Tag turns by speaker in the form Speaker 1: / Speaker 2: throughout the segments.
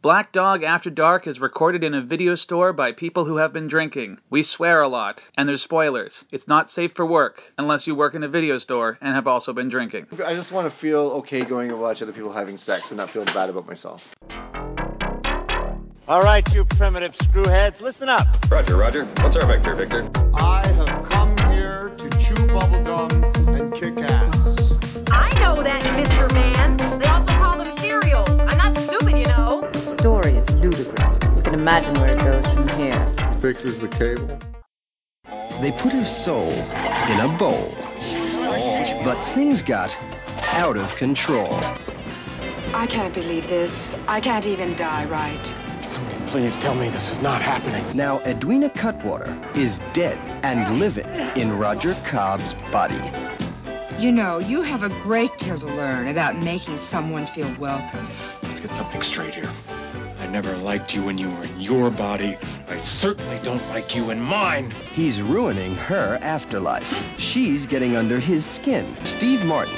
Speaker 1: Black Dog After Dark is recorded in a video store by people who have been drinking. We swear a lot, and there's spoilers. It's not safe for work unless you work in a video store and have also been drinking.
Speaker 2: I just want to feel okay going and watch other people having sex and not feel bad about myself.
Speaker 3: All right, you primitive screwheads, listen up.
Speaker 4: Roger, Roger. What's our vector, Victor?
Speaker 5: I have come here to chew bubblegum and kick ass.
Speaker 6: I know that, Mr. Man. They also call them cereals. I'm not stupid, you know.
Speaker 7: The story is ludicrous. You can imagine where it goes from here.
Speaker 8: Fixes the cable.
Speaker 9: They put her soul in a bowl. But things got out of control.
Speaker 10: I can't believe this. I can't even die right.
Speaker 11: Somebody please tell me this is not happening.
Speaker 9: Now, Edwina Cutwater is dead and living in Roger Cobb's body.
Speaker 10: You know, you have a great deal to learn about making someone feel welcome.
Speaker 11: Let's get something straight here. I never liked you when you were in your body. I certainly don't like you in mine.
Speaker 9: He's ruining her afterlife. She's getting under his skin. Steve Martin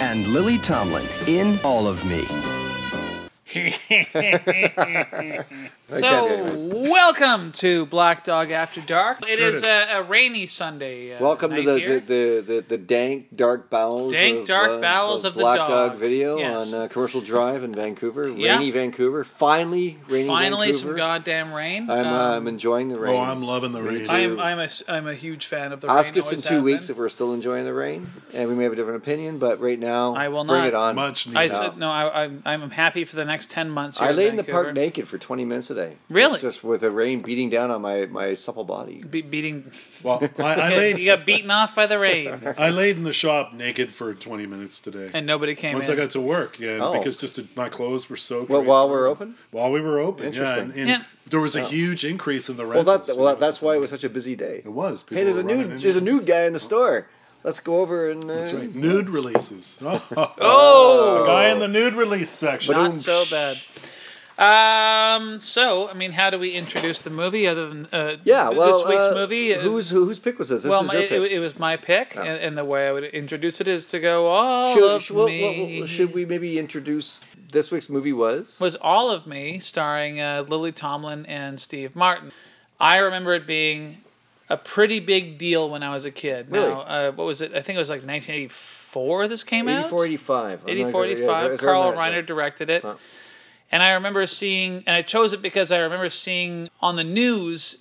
Speaker 9: and Lily Tomlin in All of Me.
Speaker 2: anyways.
Speaker 1: so, welcome to Black Dog After Dark. It is a, a rainy Sunday. Uh,
Speaker 2: Welcome to
Speaker 1: night
Speaker 2: the,
Speaker 1: here.
Speaker 2: the, the, the, the dank, dark bowels.
Speaker 1: Dank,
Speaker 2: of,
Speaker 1: dark
Speaker 2: uh,
Speaker 1: bowels of the
Speaker 2: Black
Speaker 1: dog.
Speaker 2: Dog Video
Speaker 1: Yes.
Speaker 2: on uh, Commercial Drive in Vancouver.
Speaker 1: Yeah.
Speaker 2: Rainy Vancouver. Finally, rainy
Speaker 1: finally
Speaker 2: Vancouver.
Speaker 1: some goddamn rain.
Speaker 2: I'm,
Speaker 1: Um,
Speaker 2: uh, I'm enjoying the rain.
Speaker 8: Oh, I'm loving the rain.
Speaker 1: I'm I'm a s- I'm a huge fan of the
Speaker 2: Ask
Speaker 1: rain.
Speaker 2: us in
Speaker 1: always
Speaker 2: two
Speaker 1: have
Speaker 2: weeks
Speaker 1: been.
Speaker 2: if we're still enjoying the rain, and we may have a different opinion. But right now,
Speaker 1: I will
Speaker 2: bring
Speaker 1: not.
Speaker 2: it on.
Speaker 8: Much needed.
Speaker 1: I said no. I, I'm I'm happy for the next ten months. Here
Speaker 2: I lay in the
Speaker 1: Vancouver.
Speaker 2: park naked for 20 minutes today.
Speaker 1: Really?
Speaker 2: It's just with the rain beating down on my, my supple body.
Speaker 1: Be- beating.
Speaker 8: well, I, I
Speaker 1: you
Speaker 8: laid
Speaker 1: got beaten off by the rain,
Speaker 8: I laid in the shop naked for 20 minutes today.
Speaker 1: and nobody came
Speaker 8: Once
Speaker 1: in.
Speaker 8: I got to work, yeah,
Speaker 2: Oh.
Speaker 8: because just my clothes were soaked.
Speaker 2: Well,
Speaker 8: right
Speaker 2: while
Speaker 8: through.
Speaker 2: we're open?
Speaker 8: While we were open, yeah,
Speaker 2: Interesting.
Speaker 8: and, and
Speaker 1: Yeah.
Speaker 8: there was a huge increase in the
Speaker 2: Well,
Speaker 8: rentals.
Speaker 2: that, well
Speaker 8: you know.
Speaker 2: that's why it was such a busy day.
Speaker 8: it was.
Speaker 2: Hey, there's a nude there's a nude guy in the store. Let's go over and. Uh,
Speaker 8: That's right. Nude releases. Oh,
Speaker 1: oh,
Speaker 8: guy in the nude release section.
Speaker 1: not so bad. Um. So, I mean, how do we introduce the movie other than uh,
Speaker 2: Yeah,
Speaker 1: th-
Speaker 2: well,
Speaker 1: this week's
Speaker 2: uh,
Speaker 1: movie? uh,
Speaker 2: Whose who, whose pick was this? This
Speaker 1: well,
Speaker 2: is
Speaker 1: my,
Speaker 2: your
Speaker 1: it,
Speaker 2: pick.
Speaker 1: it was my pick,
Speaker 2: Oh.
Speaker 1: and, and the way I would introduce it is to go all
Speaker 2: should,
Speaker 1: of
Speaker 2: should, well,
Speaker 1: me.
Speaker 2: well, should we maybe introduce this week's movie was?
Speaker 1: was All of Me, starring uh, Lily Tomlin and Steve Martin. I remember it being a pretty big deal when I was a kid.
Speaker 2: Really?
Speaker 1: Now, uh, what was it? I think it was like 1984 this came out.
Speaker 2: 84, 85. I'm not
Speaker 1: Eighty
Speaker 2: sure.
Speaker 1: four
Speaker 2: Yeah,
Speaker 1: eighty
Speaker 2: is
Speaker 1: five.
Speaker 2: there-
Speaker 1: Carl
Speaker 2: is there
Speaker 1: Reiner
Speaker 2: that-
Speaker 1: directed it.
Speaker 2: Huh.
Speaker 1: And I remember seeing, and I chose it because I remember seeing on the news,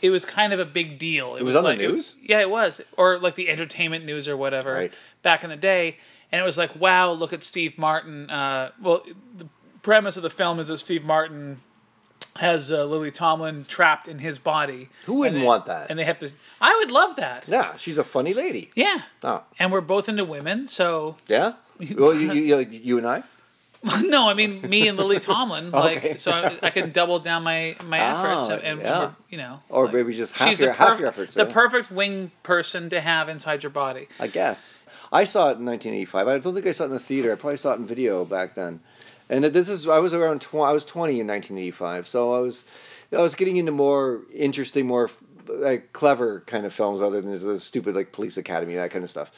Speaker 1: it was kind of a big deal. It,
Speaker 2: was on the
Speaker 1: like, it-
Speaker 2: news?
Speaker 1: yeah, it was. Or like the entertainment news or whatever
Speaker 2: Right.
Speaker 1: back in the day. And it was like, wow, look at Steve Martin. Uh, well, the premise of the film is that Steve Martin has uh, Lily Tomlin trapped in his body.
Speaker 2: Who wouldn't
Speaker 1: And they-
Speaker 2: want that?
Speaker 1: And they have to. I would love that.
Speaker 2: Yeah, she's a funny lady.
Speaker 1: Yeah.
Speaker 2: Oh,
Speaker 1: And we're both into women, so
Speaker 2: yeah. Well, you, you, you- you and I.
Speaker 1: no, I mean me and Lily Tomlin. Like,
Speaker 2: Okay.
Speaker 1: so I, I can double down my my efforts,
Speaker 2: Ah,
Speaker 1: and, and
Speaker 2: yeah.
Speaker 1: we're- you know,
Speaker 2: Or
Speaker 1: like,
Speaker 2: maybe just half
Speaker 1: she's
Speaker 2: your-
Speaker 1: the
Speaker 2: half
Speaker 1: perf-
Speaker 2: your efforts,
Speaker 1: The
Speaker 2: yeah.
Speaker 1: perfect wing person to have inside your body.
Speaker 2: I guess. I saw it in 1985. I don't think I saw it in the theater. I probably saw it in video back then. And this is I was around tw- I was 20 in 1985, so I was I was getting into more interesting, more like clever kind of films other than the stupid like Police Academy that kind of stuff.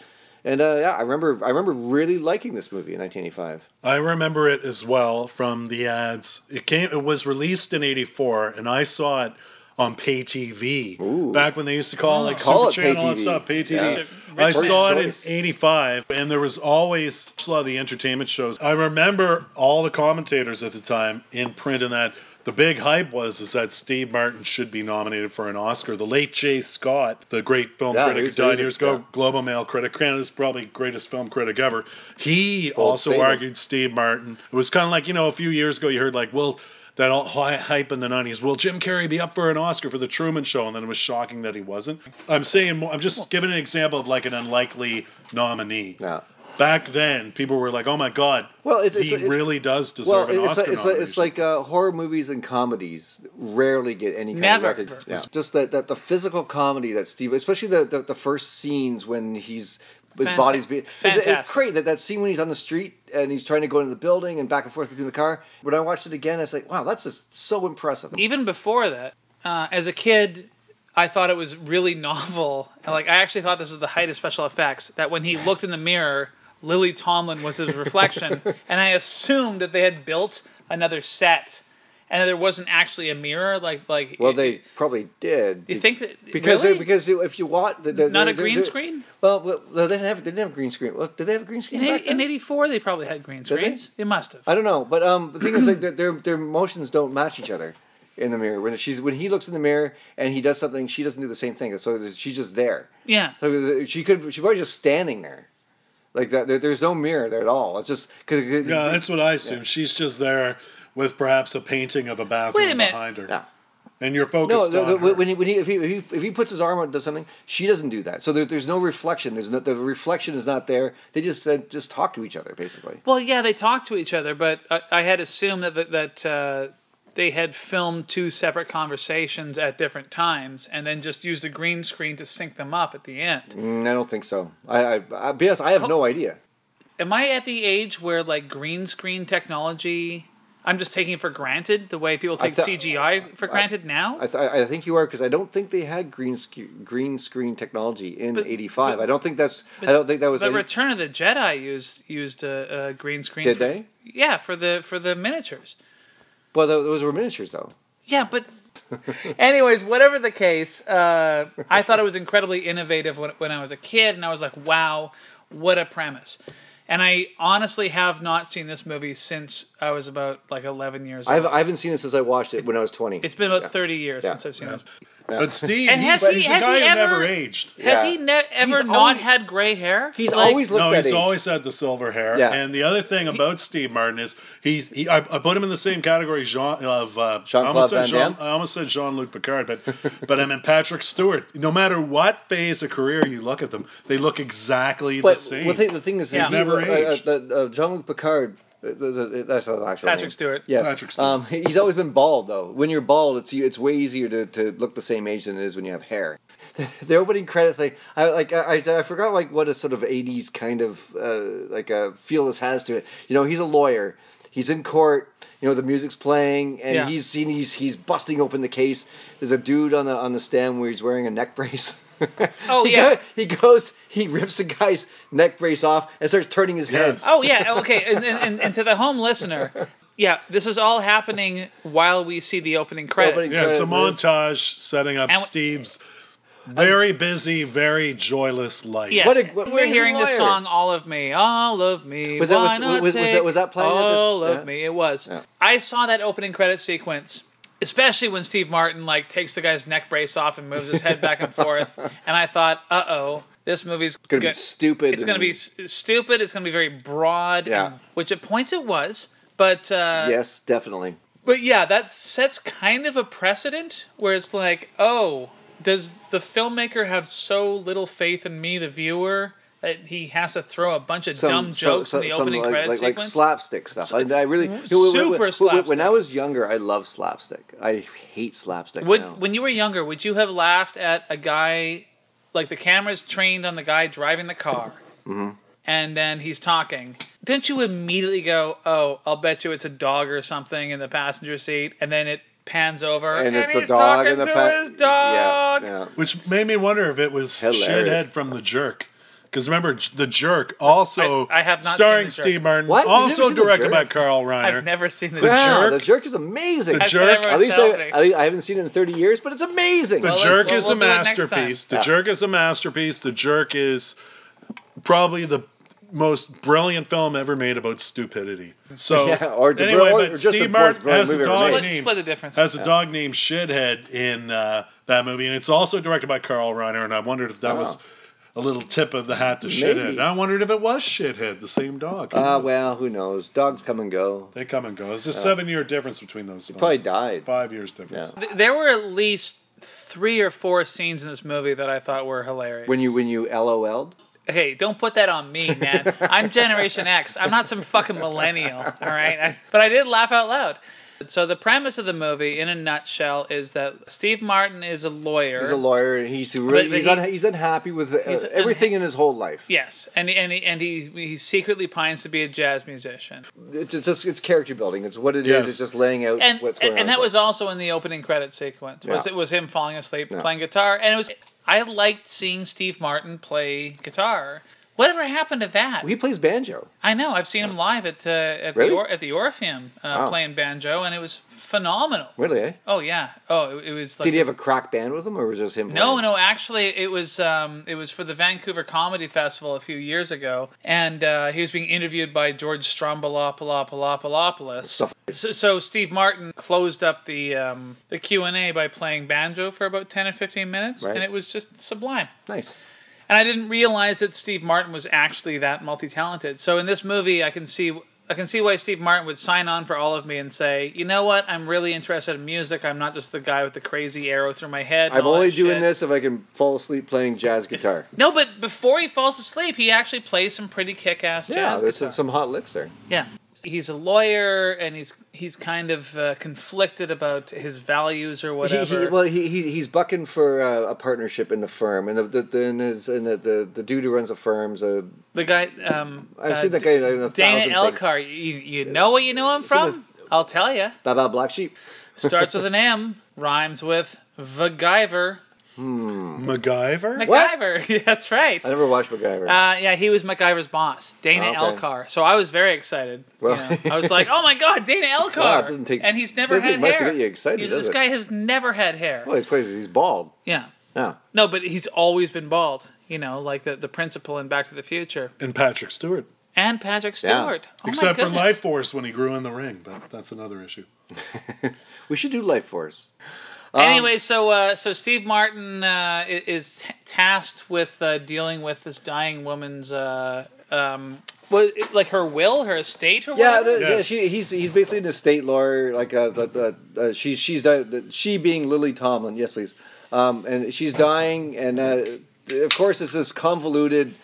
Speaker 2: And uh, yeah, I remember I remember really liking this movie in 1985.
Speaker 8: I remember it as well from the ads. It came. It was released in '84, and I saw it on pay TV
Speaker 2: Ooh.
Speaker 8: back when they used to call it like
Speaker 2: Call
Speaker 8: Super
Speaker 2: it pay
Speaker 8: Channel and
Speaker 2: TV.
Speaker 8: stuff. Pay
Speaker 2: Yeah.
Speaker 8: TV.
Speaker 1: Yeah.
Speaker 8: I
Speaker 1: First
Speaker 8: saw
Speaker 2: choice.
Speaker 8: it in '85, and there was always a lot of the entertainment shows. I remember all the commentators at the time in print and that. The big hype was is that Steve Martin should be nominated for an Oscar. The late Jay Scott, the great film
Speaker 2: Yeah,
Speaker 8: critic
Speaker 2: he's-
Speaker 8: who died
Speaker 2: he's a-
Speaker 8: years ago,
Speaker 2: yeah.
Speaker 8: Global Mail critic, Canada's probably greatest film critic ever. He
Speaker 2: Old
Speaker 8: also
Speaker 2: favorite.
Speaker 8: argued Steve Martin. It was kind of like you know a few years ago you heard like well that all high hype in the 90s will Jim Carrey be up for an Oscar for the Truman Show and then it was shocking that he wasn't. I'm saying more- I'm just giving an example of like an unlikely nominee.
Speaker 2: Yeah.
Speaker 8: Back then people were like oh my god
Speaker 2: Well, it's-
Speaker 8: he
Speaker 2: it's- it's-
Speaker 8: really does deserve
Speaker 2: Well,
Speaker 8: an
Speaker 2: it's
Speaker 8: Oscar
Speaker 2: like, it's like,
Speaker 8: nomination.
Speaker 2: it's like uh, horror movies and comedies rarely get any kind
Speaker 1: Never.
Speaker 2: of recognition. Yeah. Just that, that the physical comedy that Steve, especially the the, the first scenes when he's his
Speaker 1: Fanta-
Speaker 2: body's being it's- it's
Speaker 1: fantastic.
Speaker 2: great that that scene when he's on the street and he's trying to go into the building and back and forth between the car. When I watched it again, it's like wow, that's just so impressive.
Speaker 1: Even before that, uh, as a kid, I thought it was really novel. And, like I actually thought this was the height of special effects. That when he looked in the mirror, Lily Tomlin was his reflection, and I assumed that they had built another set. and there wasn't actually a mirror. Like like.
Speaker 2: Well, they probably did.
Speaker 1: Do you think that
Speaker 2: because
Speaker 1: really?
Speaker 2: they- because if you watch the, the,
Speaker 1: Not
Speaker 2: the-
Speaker 1: a
Speaker 2: the-
Speaker 1: green
Speaker 2: the-
Speaker 1: screen?
Speaker 2: Well, well, no, they didn't have they didn't have green screen. Well, did they have a green screen?
Speaker 1: in,
Speaker 2: back
Speaker 1: eighty,
Speaker 2: then?
Speaker 1: in '84 they probably had green
Speaker 2: Did they?
Speaker 1: screens. They must have.
Speaker 2: I don't know, but um, the thing is like that their their motions don't match each other in the mirror. When she's when he looks in the mirror and he does something, she doesn't do the same thing. So she's just there.
Speaker 1: Yeah.
Speaker 2: So she could she probably just standing there, like that. There, there's no mirror there at all. It's just because
Speaker 8: Yeah, that's what I assume. She's just there with perhaps a painting of a bathroom
Speaker 2: Wait a minute.
Speaker 8: behind her. And you're focused
Speaker 2: No, no,
Speaker 8: on
Speaker 2: no,
Speaker 8: her.
Speaker 2: when he, when he, if, he, if he if he puts his arm out and does something, she doesn't do that. So there's there's no reflection. There's no the reflection is not there. They just they just talk to each other basically.
Speaker 1: Well, yeah, they talked to each other, but I, I had assumed that that, that uh, they had filmed two separate conversations at different times, and then just used a green screen to sync them up at the end.
Speaker 2: Mm, I don't think so. Oh. I, I, I yes, I have no idea.
Speaker 1: Am I at the age where like green screen technology? I'm just taking it for granted the way people
Speaker 2: I
Speaker 1: take
Speaker 2: thought-
Speaker 1: CGI for granted now.
Speaker 2: I, th- I think you are because I don't think they had green sc- green screen technology in '85. I don't think that's I don't think that was
Speaker 1: the
Speaker 2: any-
Speaker 1: Return of the Jedi used used a, a green screen.
Speaker 2: did
Speaker 1: for-
Speaker 2: they?
Speaker 1: Yeah, for the for the miniatures.
Speaker 2: Well, tho- those were miniatures though.
Speaker 1: Yeah, but anyways, whatever the case, uh, I thought it was incredibly innovative when, when I was a kid, and I was like, wow, what a premise. And I honestly have not seen this movie since I was about like 11 years old.
Speaker 2: I've, I haven't seen it since I watched it when I was 20.
Speaker 1: it's been about 30 years
Speaker 2: Yeah.
Speaker 1: since I've seen this.
Speaker 8: But Steve,
Speaker 1: And
Speaker 8: he-
Speaker 1: has
Speaker 8: but
Speaker 1: he-
Speaker 8: he's
Speaker 1: has
Speaker 8: a guy
Speaker 1: he
Speaker 8: who
Speaker 1: ever-
Speaker 8: never aged.
Speaker 1: Has he ne- ever not
Speaker 8: always-
Speaker 1: had gray hair?
Speaker 8: no, he's always had the silver hair.
Speaker 2: Yeah.
Speaker 8: And the other thing about Steve Martin is he's he, I, I put him in the same category as Jean of uh, I
Speaker 2: Jean-Claude
Speaker 8: almost said
Speaker 2: Van
Speaker 8: Jean,
Speaker 2: Damme?
Speaker 8: I almost said Jean Luc Picard, but but I mean Patrick Stewart. No matter what phase of career you look at them, they look exactly
Speaker 2: But
Speaker 8: the same.
Speaker 2: well, the, thing, the thing is, that
Speaker 8: They've
Speaker 2: he,
Speaker 8: never
Speaker 2: uh,
Speaker 8: aged.
Speaker 2: uh, uh, uh, Jean-Luc Picard. uh, the- the- That's not the actual
Speaker 1: Patrick
Speaker 2: name.
Speaker 1: Stewart.
Speaker 2: Yes.
Speaker 1: Patrick
Speaker 2: Stewart. Um, he's always been bald though. When you're bald, it's it's way easier to, to look the same age than it is when you have hair. the opening credits, like I like I, I, I forgot like what a sort of '80s kind of uh, like a feel this has to it. You know, he's a lawyer. He's in court. You know, the music's playing, and
Speaker 1: Yeah.
Speaker 2: he's seen he's he's busting open the case. There's a dude on the on the stand where he's wearing a neck brace.
Speaker 1: Oh,
Speaker 2: He
Speaker 1: yeah.
Speaker 2: go- he goes, he rips the guy's neck brace off and starts turning his head.
Speaker 1: Oh yeah, okay. And, and, and, and to the home listener, yeah, this is all happening while we see the opening credits.
Speaker 8: yeah,
Speaker 2: uh,
Speaker 8: it's a montage setting up
Speaker 1: And-
Speaker 8: Steve's very busy, very joyless life.
Speaker 1: Yes, we're hearing the song "All of Me, All of Me."
Speaker 8: Was that-
Speaker 1: why
Speaker 8: was-
Speaker 1: not
Speaker 8: was- was that-
Speaker 1: take
Speaker 8: was that playing at this-
Speaker 1: All of
Speaker 8: yeah.
Speaker 1: me, it was. I saw that opening credit sequence, especially when Steve Martin like takes the guy's neck brace off and moves his head back and forth, and I thought, "Uh oh, this movie's
Speaker 2: Gonna be stupid
Speaker 1: It's gonna
Speaker 2: and-
Speaker 1: be s- stupid. It's gonna be very broad.
Speaker 2: Yeah.
Speaker 1: and- which at points it was, but uh,
Speaker 2: yes, definitely.
Speaker 1: but yeah, that sets kind of a precedent where it's like, oh, does the filmmaker have so little faith in me, the viewer, that he has to throw a bunch of dumb
Speaker 2: so-
Speaker 1: jokes
Speaker 2: so-
Speaker 1: in the
Speaker 2: some
Speaker 1: opening
Speaker 2: like,
Speaker 1: credit
Speaker 2: like, like
Speaker 1: sequence?
Speaker 2: slapstick stuff. I, I really
Speaker 1: Super
Speaker 2: when, When
Speaker 1: slapstick.
Speaker 2: I was younger, I loved slapstick. I hate slapstick
Speaker 1: would
Speaker 2: now.
Speaker 1: when you were younger, would you have laughed at a guy like the camera's trained on the guy driving the car
Speaker 2: Mhm.
Speaker 1: and then he's talking? Don't you immediately go, "Oh, I'll bet you it's a dog or something in the passenger seat," and then it pans over
Speaker 2: And it's a
Speaker 1: he's
Speaker 2: dog
Speaker 1: talking
Speaker 2: in the
Speaker 1: to
Speaker 2: pa-
Speaker 1: his dog.
Speaker 8: Which made me wonder if it was
Speaker 2: Hilarious.
Speaker 8: Shithead from The Jerk. Because remember, J- The Jerk also
Speaker 1: I have not
Speaker 8: starring
Speaker 1: seen The Jerk.
Speaker 8: Steve Martin,
Speaker 1: What? You've never
Speaker 8: also
Speaker 1: seen The
Speaker 8: directed
Speaker 1: Jerk?
Speaker 8: by Carl Reiner.
Speaker 1: I've never seen the,
Speaker 8: The
Speaker 1: jerk.
Speaker 8: Jerk.
Speaker 2: The jerk is amazing.
Speaker 8: The That's Jerk- what
Speaker 2: At least,
Speaker 1: everyone
Speaker 2: I, at least I haven't seen it in 30 years, but it's amazing.
Speaker 8: The Jerk is a masterpiece. The Jerk is a masterpiece. The Jerk is probably the most brilliant film ever made about stupidity. So
Speaker 2: Yeah, or the-
Speaker 8: anyway,
Speaker 2: or
Speaker 8: but
Speaker 2: just the
Speaker 8: Steve
Speaker 2: most
Speaker 8: Martin
Speaker 2: brilliant
Speaker 8: has a
Speaker 2: movie ever
Speaker 8: dog
Speaker 2: made. Split-
Speaker 8: named
Speaker 2: split the difference.
Speaker 8: has a
Speaker 2: Yeah.
Speaker 8: dog named Shithead in uh, that movie, and it's also directed by Carl Reiner. And I wondered if that
Speaker 2: Oh.
Speaker 8: was a little tip of the hat to
Speaker 2: Maybe.
Speaker 8: Shithead. And I wondered if it was Shithead, the same dog. Who
Speaker 2: Ah,
Speaker 8: knows?
Speaker 2: well, who knows? Dogs come and go.
Speaker 8: They come and go. There's a
Speaker 2: Yeah.
Speaker 8: seven-year difference between those. He
Speaker 2: probably died.
Speaker 8: Five years difference.
Speaker 1: Th- There were at least three or four scenes in this movie that I thought were hilarious.
Speaker 2: When you when you LOL'd?
Speaker 1: Hey, don't put that on me, man. I'm Generation X. I'm not some fucking millennial, all right? I, but I did laugh out loud. So the premise of the movie, in a nutshell, is that Steve Martin is a lawyer.
Speaker 2: He's a lawyer, and he's really
Speaker 1: But- but
Speaker 2: he's,
Speaker 1: he-
Speaker 2: unha- he's unhappy with uh,
Speaker 1: He's
Speaker 2: everything in his whole life.
Speaker 1: Yes, and and he, and he he secretly pines to be a jazz musician.
Speaker 2: It's it's just it's character building. It's what it is.
Speaker 8: Yes.
Speaker 2: It's just laying out
Speaker 1: and
Speaker 2: what's
Speaker 1: and,
Speaker 2: going on.
Speaker 1: and that was also in the opening credit sequence. Was
Speaker 2: Yeah.
Speaker 1: it was him falling asleep
Speaker 2: Yeah.
Speaker 1: playing guitar, and it was I liked seeing Steve Martin play guitar, Whatever happened to that?
Speaker 2: He plays banjo.
Speaker 1: I know. I've seen him live at uh, at
Speaker 2: Really?
Speaker 1: the or- at the Orpheum uh,
Speaker 2: Wow.
Speaker 1: playing banjo, and it was phenomenal.
Speaker 2: Really? Eh?
Speaker 1: Oh yeah. Oh, it, it was. Like
Speaker 2: Did he have a crock band with him, or was it just him?
Speaker 1: No,
Speaker 2: playing?
Speaker 1: no. Actually, it was um, it was for the Vancouver Comedy Festival a few years ago, and uh, he was being interviewed by George Strombolopolopolopolopoulos.
Speaker 2: Stuff.
Speaker 1: So, so Steve Martin closed up the um, the Q and A by playing banjo for about ten or fifteen minutes,
Speaker 2: Right.
Speaker 1: and it was just sublime.
Speaker 2: Nice.
Speaker 1: And I didn't realize that Steve Martin was actually that multi-talented. So in this movie, I can see I can see why Steve Martin would sign on for all of me and say, you know what, I'm really interested in music. I'm not just the guy with the crazy arrow through my head. and
Speaker 2: I'm
Speaker 1: all
Speaker 2: only
Speaker 1: that
Speaker 2: doing
Speaker 1: shit."
Speaker 2: this if I can fall asleep playing jazz guitar.
Speaker 1: No, but before he falls asleep, he actually plays some pretty kick-ass
Speaker 2: yeah,
Speaker 1: jazz.
Speaker 2: there's some hot licks there.
Speaker 1: Yeah. He's a lawyer, and he's he's kind of uh, conflicted about his values or
Speaker 2: He,
Speaker 1: whatever.
Speaker 2: he, well, he, he he's bucking for uh, a partnership in the firm, and the the the, and his, and the, the, the dude who runs the firm's a.
Speaker 1: the guy, um,
Speaker 2: I've
Speaker 1: uh,
Speaker 2: seen that guy in a
Speaker 1: Dana
Speaker 2: thousand
Speaker 1: Elkar. You, you know where you know him from? I'll tell you.
Speaker 2: Blah blah black sheep.
Speaker 1: Starts with an M, rhymes with MacGyver.
Speaker 2: Hmm.
Speaker 8: MacGyver?
Speaker 1: MacGyver, Yeah, that's right.
Speaker 2: I never watched MacGyver.
Speaker 1: Uh, yeah, he was MacGyver's boss, Dana
Speaker 2: Oh, okay.
Speaker 1: Elkar. So I was very excited. you
Speaker 2: Well-
Speaker 1: know. I was like, oh my god, Dana Elkar.
Speaker 2: Wow, it doesn't take-
Speaker 1: and he's never had
Speaker 2: doesn't take much to
Speaker 1: hair.
Speaker 2: get you excited,
Speaker 1: He's-
Speaker 2: does
Speaker 1: this
Speaker 2: it?
Speaker 1: guy has never had hair.
Speaker 2: well, he plays. He's bald.
Speaker 1: Yeah.
Speaker 2: Yeah.
Speaker 1: No, but he's always been bald. You know, like the the principal in Back to the Future
Speaker 8: And Patrick Stewart.
Speaker 1: and Patrick
Speaker 8: Yeah.
Speaker 1: Stewart. Oh my
Speaker 8: Except for
Speaker 1: goodness.
Speaker 8: Life Force when he grew in the ring, but that's another issue.
Speaker 2: we should do Life Force.
Speaker 1: anyway, so uh, so Steve Martin uh, i- is t- tasked with uh, dealing with this dying woman's. Uh, um, what, like her will, her estate, or
Speaker 2: Yeah,
Speaker 1: whatever.
Speaker 2: no, yeah. She, he's he's basically an estate lawyer. Like uh, uh, uh, she's she's di- the- she being Lily Tomlin. Yes, please. Um, and she's dying, and uh, of course it's this convoluted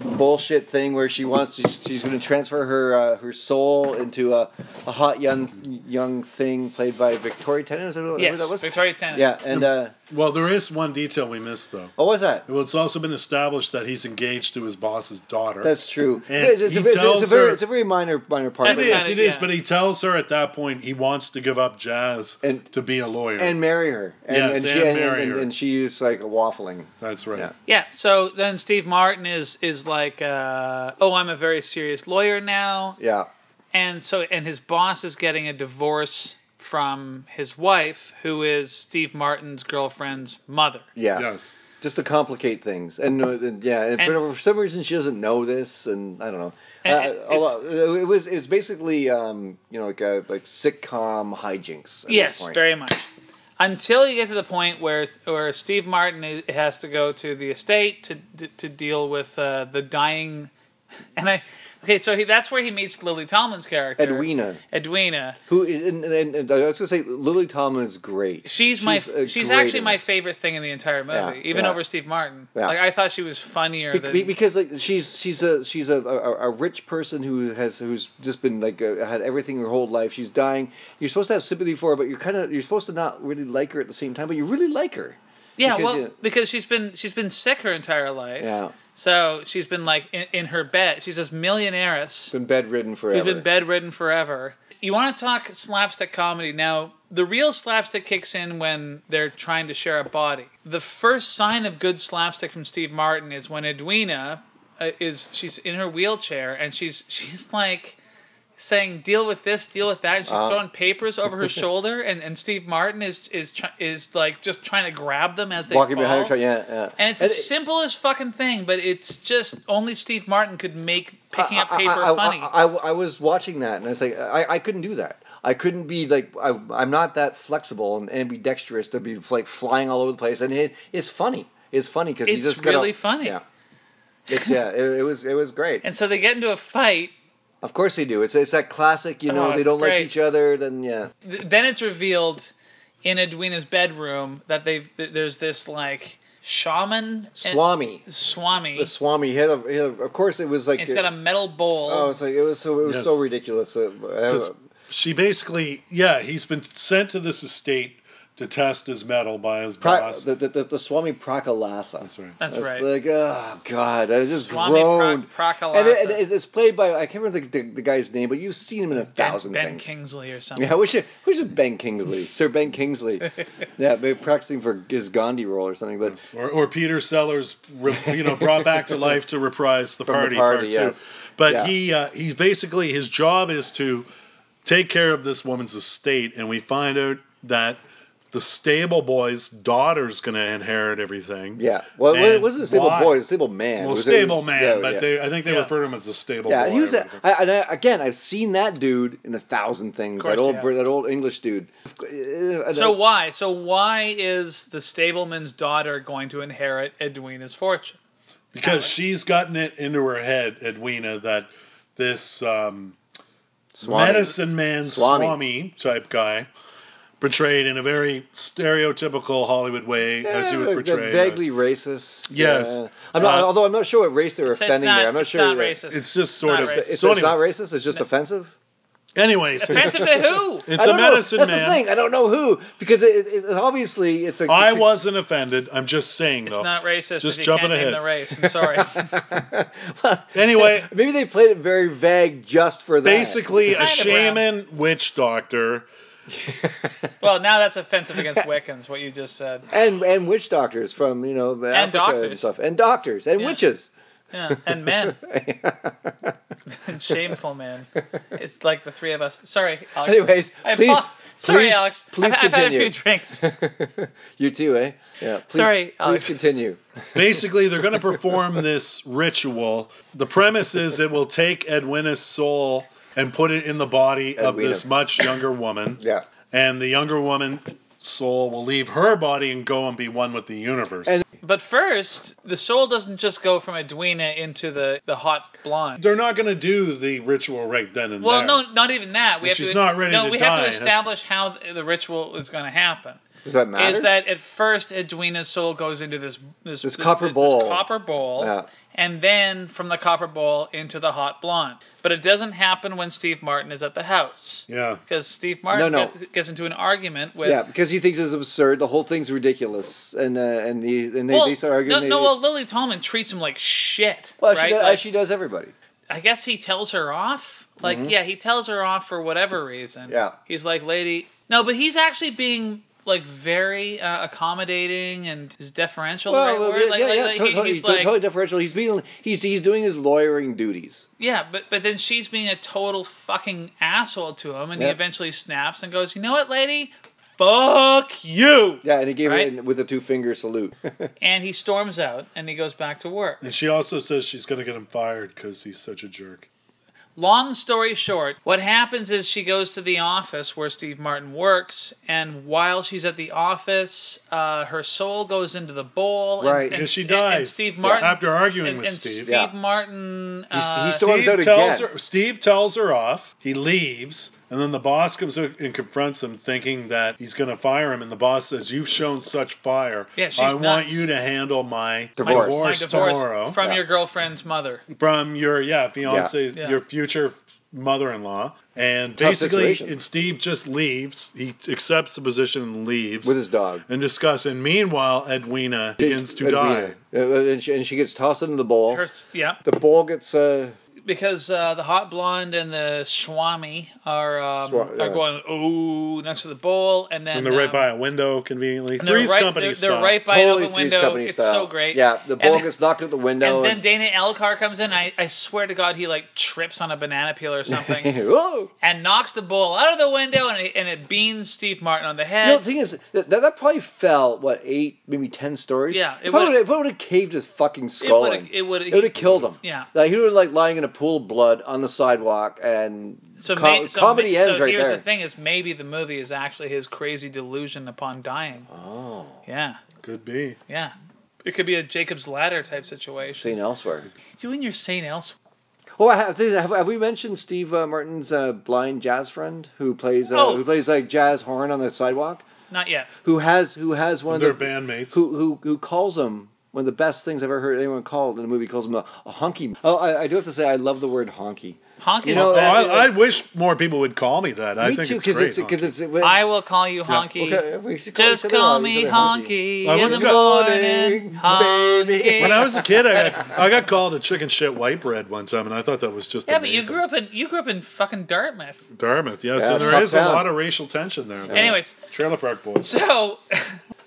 Speaker 2: bullshit thing where she wants to, she's going to transfer her uh, her soul into a, a hot young young thing played by Victoria Tennant. Is that who
Speaker 1: Yes,
Speaker 2: that was?
Speaker 1: Victoria Tennant.
Speaker 2: Yeah, and uh, oh,
Speaker 8: Well, there is one detail we missed, though.
Speaker 2: what was that?
Speaker 8: Well, it's also been established that he's engaged to his boss's daughter.
Speaker 2: That's true.
Speaker 8: And
Speaker 2: It's, it's
Speaker 8: he
Speaker 2: a, it's a- it's a
Speaker 8: tells
Speaker 2: very,
Speaker 8: her-
Speaker 2: it's a very minor minor part.
Speaker 8: It
Speaker 2: of
Speaker 8: is, it is,
Speaker 1: yeah.
Speaker 8: but he tells her at that point he wants to give up jazz
Speaker 2: And-
Speaker 8: to be a lawyer.
Speaker 2: and marry her. And,
Speaker 8: Yes,
Speaker 2: and, she,
Speaker 8: and
Speaker 2: and,
Speaker 8: marry
Speaker 2: and,
Speaker 8: her.
Speaker 2: and she's like waffling.
Speaker 8: That's right.
Speaker 2: Yeah.
Speaker 1: Yeah. So then Steve Martin is is like, uh, oh, I'm a very serious lawyer now,
Speaker 2: Yeah.
Speaker 1: and so and his boss is getting a divorce from his wife, who is Steve Martin's girlfriend's mother.
Speaker 2: Yeah.
Speaker 8: Yes.
Speaker 2: Just to complicate things, and, uh, and yeah, and, for,
Speaker 1: And-
Speaker 2: for some reason she doesn't know this, and I don't know.
Speaker 1: And
Speaker 2: Uh,
Speaker 1: it-
Speaker 2: although it was it was basically um, you know like a, like sitcom hijinks. At
Speaker 1: yes,
Speaker 2: this point.
Speaker 1: very much. Until you get to the point where where Steve Martin i- has to go to the estate to to, to deal with uh, the dying, and I okay, so he, that's where he meets Lily Tomlin's character,
Speaker 2: Edwina,
Speaker 1: Edwina.
Speaker 2: who is, and, and, and I was gonna say Lily Tomlin is great.
Speaker 1: She's my
Speaker 2: She's a
Speaker 1: she's,
Speaker 2: great
Speaker 1: actually
Speaker 2: in
Speaker 1: my
Speaker 2: this.
Speaker 1: favorite thing in the entire movie,
Speaker 2: Yeah,
Speaker 1: even
Speaker 2: yeah.
Speaker 1: over Steve Martin.
Speaker 2: Yeah.
Speaker 1: Like I thought she was funnier
Speaker 2: Be-
Speaker 1: than
Speaker 2: be- because like she's she's a she's a, a a rich person who has who's just been like uh, had everything her whole life. She's dying. You're supposed to have sympathy for her, but you're kind of you're supposed to not really like her at the same time, but you really like her.
Speaker 1: yeah,
Speaker 2: because
Speaker 1: well,
Speaker 2: you-
Speaker 1: because she's been she's been sick her entire life.
Speaker 2: Yeah,
Speaker 1: So she's been like in, in her bed. She's this millionairess
Speaker 2: been bedridden forever.
Speaker 1: who's been bedridden forever. You want to talk slapstick comedy now? The real slapstick kicks in when they're trying to share a body. The first sign of good slapstick from Steve Martin is when Edwina uh, is she's in her wheelchair and she's she's like saying deal with this deal with that and she's
Speaker 2: Uh-huh.
Speaker 1: throwing papers over her shoulder and, and steve martin is is tr- is like just trying to grab them as they
Speaker 2: walking
Speaker 1: fall.
Speaker 2: behind her. Yeah, yeah.
Speaker 1: and it's
Speaker 2: And
Speaker 1: the simplest fucking thing but it's just only steve martin could make picking up
Speaker 2: I- I-
Speaker 1: paper
Speaker 2: I, I-
Speaker 1: funny
Speaker 2: I, I- I was watching that and I was like, I, I couldn't do that. I couldn't be like, I, I'm not that flexible and ambidextrous to be like flying all over the place. And it, it's funny. It's funny because
Speaker 1: It's
Speaker 2: just gotta-
Speaker 1: really funny.
Speaker 2: Yeah. It's yeah. It, it was it was great.
Speaker 1: and so they get into a fight
Speaker 2: Of course they do. It's it's that classic. You know,
Speaker 1: Oh,
Speaker 2: they
Speaker 1: it's
Speaker 2: don't like
Speaker 1: great.
Speaker 2: each other. Then yeah.
Speaker 1: Th- then it's revealed in Edwina's bedroom that they've th- there's this like shaman and-
Speaker 2: Swami.
Speaker 1: swami.
Speaker 2: The Swami. He had a, he had a- of course, it was like.
Speaker 1: and he's got a metal bowl.
Speaker 2: oh, it's like it was so it was
Speaker 8: Yes.
Speaker 2: so ridiculous. Uh, I don't know.
Speaker 8: She basically, yeah, he's been sent to this estate to test his metal by his
Speaker 2: Pra-
Speaker 8: boss.
Speaker 2: the, the, the, the Swami Prakalasa. That's
Speaker 8: right.
Speaker 1: That's right.
Speaker 2: like, oh, God. I just
Speaker 1: Swami
Speaker 2: groaned.
Speaker 1: Prak- Prakalasa.
Speaker 2: and, it, and it's- it's played by, I can't remember the, the, the guy's name, but you've seen him in a thousand
Speaker 1: Ben
Speaker 2: things.
Speaker 1: Kingsley or something.
Speaker 2: Yeah, we should we should Ben Kingsley, Sir Ben Kingsley. yeah, maybe practicing for his Gandhi role or something. But
Speaker 8: or, or Peter Sellers, re, you know, brought back to life to reprise the
Speaker 2: From the
Speaker 8: party,
Speaker 2: party,
Speaker 8: part
Speaker 2: yes.
Speaker 8: two. But
Speaker 2: Yeah.
Speaker 8: he uh, he's basically his job is to take care of this woman's estate, and we find out that the stable boy's daughter's going to inherit everything.
Speaker 2: yeah, well, it
Speaker 8: And
Speaker 2: wasn't a stable
Speaker 8: why-
Speaker 2: boy, it was a stable man. It
Speaker 8: Well,
Speaker 2: was- it
Speaker 8: stable
Speaker 2: was-
Speaker 8: man,
Speaker 2: yeah,
Speaker 8: but
Speaker 2: yeah.
Speaker 8: They, I think they refer to him as a stable
Speaker 2: Yeah,
Speaker 8: boy.
Speaker 2: he was.
Speaker 8: or
Speaker 2: A, I, and I, again, I've seen that dude in a thousand things.
Speaker 1: course,
Speaker 2: that old,
Speaker 1: yeah.
Speaker 2: Brit- that old English dude. Uh,
Speaker 1: So why? So why is the stableman's daughter going to inherit Edwina's fortune?
Speaker 8: because she's gotten it into her head, Edwina, that this um,
Speaker 2: Swami.
Speaker 8: medicine man
Speaker 2: Swami.
Speaker 8: Swami. type guy portrayed in a very stereotypical Hollywood way as you would
Speaker 2: Yeah,
Speaker 8: portray.
Speaker 2: Eh,
Speaker 8: uh,
Speaker 2: vaguely racist.
Speaker 8: Yes.
Speaker 2: yeah. I'm not,
Speaker 8: Uh,
Speaker 2: although I'm not sure what race they're
Speaker 1: It's- it's
Speaker 2: offending
Speaker 1: not-
Speaker 2: there. I'm not
Speaker 1: it's
Speaker 2: sure.
Speaker 1: not
Speaker 2: that-
Speaker 1: racist.
Speaker 8: it's just sort
Speaker 1: Not
Speaker 8: of.
Speaker 1: racist.
Speaker 2: It's,
Speaker 8: So
Speaker 2: it's not
Speaker 8: anyway,
Speaker 2: racist. It's just offensive.
Speaker 8: anyways, it's,
Speaker 1: Offensive to who?
Speaker 8: it's
Speaker 2: I
Speaker 8: a
Speaker 2: don't know.
Speaker 8: medicine
Speaker 2: That's the
Speaker 8: man.
Speaker 2: thing. I don't know who because it, it, it- obviously it's a.
Speaker 8: I wasn't offended. I'm just saying
Speaker 1: It's
Speaker 8: though.
Speaker 1: not racist
Speaker 8: Just
Speaker 1: if you
Speaker 8: jumping
Speaker 1: can't name
Speaker 8: ahead.
Speaker 1: the race. I'm sorry.
Speaker 8: Anyway,
Speaker 2: Maybe they played it very vague just for that.
Speaker 8: basically a
Speaker 1: Kind of brown.
Speaker 8: shaman witch doctor.
Speaker 1: well, now that's offensive against Wiccans. What you just said.
Speaker 2: and and witch doctors from you know Africa and
Speaker 1: doctors.
Speaker 2: stuff, and doctors and
Speaker 1: Yeah.
Speaker 2: witches.
Speaker 1: Yeah, and men. and shameful men. It's like the three of us. Sorry, Alex.
Speaker 2: Anyways,
Speaker 1: I
Speaker 2: please-
Speaker 1: apo- sorry,
Speaker 2: please-
Speaker 1: Alex.
Speaker 2: please
Speaker 1: I've, I've had a
Speaker 2: continue.
Speaker 1: few drinks.
Speaker 2: you too, eh? Yeah. Please,
Speaker 1: Sorry,
Speaker 2: Please
Speaker 1: Alex.
Speaker 2: continue.
Speaker 8: Basically, they're going to perform this ritual. The premise is it will take Edwina's soul and put it in the body of
Speaker 2: Edwina.
Speaker 8: this much younger woman.
Speaker 2: Yeah.
Speaker 8: and the younger woman's soul will leave her body and go and be one with the universe.
Speaker 2: And-
Speaker 1: But first, the soul doesn't just go from Edwina into the, the hot blonde.
Speaker 8: They're not going to do the ritual right then and
Speaker 1: Well,
Speaker 8: there.
Speaker 1: no, not even that. We
Speaker 8: But
Speaker 1: have
Speaker 8: she's
Speaker 1: to,
Speaker 8: not ready
Speaker 1: no,
Speaker 8: to
Speaker 1: we have
Speaker 8: die.
Speaker 1: to
Speaker 8: That's-
Speaker 1: establish how th- the ritual is going to happen.
Speaker 2: Does that matter?
Speaker 1: Is that at first Edwina's soul goes into this this,
Speaker 2: This copper bowl.
Speaker 1: copper bowl,
Speaker 2: Yeah.
Speaker 1: and then from the copper bowl into the hot blonde. But it doesn't happen when Steve Martin is at the house.
Speaker 8: Yeah.
Speaker 1: Because Steve Martin
Speaker 2: No, no.
Speaker 1: Gets, gets into an argument with.
Speaker 2: yeah, because he thinks it's absurd. The whole thing's ridiculous, and uh, and he and they,
Speaker 1: well,
Speaker 2: they start arguing.
Speaker 1: no,
Speaker 2: they-
Speaker 1: no, well, Lily Tomlin treats him like shit.
Speaker 2: well,
Speaker 1: right?
Speaker 2: she does,
Speaker 1: Like,
Speaker 2: she does everybody.
Speaker 1: I guess he tells her off. Like, yeah, he tells her off for whatever reason.
Speaker 2: Yeah.
Speaker 1: He's like, lady. No, but he's actually being like very uh, accommodating and is deferential. the right word? Like,
Speaker 2: yeah,
Speaker 1: like,
Speaker 2: yeah,
Speaker 1: like, he-
Speaker 2: totally,
Speaker 1: he's
Speaker 2: totally-
Speaker 1: like,
Speaker 2: totally differential. He's being he's he's doing his lawyering duties.
Speaker 1: yeah, but but then she's being a total fucking asshole to him, and
Speaker 2: Yeah.
Speaker 1: he eventually snaps and goes, you know what, lady. Fuck you!
Speaker 2: Yeah, and he gave
Speaker 1: Right.
Speaker 2: it with a two finger salute.
Speaker 1: And he storms out and he goes back to work.
Speaker 8: And she also says she's going to get him fired because he's such a jerk.
Speaker 1: Long story short, what happens is she goes to the office where Steve Martin works, and while she's at the office, uh, her soul goes into the bowl. and-
Speaker 2: Right.
Speaker 1: and,
Speaker 8: Because she
Speaker 1: and-
Speaker 8: dies
Speaker 1: and Steve Martin
Speaker 8: after arguing
Speaker 1: and,
Speaker 8: with
Speaker 1: and
Speaker 8: Steve.
Speaker 1: Steve
Speaker 2: Yeah.
Speaker 1: Martin. Uh,
Speaker 2: he storms out
Speaker 8: tells
Speaker 2: again.
Speaker 8: her, Steve tells her off. He leaves, and then the boss comes out and confronts him, thinking that he's going to fire him. And the boss says, "You've shown such fire.
Speaker 1: Yeah, she's
Speaker 8: I want
Speaker 1: nuts.
Speaker 8: you to handle my
Speaker 1: my-
Speaker 2: Divorce.
Speaker 8: divorce,
Speaker 1: my divorce
Speaker 8: tomorrow
Speaker 1: from
Speaker 2: Yeah.
Speaker 1: your girlfriend's mother.
Speaker 8: from your yeah fiance,
Speaker 1: Yeah. Yeah.
Speaker 8: your future mother-in-law." And
Speaker 2: Tough
Speaker 8: basically,
Speaker 2: situation.
Speaker 8: and Steve just leaves. He accepts the position and leaves
Speaker 2: with his dog.
Speaker 8: and discuss. And meanwhile, Edwina begins to die.
Speaker 2: Edwina. Uh, and, she, and she gets tossed into the bowl.
Speaker 1: Her, s- yeah,
Speaker 2: the bowl gets uh,
Speaker 1: because uh, the hot blonde and the Swami are um,
Speaker 2: Swa- yeah.
Speaker 1: are going oh next to the bowl, and then
Speaker 8: And they're right
Speaker 1: um,
Speaker 8: by a window, conveniently.
Speaker 1: and they're
Speaker 8: Three's
Speaker 1: right,
Speaker 8: company
Speaker 1: they're,
Speaker 8: style.
Speaker 1: they're right by an
Speaker 2: totally
Speaker 1: open
Speaker 2: Three's
Speaker 1: window.
Speaker 2: Company
Speaker 1: It's
Speaker 2: style.
Speaker 1: so great.
Speaker 2: Yeah, the
Speaker 1: And
Speaker 2: bowl
Speaker 1: then-
Speaker 2: gets knocked out the window.
Speaker 1: And then Dana Elcar comes in. I, I swear to God, he like trips on a banana peel or something
Speaker 2: Whoa!
Speaker 1: and knocks the bowl out of the window and it, and it beans Steve Martin on the
Speaker 2: You know, the
Speaker 1: head.
Speaker 2: thing is, that, that probably fell, what, eight, maybe ten stories?
Speaker 1: Yeah, it
Speaker 2: It probably
Speaker 1: would've-
Speaker 2: would've- it probably would have caved his fucking skull
Speaker 1: would've-
Speaker 2: in.
Speaker 1: it would've-
Speaker 2: It would have killed him.
Speaker 1: Yeah.
Speaker 2: Like, he would have, like, lying in a pool of blood on the sidewalk, and
Speaker 1: So,
Speaker 2: co-
Speaker 1: may- so
Speaker 2: comedy
Speaker 1: may-
Speaker 2: ends
Speaker 1: so
Speaker 2: right
Speaker 1: here's
Speaker 2: there.
Speaker 1: the thing: is maybe the movie is actually his crazy delusion upon dying.
Speaker 2: Oh.
Speaker 1: Yeah,
Speaker 8: Could be.
Speaker 1: yeah. It could be a Jacob's Ladder type situation.
Speaker 2: Seen elsewhere.
Speaker 1: You and your Saint elsewhere.
Speaker 2: Oh, I have, have, have we mentioned Steve uh, Martin's uh, blind jazz friend who plays uh,
Speaker 1: Oh.
Speaker 2: who plays like jazz horn on the sidewalk?
Speaker 1: Not yet.
Speaker 2: Who has who has one
Speaker 8: They're
Speaker 2: of the
Speaker 8: bandmates.
Speaker 2: who who who calls him one of the best things I've ever heard anyone called in a movie calls him a, a honky. Oh, I, I do have to say I love the word honky.
Speaker 1: Honky.
Speaker 2: You know,
Speaker 8: Oh,
Speaker 2: that-
Speaker 8: I, I wish more people would call me that. I
Speaker 2: Me
Speaker 8: think
Speaker 2: too,
Speaker 8: it's
Speaker 2: 'cause
Speaker 8: great.
Speaker 2: it's- 'cause it's-
Speaker 8: honky.
Speaker 2: when-
Speaker 1: I will call you
Speaker 8: Yeah.
Speaker 1: honky.
Speaker 2: Okay, we should call each
Speaker 1: Just
Speaker 2: other
Speaker 1: call
Speaker 2: that. We
Speaker 1: me
Speaker 2: should call
Speaker 1: honky,
Speaker 8: I
Speaker 1: in
Speaker 8: was
Speaker 1: the
Speaker 8: got-
Speaker 1: morning.
Speaker 2: Baby.
Speaker 1: Honky.
Speaker 8: when I was a kid, I got, I got called a chicken shit white bread one time, and I thought that was just
Speaker 1: yeah, but you
Speaker 8: amazing.
Speaker 1: grew up in you grew up in fucking Dartmouth.
Speaker 8: Dartmouth, yes,
Speaker 2: Yeah,
Speaker 8: and there
Speaker 2: tough
Speaker 8: is a
Speaker 2: town.
Speaker 8: lot of racial tension there.
Speaker 1: Anyways,
Speaker 8: Trailer Park Boys.
Speaker 1: so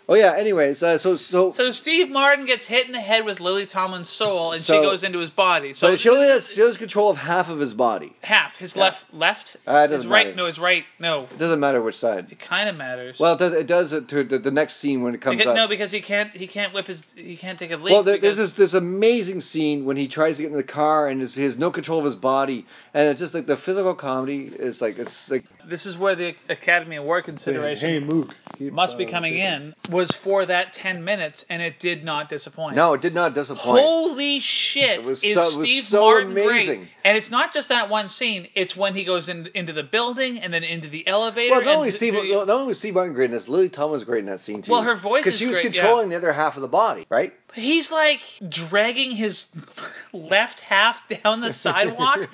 Speaker 2: Oh yeah. Anyways, uh, so so
Speaker 1: so Steve Martin gets hit in the head with Lily Tomlin's soul, and
Speaker 2: So-
Speaker 1: she goes into his body. So
Speaker 2: so she only has she has control of half of his body.
Speaker 1: half his
Speaker 2: Yeah.
Speaker 1: left left
Speaker 2: Uh, it doesn't
Speaker 1: his right
Speaker 2: matter.
Speaker 1: no his right no
Speaker 2: It doesn't matter which side.
Speaker 1: it kind of matters.
Speaker 2: Well, it does it does it to the, the next scene when it comes
Speaker 1: Because-
Speaker 2: up.
Speaker 1: no, because he can't he can't whip his he can't take a leap.
Speaker 2: Well, there,
Speaker 1: because,
Speaker 2: there's this this amazing scene when he tries to get in the car and his, he has no control of his body, and it's just like the physical comedy is like it's like
Speaker 1: this is where the Academy Award consideration
Speaker 8: Mook. keep,
Speaker 1: must be
Speaker 2: Oh,
Speaker 8: uh,
Speaker 1: coming
Speaker 8: taking-
Speaker 1: in was for that 10 minutes, and it did not disappoint.
Speaker 2: no, it did not disappoint.
Speaker 1: Holy shit!
Speaker 2: It was
Speaker 1: is
Speaker 2: so- it was
Speaker 1: Steve
Speaker 2: so
Speaker 1: Martin
Speaker 2: amazing.
Speaker 1: great? And it's not just that one scene. It's when he goes in, into the building and then into the elevator.
Speaker 2: well, not
Speaker 1: and
Speaker 2: only
Speaker 1: th-
Speaker 2: Steve,
Speaker 1: through the-
Speaker 2: not only was Steve Martin great in this, Lily Tomlin was great in that scene too.
Speaker 1: Well, her voice
Speaker 2: because
Speaker 1: is
Speaker 2: she was
Speaker 1: great, yeah.
Speaker 2: controlling the other half of the body, right?
Speaker 1: he's like dragging his left half down the sidewalk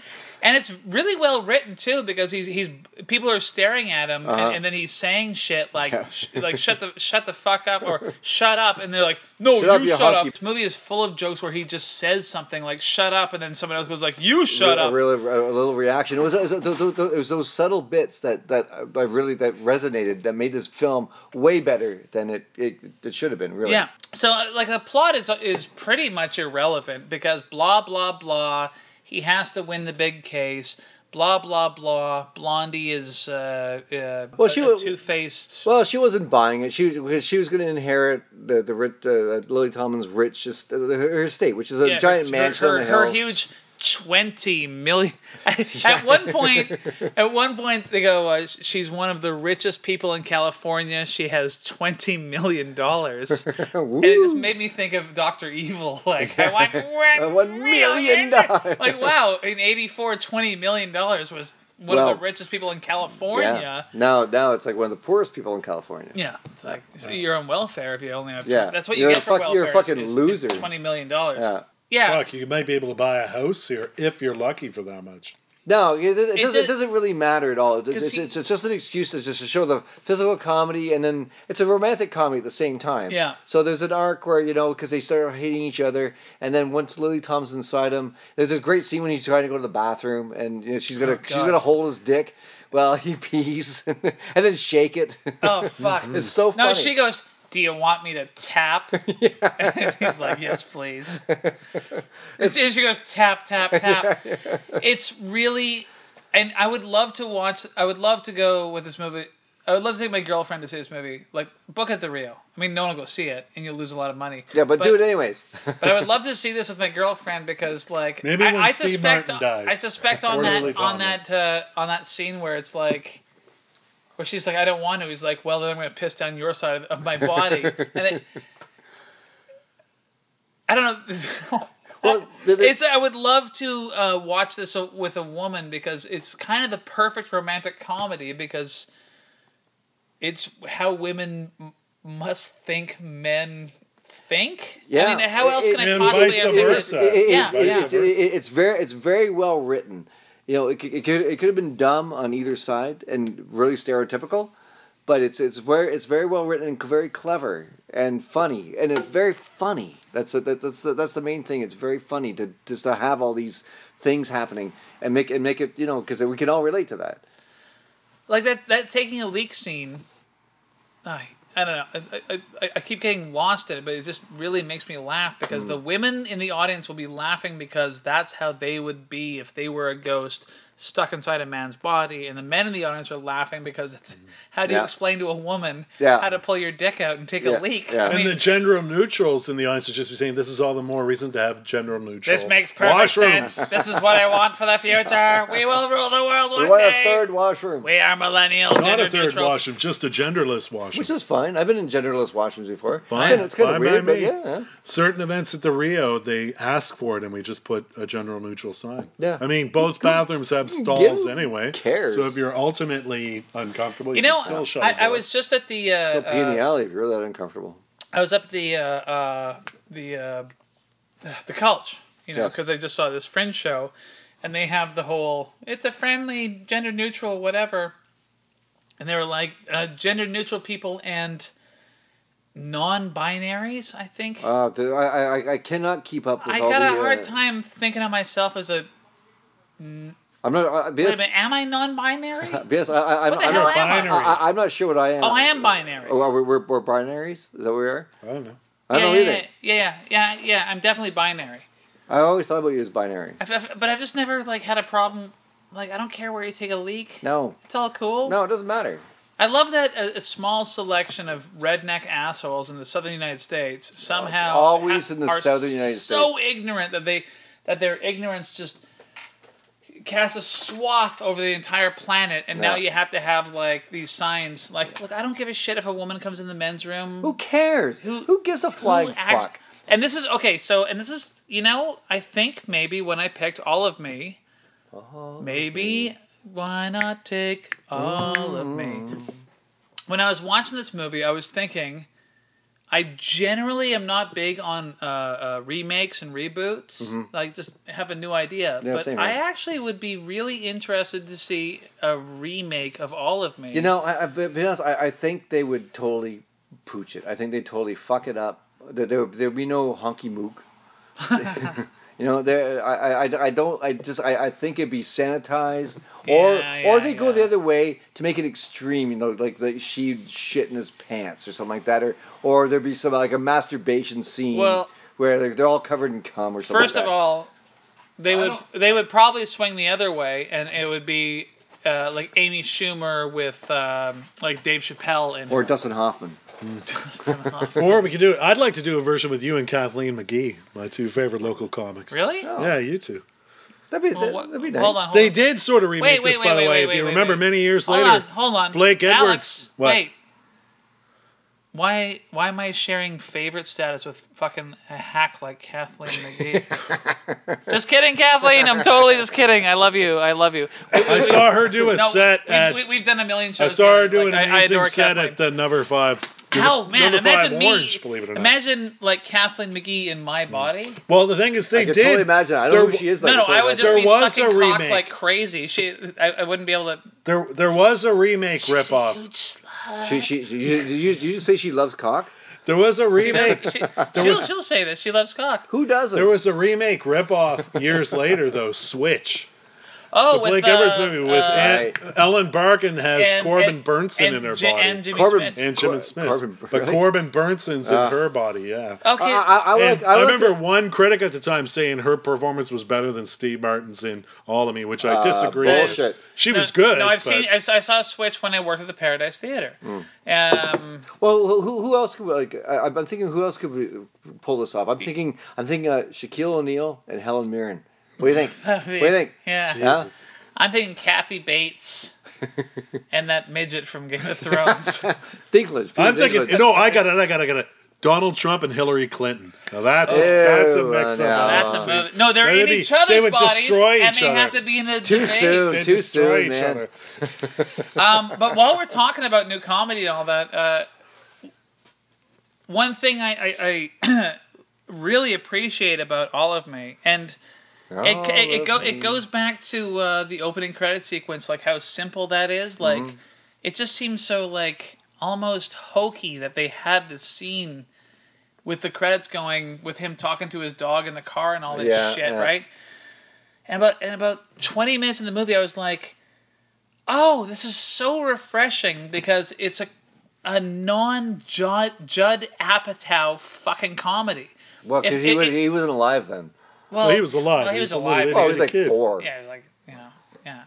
Speaker 1: and it's really well written too because he's he's people are staring at him
Speaker 2: Uh-huh.
Speaker 1: and, and then he's saying shit like
Speaker 2: Yeah.
Speaker 1: sh- like shut the shut the fuck up or shut up and they're like no
Speaker 2: Shut up,
Speaker 1: you
Speaker 2: you
Speaker 1: shut up
Speaker 2: honky.
Speaker 1: this movie is full of jokes where he just says something like shut up and then someone else goes like you shut
Speaker 2: a,
Speaker 1: up
Speaker 2: real- a little reaction. It was, it, was, it was- it was- it was those subtle bits that that I really that resonated that made this film way better than it it, it should have been. Really.
Speaker 1: Yeah. So uh, like the plot is is pretty much irrelevant because blah blah blah. He has to win the big case. Blah blah blah. Blondie is uh, uh
Speaker 2: Well, she
Speaker 1: a,
Speaker 2: wa-
Speaker 1: two faced.
Speaker 2: Well, she wasn't buying it. She was because she was going to inherit the the rich, uh, Lily Tomlin's rich est- uh, her estate, which is a giant mansion
Speaker 1: her,
Speaker 2: on the
Speaker 1: her
Speaker 2: hill.
Speaker 1: huge twenty million. at one point, at one point they go, uh, sh- she's one of the richest people in California. She has twenty million dollars.
Speaker 2: Woo.
Speaker 1: And it just made me think of Doctor Evil. Like I want one,
Speaker 2: I want million dollars.
Speaker 1: Like wow, in '84, 20 million dollars was one
Speaker 2: Well,
Speaker 1: of the richest people in
Speaker 2: yeah.
Speaker 1: California.
Speaker 2: Now, now it's like one of the poorest people in California.
Speaker 1: Yeah, it's like so you're on welfare if you only have.
Speaker 2: Yeah.
Speaker 1: that's what
Speaker 2: You're
Speaker 1: you
Speaker 2: a
Speaker 1: get for
Speaker 2: fuck-
Speaker 1: welfare.
Speaker 2: you're a fucking
Speaker 1: is- is
Speaker 2: loser.
Speaker 1: Twenty million dollars.
Speaker 2: Yeah.
Speaker 1: yeah.
Speaker 8: Fuck, you might be able to buy a house here if you're lucky for that much.
Speaker 2: No, it, it,
Speaker 1: It
Speaker 2: doesn't,
Speaker 1: did-
Speaker 2: it doesn't really matter at all. It's,
Speaker 1: 'Cause
Speaker 2: it's,
Speaker 1: he-
Speaker 2: it's, it's just an excuse to just to show the physical comedy, and then it's a romantic comedy at the same time.
Speaker 1: Yeah.
Speaker 2: So there's an arc where you know because they start hating each other, and then once Lily Tom's inside him, there's a great scene when he's trying to go to the bathroom, and you know, she's gonna
Speaker 1: Oh,
Speaker 2: she's
Speaker 1: God.
Speaker 2: gonna hold his dick while he pees, and then shake it.
Speaker 1: Oh fuck.
Speaker 2: it's so funny.
Speaker 1: No, she goes. Do you want me to tap? and he's like, yes, please. And she goes tap tap tap. It's really, and I would love to watch. I would love to go with this movie. I would love to take my girlfriend to see this movie. Like, book at the Rio. I mean, no one will go see it, and you'll lose a lot of money.
Speaker 2: Yeah, but, do it anyways.
Speaker 1: But I would love to see this with my girlfriend because, like,
Speaker 8: Maybe
Speaker 1: I,
Speaker 8: when
Speaker 1: I
Speaker 8: Steve
Speaker 1: suspect,
Speaker 8: Martin dies.
Speaker 1: I suspect on
Speaker 8: Or Lily
Speaker 1: that on
Speaker 8: Tomlin.
Speaker 1: that uh, on that scene where it's like, where she's like, I don't want to. He's like, well, then I'm gonna piss down your side of, of my body, and it, I don't know.
Speaker 2: Well, the- the-
Speaker 1: it's, I would love to uh, watch this uh, with a woman because it's kind of the perfect romantic comedy because it's how women m- must think men think. I
Speaker 2: Yeah.
Speaker 1: mean, how else can
Speaker 2: It-
Speaker 1: I
Speaker 8: and
Speaker 1: possibly
Speaker 8: vice
Speaker 1: articulate?
Speaker 8: versa.
Speaker 2: It- it-
Speaker 1: Yeah,
Speaker 2: it-
Speaker 1: yeah.
Speaker 2: it- it- it's very it's very well written. You know, it, could- it could it could have been dumb on either side and really stereotypical, but it's it's very it's very well written and very clever and funny and it's very funny. That's the, that, that's the, that's the main thing. It's very funny to just to have all these things happening and make and make it you know because we can all relate to that.
Speaker 1: Like that that taking a leak scene. I I don't know. I, I, I- I keep getting lost in it, but it just really makes me laugh because
Speaker 2: Hmm.
Speaker 1: the women in the audience will be laughing because that's how they would be if they were a ghost stuck inside a man's body, and the men in the audience are laughing because it's, how do you
Speaker 2: Hmm. Yeah.
Speaker 1: explain to a woman
Speaker 2: Yeah.
Speaker 1: how to pull your dick out and take
Speaker 2: Yeah,
Speaker 1: a leak?
Speaker 2: yeah.
Speaker 1: I
Speaker 8: and
Speaker 1: mean,
Speaker 8: the gender neutrals in the audience would just be saying, "This is all the more reason to have gender neutral."
Speaker 1: this makes perfect
Speaker 8: washrooms."
Speaker 1: sense. This is what I want for the future. We will rule the world
Speaker 2: We
Speaker 1: one
Speaker 2: want a
Speaker 1: day.
Speaker 2: third washroom,
Speaker 1: We are millennial
Speaker 8: Not
Speaker 1: gender
Speaker 8: a third
Speaker 1: neutrals.
Speaker 8: washroom, just a genderless washroom.
Speaker 2: which is fine. I've been in genderless washrooms before.
Speaker 8: Fine,
Speaker 2: Again, it's kind
Speaker 8: fine
Speaker 2: of
Speaker 8: by
Speaker 2: weird, but
Speaker 8: me.
Speaker 2: yeah, yeah.
Speaker 8: Certain events at the Rio, they ask for it, and we just put a gender neutral sign.
Speaker 2: Yeah.
Speaker 8: I mean, both bathrooms have stalls
Speaker 2: gives-
Speaker 8: anyway.
Speaker 2: cares?
Speaker 8: So if you're ultimately uncomfortable, you,
Speaker 1: You know,
Speaker 8: can still shut
Speaker 1: I,
Speaker 8: the
Speaker 1: I
Speaker 8: door.
Speaker 1: was just at the. Uh,
Speaker 2: Go pee in
Speaker 1: uh,
Speaker 2: the alley if you're that uncomfortable.
Speaker 1: I was up at the uh, uh, the uh, the Culch, you know,
Speaker 2: Yes.
Speaker 1: because I just saw this Fringe show, and they have the whole it's a friendly, gender neutral, whatever, and they were like uh, gender neutral people and non-binaries, I think.
Speaker 2: Uh, the, I, I I cannot keep up with
Speaker 1: I
Speaker 2: all
Speaker 1: got
Speaker 2: the.
Speaker 1: a hard
Speaker 2: uh,
Speaker 1: time thinking of myself as a. n-
Speaker 2: I'm not. Uh,
Speaker 1: Wait a
Speaker 2: BS,
Speaker 1: minute, am I non-binary?
Speaker 2: BS, I, I, I'm,
Speaker 1: What the
Speaker 2: I'm
Speaker 1: hell
Speaker 2: not,
Speaker 1: am I?
Speaker 2: I, I, I'm not sure what I am.
Speaker 1: oh, I am binary.
Speaker 2: Oh, are we, we're, we're binaries? Is that what we are?
Speaker 8: I don't know.
Speaker 2: I don't
Speaker 1: yeah,
Speaker 2: know
Speaker 1: yeah,
Speaker 2: either.
Speaker 1: yeah, yeah, yeah, yeah. I'm definitely binary.
Speaker 2: I always thought about you as binary.
Speaker 1: I've, I've, but I've just never like had a problem. Like I don't care where you take a leak.
Speaker 2: No.
Speaker 1: It's all cool.
Speaker 2: No, it doesn't matter.
Speaker 1: I love that a, a small selection of redneck assholes in the southern United States somehow
Speaker 2: always in the
Speaker 1: are
Speaker 2: southern United
Speaker 1: so ignorant that they that their ignorance just casts a swath over the entire planet, and now
Speaker 2: Yeah.
Speaker 1: you have to have like these signs like, look, I don't give a shit if a woman comes in the men's room.
Speaker 2: Who cares? Who, gives a flying
Speaker 1: act-
Speaker 2: fuck?
Speaker 1: And this is okay. So, and this is, you know, I think maybe when I picked all of me, maybe why not take all of
Speaker 2: Mm-hmm.
Speaker 1: me? When I was watching this movie, I was thinking, I generally am not big on uh, uh, remakes and reboots.
Speaker 2: Mhm.
Speaker 1: Like, just have a new idea.
Speaker 2: Yeah,
Speaker 1: but
Speaker 2: same here.
Speaker 1: I actually would be really interested to see a remake of all of me.
Speaker 2: You know, I, I, but- but honest, I, I think they would totally pooch it. I think they totally fuck it up. There, there, there'd be no hunky mook. you know, there. I, I, I don't. I just. I, I think it'd be sanitized, or
Speaker 1: Yeah,
Speaker 2: or
Speaker 1: yeah,
Speaker 2: they go the other way to make it extreme. You know, like the she shit in his pants or something like that, or or there'd be some like a masturbation scene
Speaker 1: Well-
Speaker 2: where they're, they're all covered in cum or something.
Speaker 1: First
Speaker 2: like
Speaker 1: of
Speaker 2: that.
Speaker 1: all, they would they would probably swing the other way, and it would be uh, like Amy Schumer with um, like Dave Chappelle in
Speaker 2: or Dustin Hoffman.
Speaker 8: or we could do it. I'd like to do a version with you and Kathleen McGee, my two favorite local comics.
Speaker 1: Really?
Speaker 2: Oh.
Speaker 8: Yeah, you two.
Speaker 2: That'd be
Speaker 1: Well, what-
Speaker 2: that'd be nice.
Speaker 1: hold on, hold
Speaker 8: They
Speaker 1: on.
Speaker 8: did sort of remake
Speaker 1: Wait, wait,
Speaker 8: this,
Speaker 1: wait,
Speaker 8: by
Speaker 1: wait,
Speaker 8: the way.
Speaker 1: wait,
Speaker 8: if you
Speaker 1: wait,
Speaker 8: remember,
Speaker 1: wait.
Speaker 8: many years
Speaker 1: Hold
Speaker 8: later,
Speaker 1: on, hold on.
Speaker 8: Blake Edwards.
Speaker 1: Alex,
Speaker 8: What?
Speaker 1: wait. Why why am I sharing favorite status with fucking a hack like Kathleen McGee? just kidding, Kathleen. I'm totally just kidding. I love you. I love you.
Speaker 8: I saw her do a
Speaker 1: No,
Speaker 8: set
Speaker 1: we've,
Speaker 8: at.
Speaker 1: we, we've done a million
Speaker 8: I
Speaker 1: shows.
Speaker 8: saw her
Speaker 1: together.
Speaker 8: do an
Speaker 1: Like, I- I
Speaker 8: amazing
Speaker 1: adore
Speaker 8: set
Speaker 1: Kathleen.
Speaker 8: at the Number Five.
Speaker 1: How man?
Speaker 8: Number Five
Speaker 1: Imagine me.
Speaker 8: Orange, believe it or not. Hmm.
Speaker 1: Imagine like Kathleen McGee in my body.
Speaker 8: well, the thing is, they
Speaker 2: I could
Speaker 8: did.
Speaker 2: totally imagine. I don't know
Speaker 8: there
Speaker 2: who
Speaker 8: w-
Speaker 2: she is, but
Speaker 1: No, no,
Speaker 2: I, could totally
Speaker 1: I would
Speaker 2: imagine.
Speaker 1: just
Speaker 8: There
Speaker 1: be
Speaker 8: was
Speaker 1: sucking
Speaker 8: a
Speaker 1: cock
Speaker 8: remake.
Speaker 1: like crazy. She, I, I wouldn't be able to.
Speaker 8: There, there was a remake ripoff.
Speaker 2: She, she, she, you, you, you just say she loves cock?
Speaker 8: There was a
Speaker 1: She
Speaker 8: remake.
Speaker 1: does, she,
Speaker 8: There
Speaker 1: she'll,
Speaker 8: was-
Speaker 1: she'll say this. She loves cock.
Speaker 2: Who doesn't?
Speaker 8: There was a remake ripoff years later, though. Switch.
Speaker 1: Oh,
Speaker 8: the
Speaker 1: with
Speaker 8: Blake
Speaker 1: uh,
Speaker 8: Edwards movie
Speaker 1: uh,
Speaker 8: with Ann- Ellen Barkin has
Speaker 1: and-
Speaker 8: Corbin
Speaker 1: and-
Speaker 8: Burnson
Speaker 1: and
Speaker 8: in her
Speaker 1: Ji-
Speaker 8: body,
Speaker 1: and Jimmy
Speaker 2: Corbin-
Speaker 1: Smith.
Speaker 8: and Jimmy
Speaker 2: Cor-
Speaker 8: Smith.
Speaker 2: Corbin-
Speaker 8: but
Speaker 2: really?
Speaker 8: Corbin Burnson's
Speaker 2: Ah.
Speaker 8: in her body, yeah.
Speaker 1: Okay.
Speaker 2: I, I, I,
Speaker 8: And
Speaker 2: like, I,
Speaker 8: I,
Speaker 2: like
Speaker 8: remember
Speaker 2: the-
Speaker 8: one critic at the time saying her performance was better than Steve Martin's in All of Me, which I
Speaker 2: Uh,
Speaker 8: disagree
Speaker 2: bullshit.
Speaker 8: with. She
Speaker 1: no,
Speaker 8: was good.
Speaker 1: No, I've
Speaker 8: but- Hmm.
Speaker 1: seen. I've, si saw Switch when I worked at the Paradise Theater. Um,
Speaker 2: well, who, who else could like? I, I'm thinking who else could we- pull this off? I'm thinking I'm thinking uh, Shaquille O'Neal and Helen Mirren. What do you think?
Speaker 1: what do
Speaker 2: you think?
Speaker 1: Yeah.
Speaker 2: Yeah?
Speaker 1: I'm thinking Kathy Bates and that midget from Game of Thrones.
Speaker 2: Dinklage. Peter
Speaker 8: I'm thinking,
Speaker 2: Dinklage.
Speaker 8: no, I got it, I got it, I got it. Donald Trump and Hillary Clinton. Now that's a,
Speaker 2: Ew,
Speaker 8: that's a mix
Speaker 2: no.
Speaker 8: up.
Speaker 1: That's a movie. No, they're
Speaker 8: They'd
Speaker 1: in
Speaker 8: be-
Speaker 1: each other's
Speaker 8: Oh, they would
Speaker 1: bodies,
Speaker 8: destroy
Speaker 1: and
Speaker 8: each
Speaker 1: they
Speaker 8: other.
Speaker 1: have to be in a
Speaker 2: Too
Speaker 1: debate.
Speaker 2: soon.
Speaker 8: They
Speaker 2: Too
Speaker 8: destroy
Speaker 2: soon,
Speaker 8: each
Speaker 2: man.
Speaker 8: other.
Speaker 1: Um, but while we're talking about new comedy and all that, uh, one thing I, I, I really appreciate about all of me, and
Speaker 8: Oh,
Speaker 1: it, it, it, go, it goes back to uh, the opening credit sequence, like how simple that is. Like,
Speaker 8: Mm-hmm.
Speaker 1: it just seems so like almost hokey that they had this scene with the credits going, with him talking to his dog in the car and all this
Speaker 2: Yeah,
Speaker 1: shit,
Speaker 2: yeah.
Speaker 1: right? And about and about 20 minutes in the movie, I was like, oh, this is so refreshing because it's a a non Judd Judd Apatow fucking comedy.
Speaker 2: Well, because
Speaker 1: if
Speaker 2: he
Speaker 1: it-
Speaker 2: was he wasn't alive then.
Speaker 1: Well,
Speaker 8: Well, he was alive.
Speaker 1: well,
Speaker 8: he, was
Speaker 1: alive.
Speaker 8: a little
Speaker 2: Well, he was
Speaker 8: itty-bitty
Speaker 2: like
Speaker 8: kid.
Speaker 2: four.
Speaker 1: Yeah, he was like, you know, yeah.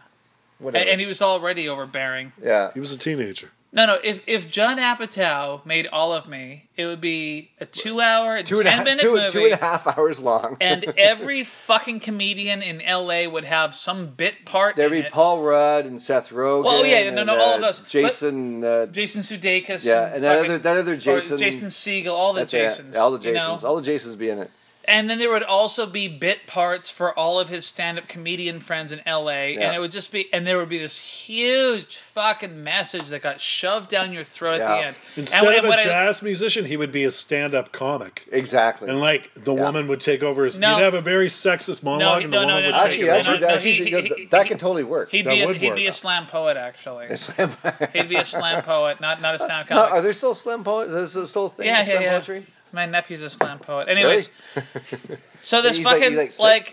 Speaker 2: Whatever.
Speaker 1: And, and he was already overbearing.
Speaker 2: yeah.
Speaker 8: He was a teenager.
Speaker 1: No, no. If if Judd Apatow made all of me, it would be a two-hour and
Speaker 2: Two and a half,
Speaker 1: ten-minute
Speaker 2: two,
Speaker 1: movie.
Speaker 2: two and a half hours long.
Speaker 1: and every fucking comedian in LA would have some bit part.
Speaker 2: There'd
Speaker 1: in
Speaker 2: be
Speaker 1: it.
Speaker 2: Paul Rudd and Seth Rogen.
Speaker 1: Well, yeah, no,
Speaker 2: and,
Speaker 1: no, all of
Speaker 2: uh,
Speaker 1: those. But-
Speaker 2: Jason. uh,
Speaker 1: Jason Sudeikis.
Speaker 2: yeah, and that
Speaker 1: fucking-
Speaker 2: other that other
Speaker 1: or
Speaker 2: Jason.
Speaker 1: Jason Segel, all the
Speaker 2: that's it,
Speaker 1: Jasons.
Speaker 2: all the
Speaker 1: you know?
Speaker 2: Jasons. All the Jasons be in it.
Speaker 1: And then there would also be bit parts for all of his stand-up comedian friends in LA,
Speaker 2: Yeah.
Speaker 1: and it would just be, and there would be this huge fucking message that got shoved down your throat at the end.
Speaker 8: Instead
Speaker 1: and,
Speaker 8: of a
Speaker 1: what I-
Speaker 8: jazz musician, he would be a stand-up comic.
Speaker 2: Exactly.
Speaker 8: And like the woman would take over his.
Speaker 1: No.
Speaker 8: He'd have a very sexist monologue, and the
Speaker 1: no, no,
Speaker 8: woman
Speaker 1: no,
Speaker 8: would
Speaker 1: no,
Speaker 8: take
Speaker 1: no,
Speaker 8: over.
Speaker 1: no, no,
Speaker 2: actually,
Speaker 1: he-
Speaker 2: that-
Speaker 1: he-
Speaker 2: that could totally work.
Speaker 1: He'd
Speaker 8: That
Speaker 1: be a,
Speaker 8: would
Speaker 1: he'd
Speaker 8: work.
Speaker 1: be a slam poet actually.
Speaker 2: Slam-
Speaker 1: he'd be a slam poet, not not a sound
Speaker 2: No,
Speaker 1: comic.
Speaker 2: are there still slam poets? Is there still a thing?
Speaker 1: yeah, yeah,
Speaker 2: slam
Speaker 1: yeah.
Speaker 2: poetry?
Speaker 1: My nephew's a slam poet. Anyways,
Speaker 2: Really?
Speaker 1: so this
Speaker 2: He's like-
Speaker 1: fucking like,
Speaker 2: he's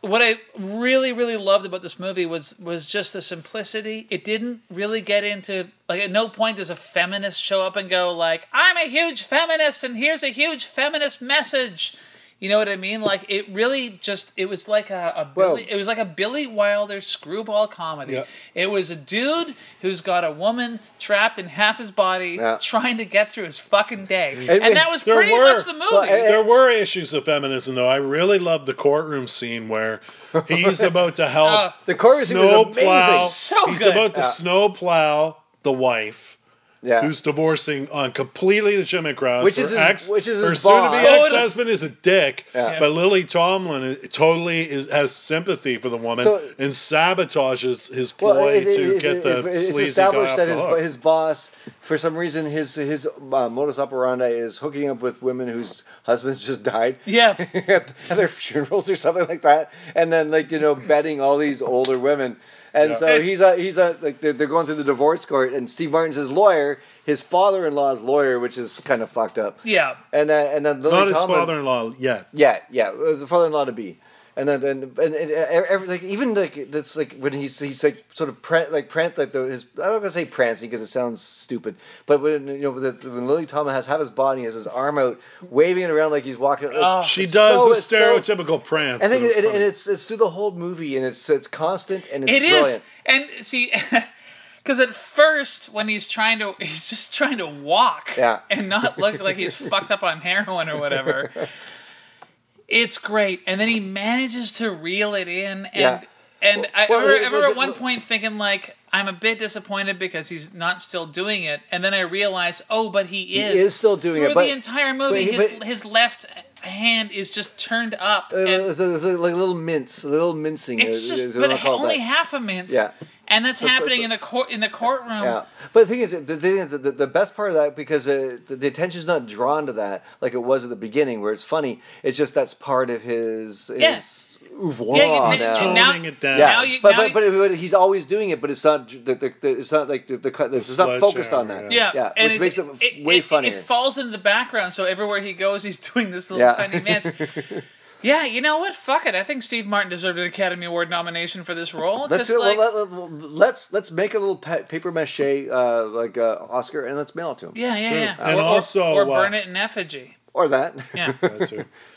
Speaker 1: what I really really loved about this movie was was just the simplicity. It didn't really get into like at no point does a feminist show up and go like I'm a huge feminist and here's a huge feminist message. You know what I mean? Like it really just it was like a, a Billy, it was like a Billy Wilder screwball comedy. It was a dude who's got a woman trapped in half his body
Speaker 8: Yeah.
Speaker 1: trying to get through his fucking day. And,
Speaker 8: It-
Speaker 1: that was
Speaker 8: there
Speaker 1: pretty
Speaker 8: were-
Speaker 1: much the movie.
Speaker 2: eh,
Speaker 8: there were issues of feminism, though. I really loved the courtroom scene where he's about to help
Speaker 1: Uh,
Speaker 2: Oh, the courtroom scene was amazing.
Speaker 8: plow.
Speaker 2: So
Speaker 8: he's
Speaker 2: good.
Speaker 8: about to
Speaker 2: Yeah.
Speaker 8: snow plow the wife.
Speaker 2: Yeah.
Speaker 8: Who's divorcing on completely legitimate grounds?
Speaker 2: Which is
Speaker 8: her
Speaker 2: his-
Speaker 8: ex,
Speaker 2: which is
Speaker 8: her
Speaker 2: his
Speaker 8: soon-to-be
Speaker 2: boss.
Speaker 8: ex-husband is a dick,
Speaker 2: Yeah.
Speaker 8: but Lily Tomlin is, totally is, has sympathy for the woman
Speaker 2: So-
Speaker 8: and sabotages his ploy
Speaker 2: it- it-
Speaker 8: to
Speaker 2: it-
Speaker 8: get
Speaker 2: it-
Speaker 8: the
Speaker 2: it-
Speaker 8: sleazy
Speaker 2: It's established
Speaker 8: guy off
Speaker 2: that
Speaker 8: the
Speaker 2: his,
Speaker 8: hook.
Speaker 2: his boss, for some reason, his his uh, modus operandi is hooking up with women whose husbands just died.
Speaker 1: Yeah,
Speaker 2: at their funerals or something like that, and then like you know betting all these older women. And
Speaker 12: Yeah.
Speaker 2: so
Speaker 12: It's-
Speaker 2: he's a, he's a, like they're, they're going through the divorce court, and Steve Martin's his lawyer, his father-in-law's lawyer, which is kind of fucked up.
Speaker 1: Yeah.
Speaker 2: And uh, and then Lily
Speaker 8: Not his
Speaker 2: Tomlin-
Speaker 8: father-in-law yet.
Speaker 2: yeah, yeah, it was the father-in-law to be, and then and and, and every, like even like that's like when he's he's like sort of prant like prant like the, his I'm not gonna say prancing because it sounds stupid, but when you know when the, when Lily Tomlin has half his body, has his arm out, waving it around like he's walking. like,
Speaker 8: Ah,
Speaker 1: Oh.
Speaker 8: she
Speaker 2: it's
Speaker 8: does
Speaker 2: so-
Speaker 8: a
Speaker 2: it's so-
Speaker 8: stereotypical prance.
Speaker 2: I think
Speaker 8: and it was
Speaker 2: it, and
Speaker 8: funny.
Speaker 2: it's it's through the whole movie, and it's it's constant and it's
Speaker 1: It is,
Speaker 2: brilliant.
Speaker 1: And see, because at first when he's trying to, he's just trying to walk
Speaker 2: Yeah.
Speaker 1: and not look like he's fucked up on heroin or whatever. It's great, and then he manages to reel it in, and
Speaker 2: Yeah.
Speaker 1: and I
Speaker 2: well,
Speaker 1: remember, I
Speaker 2: it-
Speaker 1: remember at
Speaker 2: it-
Speaker 1: one point thinking like. I'm a bit disappointed because he's not still doing it, and then I realize, oh, but he
Speaker 2: He
Speaker 1: is.
Speaker 2: is still doing
Speaker 1: Through
Speaker 2: it, but-
Speaker 1: the entire movie,
Speaker 2: but he-
Speaker 1: his
Speaker 2: but-
Speaker 1: his left hand is just turned up.
Speaker 2: Uh, it's like- it's like like little mints, a little mincing.
Speaker 1: It's
Speaker 2: uh,
Speaker 1: just,
Speaker 2: is what
Speaker 1: but
Speaker 2: I call it
Speaker 1: only
Speaker 2: that.
Speaker 1: half a minute.
Speaker 2: Yeah.
Speaker 1: And that's
Speaker 2: So- so-
Speaker 1: happening in the court in the courtroom.
Speaker 2: Yeah, but the thing is, the thing is, the, the best part of that because uh, the, the attention's not drawn to that like it was at the beginning, where it's funny. It's just that's part of his.
Speaker 1: Yeah.
Speaker 2: his Ouvroir
Speaker 1: Yeah, you- you-
Speaker 2: now.
Speaker 1: you- now- Toning it down.
Speaker 2: Yeah,
Speaker 1: now you-
Speaker 2: but,
Speaker 1: now
Speaker 2: but,
Speaker 1: you-
Speaker 2: but, but he's always doing it, but it's not the, the, the- it's not like the, the, cut- it's not focused on that.
Speaker 1: Yeah,
Speaker 2: yeah,
Speaker 1: and
Speaker 2: which makes
Speaker 1: it's-
Speaker 2: it, way
Speaker 1: it,
Speaker 2: funnier.
Speaker 1: It falls into the background, so everywhere he goes, he's doing this little
Speaker 2: yeah.
Speaker 1: tiny dance. Yeah, you know what? Fuck it. I think Steve Martin deserved an Academy Award nomination for this role.
Speaker 2: Let's,
Speaker 1: Just
Speaker 2: do
Speaker 1: like,
Speaker 2: it. well, let, us let's make a little pa- paper mache uh, like uh, Oscar and let's mail it to him.
Speaker 1: yeah, yeah, yeah.
Speaker 2: Or-
Speaker 1: or,
Speaker 2: or-
Speaker 1: or- or, burn it in effigy.
Speaker 2: or that.
Speaker 1: Yeah.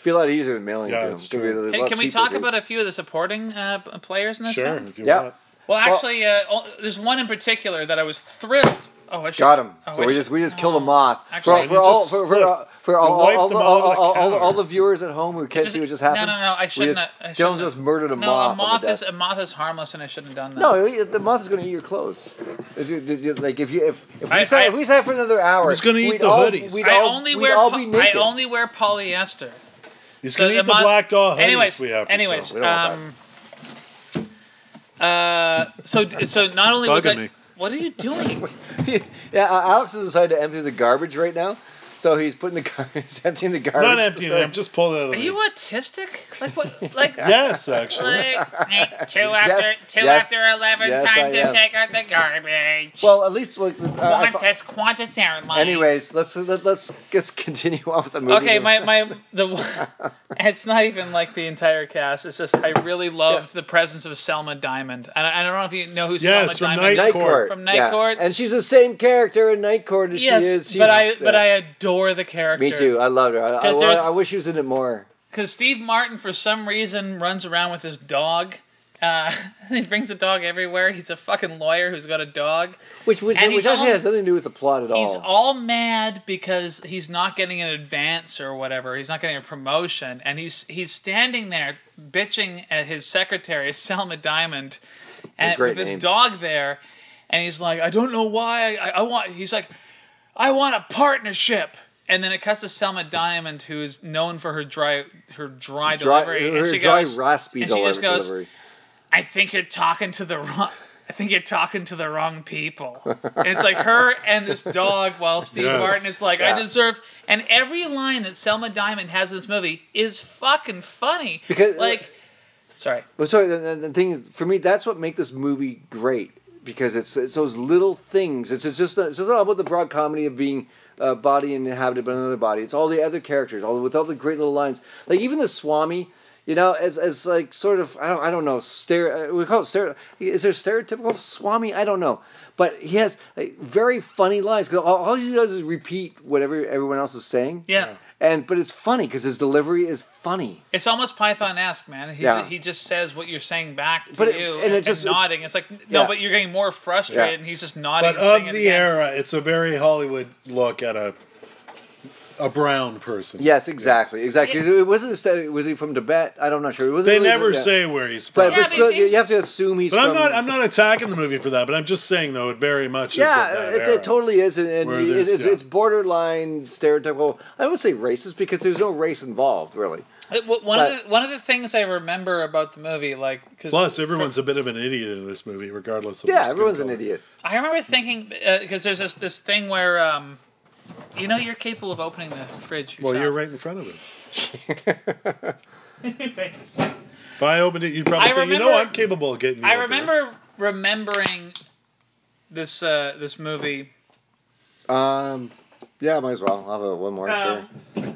Speaker 2: Be a lot easier than mailing
Speaker 1: Yeah,
Speaker 2: it to him.
Speaker 1: it's
Speaker 2: It's gonna be a
Speaker 1: Hey,
Speaker 2: lot
Speaker 1: can we
Speaker 2: cheaper,
Speaker 1: talk
Speaker 2: dude.
Speaker 1: about a few of the supporting uh, p- players in this?
Speaker 2: Sure,
Speaker 1: film?
Speaker 2: if you Yeah. want.
Speaker 1: Well,
Speaker 2: Well-
Speaker 1: actually, uh, all- there's one in particular that I was thrilled. Oh, I should,
Speaker 2: Got him.
Speaker 1: Oh,
Speaker 2: so
Speaker 1: I
Speaker 2: we
Speaker 1: should-
Speaker 2: just we just killed a moth.
Speaker 1: Actually,
Speaker 2: for, for all
Speaker 1: you just
Speaker 2: for, for, all- for
Speaker 1: slipped.
Speaker 2: all,
Speaker 1: You
Speaker 2: all,
Speaker 1: wiped
Speaker 2: all,
Speaker 1: them out
Speaker 2: all,
Speaker 1: on the
Speaker 2: all, all,
Speaker 1: counter.
Speaker 2: all the viewers at home who can't see what just happened.
Speaker 1: No, no, no, I
Speaker 2: we
Speaker 1: shouldn't
Speaker 2: just-
Speaker 1: have- I
Speaker 2: Dylan
Speaker 1: shouldn't
Speaker 2: just murdered a
Speaker 1: no,
Speaker 2: moth.
Speaker 1: a moth
Speaker 2: on the
Speaker 1: is
Speaker 2: desk.
Speaker 1: a moth is harmless, and I shouldn't have done that.
Speaker 2: no, the moth is going to eat your clothes. Is it- did you- like if you if, if we
Speaker 1: I-
Speaker 2: sat
Speaker 1: I-
Speaker 2: if we sat for another hour,
Speaker 8: He's gonna eat
Speaker 2: we'd
Speaker 8: the
Speaker 2: all,
Speaker 8: hoodies.
Speaker 2: We'd
Speaker 1: I
Speaker 2: all,
Speaker 1: only
Speaker 2: we'd
Speaker 1: wear
Speaker 2: all
Speaker 1: po-
Speaker 2: be
Speaker 1: I
Speaker 2: naked.
Speaker 1: only wear polyester.
Speaker 8: He's
Speaker 1: So
Speaker 8: gonna eat the
Speaker 1: mon-
Speaker 8: black doll hoodies
Speaker 1: anyways,
Speaker 8: we have. For
Speaker 1: anyways,
Speaker 8: sale.
Speaker 1: um, uh, so so not only was
Speaker 2: Bugging
Speaker 1: I,
Speaker 2: me.
Speaker 1: what are you doing?
Speaker 2: yeah, uh, Alex has decided to empty the garbage right now, so he's putting the gar- he's emptying the
Speaker 1: uh,
Speaker 2: garbage.
Speaker 8: Not emptying it. I'm just pulling it out
Speaker 1: Are
Speaker 8: of
Speaker 1: you
Speaker 8: the
Speaker 1: autistic? Like what? Like
Speaker 8: Yes, actually.
Speaker 1: like, two after two
Speaker 2: yes,
Speaker 1: after eleven,
Speaker 2: yes, I
Speaker 1: time to
Speaker 2: am.
Speaker 1: take out the garbage.
Speaker 2: Well, at least like, uh, I fi-
Speaker 1: Qantas, Qantas Airlines.
Speaker 2: Anyways, let's let, let's let's continue on with the movie.
Speaker 1: Okay, my, my the one- it's not even like the entire cast. It's just I really loved the presence of Selma Diamond. And I, I don't know if you know who Selma Diamond is from Night
Speaker 2: yeah.
Speaker 1: Court.
Speaker 2: and she's the same character in Night Court as
Speaker 1: Yes,
Speaker 2: she is. She's,
Speaker 1: but I but
Speaker 2: yeah.
Speaker 1: I adore the character.
Speaker 2: me too. I loved her. I, I,
Speaker 1: 'Cause
Speaker 2: wa-
Speaker 1: there's-
Speaker 2: I wish she was in it more.
Speaker 1: Because Steve Martin, for some reason, runs around with his dog. Uh, he brings a dog everywhere. He's a fucking lawyer who's got a dog.
Speaker 2: Which which,
Speaker 1: And
Speaker 2: which
Speaker 1: he's
Speaker 2: actually
Speaker 1: all-
Speaker 2: has nothing to do with the plot at
Speaker 1: He's
Speaker 2: all.
Speaker 1: all mad because he's not getting an advance or whatever. He's not getting a promotion, and he's he's standing there bitching at his secretary Selma Diamond, and
Speaker 2: great
Speaker 1: with his
Speaker 2: name.
Speaker 1: dog there, and he's like, I don't know why I, I want. He's like, I want a partnership. and then it cuts to Selma Diamond, who is known for her dry her dry, delivery,
Speaker 2: her
Speaker 1: and she
Speaker 2: dry
Speaker 1: goes,
Speaker 2: raspy
Speaker 1: and she just
Speaker 2: deliver-
Speaker 1: goes,
Speaker 2: delivery.
Speaker 1: "I think you're talking to the wrong." I think you're talking to the wrong people. And it's like her and this dog, while Steve
Speaker 8: Yes.
Speaker 1: Martin is like,
Speaker 8: Yeah.
Speaker 1: I deserve. And every line that Selma Diamond has in this movie is fucking funny.
Speaker 2: Because- uh,
Speaker 1: like, sorry.
Speaker 2: But sorry, the, the, the thing is, for me, that's what make this movie great because it's it's those little things. It's, it's just it's just not about the broad comedy of being a body inhabited by another body. It's all the other characters, all with all the great little lines. Like even the Swami, you know, as as like sort of I don't I don't know stere- uh, we call it stere- is there stereotypical Swami? I don't know, but he has like, very funny lines because all, all he does is repeat whatever everyone else is saying.
Speaker 1: Yeah.
Speaker 2: And but it's funny because his delivery is funny.
Speaker 1: It's almost Python-esque, man. He,
Speaker 2: Yeah.
Speaker 1: he just says what you're saying back to
Speaker 2: But it-
Speaker 1: you
Speaker 2: and
Speaker 1: and,
Speaker 2: it
Speaker 1: and
Speaker 2: just-
Speaker 1: nodding. It's, like, no,
Speaker 8: Yeah.
Speaker 1: but you're getting more frustrated,
Speaker 8: Yeah.
Speaker 1: and he's just nodding.
Speaker 8: But
Speaker 1: and
Speaker 8: of
Speaker 1: saying it
Speaker 8: the
Speaker 1: again.
Speaker 8: era, it's a very Hollywood look at a a brown person.
Speaker 2: Yes, exactly, exactly. It wasn't. sta- Was he from Tibet? I don't know. Sure. It wasn't
Speaker 8: They
Speaker 2: really-
Speaker 8: never
Speaker 2: yeah.
Speaker 8: say where he's
Speaker 2: But,
Speaker 8: from.
Speaker 2: but still, you have to assume he's.
Speaker 8: But I'm
Speaker 2: from-
Speaker 8: not I'm not attacking the movie for that. But I'm just saying though, it very much is
Speaker 2: Yeah,
Speaker 8: of that
Speaker 2: it,
Speaker 8: era.
Speaker 2: it totally is, and, and
Speaker 8: Where
Speaker 2: it-
Speaker 8: there's-
Speaker 2: it's,
Speaker 8: yeah.
Speaker 2: it's borderline stereotypical. I would say racist because there's no race involved, really.
Speaker 1: It- w- Uh, One
Speaker 2: But-
Speaker 1: of the one of the things I remember about the movie, like, cause
Speaker 8: Plus, everyone's a bit of an idiot in this movie, regardless of.
Speaker 1: Yeah,
Speaker 8: their skin
Speaker 1: everyone's an
Speaker 8: color.
Speaker 2: idiot.
Speaker 1: I remember thinking because there's this this thing where um, you know you're capable of opening the fridge.
Speaker 8: Well, you're
Speaker 1: Yourself.
Speaker 8: right in front of him.
Speaker 1: Thanks.
Speaker 8: If I opened it, you'd probably
Speaker 1: I
Speaker 8: say, "You know,
Speaker 1: remember-
Speaker 8: I'm capable of getting." You
Speaker 1: I
Speaker 8: open it."
Speaker 1: remember remembering this uh, this movie.
Speaker 2: Um, yeah, might as well. I'll have a, one more.
Speaker 1: Um,
Speaker 2: sure.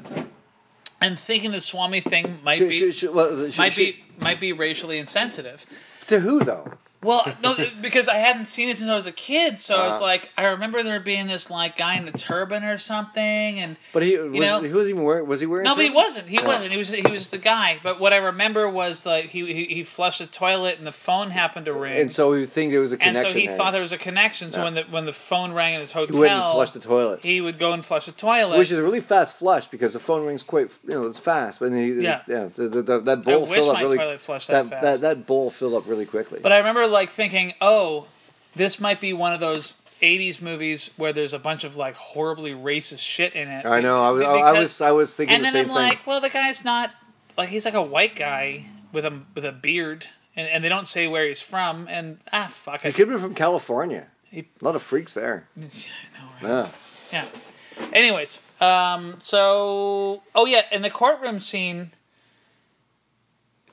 Speaker 1: and thinking the Swami thing might
Speaker 2: Should-
Speaker 1: be
Speaker 2: should- should- well, should-
Speaker 1: might
Speaker 2: should-
Speaker 1: be might be racially insensitive.
Speaker 2: To who though?
Speaker 1: Well, no, because I hadn't seen it since I was a kid, so I was
Speaker 2: Uh-huh.
Speaker 1: like, I remember there being this like guy in the turban or something, and
Speaker 2: But he
Speaker 1: you
Speaker 2: was,
Speaker 1: know,
Speaker 2: he was even wearing. Was he wearing?
Speaker 1: No, but he
Speaker 2: turban?
Speaker 1: wasn't. He
Speaker 2: Yeah.
Speaker 1: wasn't. He was he was the guy. But what I remember was like he he, he flushed the toilet and the phone happened to ring.
Speaker 2: And so we think there was a
Speaker 1: And
Speaker 2: connection.
Speaker 1: so he
Speaker 2: there.
Speaker 1: thought there was a connection. So
Speaker 2: Yeah.
Speaker 1: when the when the phone rang in his hotel,
Speaker 2: he went and flushed the toilet.
Speaker 1: he would go and flush the toilet.
Speaker 2: Which is a really fast flush because the phone rings quite, you know, it's fast. But then he,
Speaker 1: Yeah.
Speaker 2: yeah, the, the, the, that bowl
Speaker 1: wish
Speaker 2: filled up
Speaker 1: my
Speaker 2: really.
Speaker 1: toilet flushed that
Speaker 2: that,
Speaker 1: fast.
Speaker 2: that bowl filled up really quickly.
Speaker 1: but I remember like thinking, oh, this might be one of those. 80s movies where there's a bunch of like horribly racist shit in it.
Speaker 2: I know. I was, I was, I was thinking
Speaker 1: and
Speaker 2: the
Speaker 1: then
Speaker 2: same
Speaker 1: I'm
Speaker 2: thing.
Speaker 1: like, well, the guy's not like he's like a white guy with a with a beard, and, and they don't say where he's from, and ah, fuck
Speaker 2: he
Speaker 1: it.
Speaker 2: could be from California.
Speaker 1: He-
Speaker 2: a lot of freaks there. Yeah.
Speaker 1: Yeah. Anyways, um, so oh yeah, in the courtroom scene,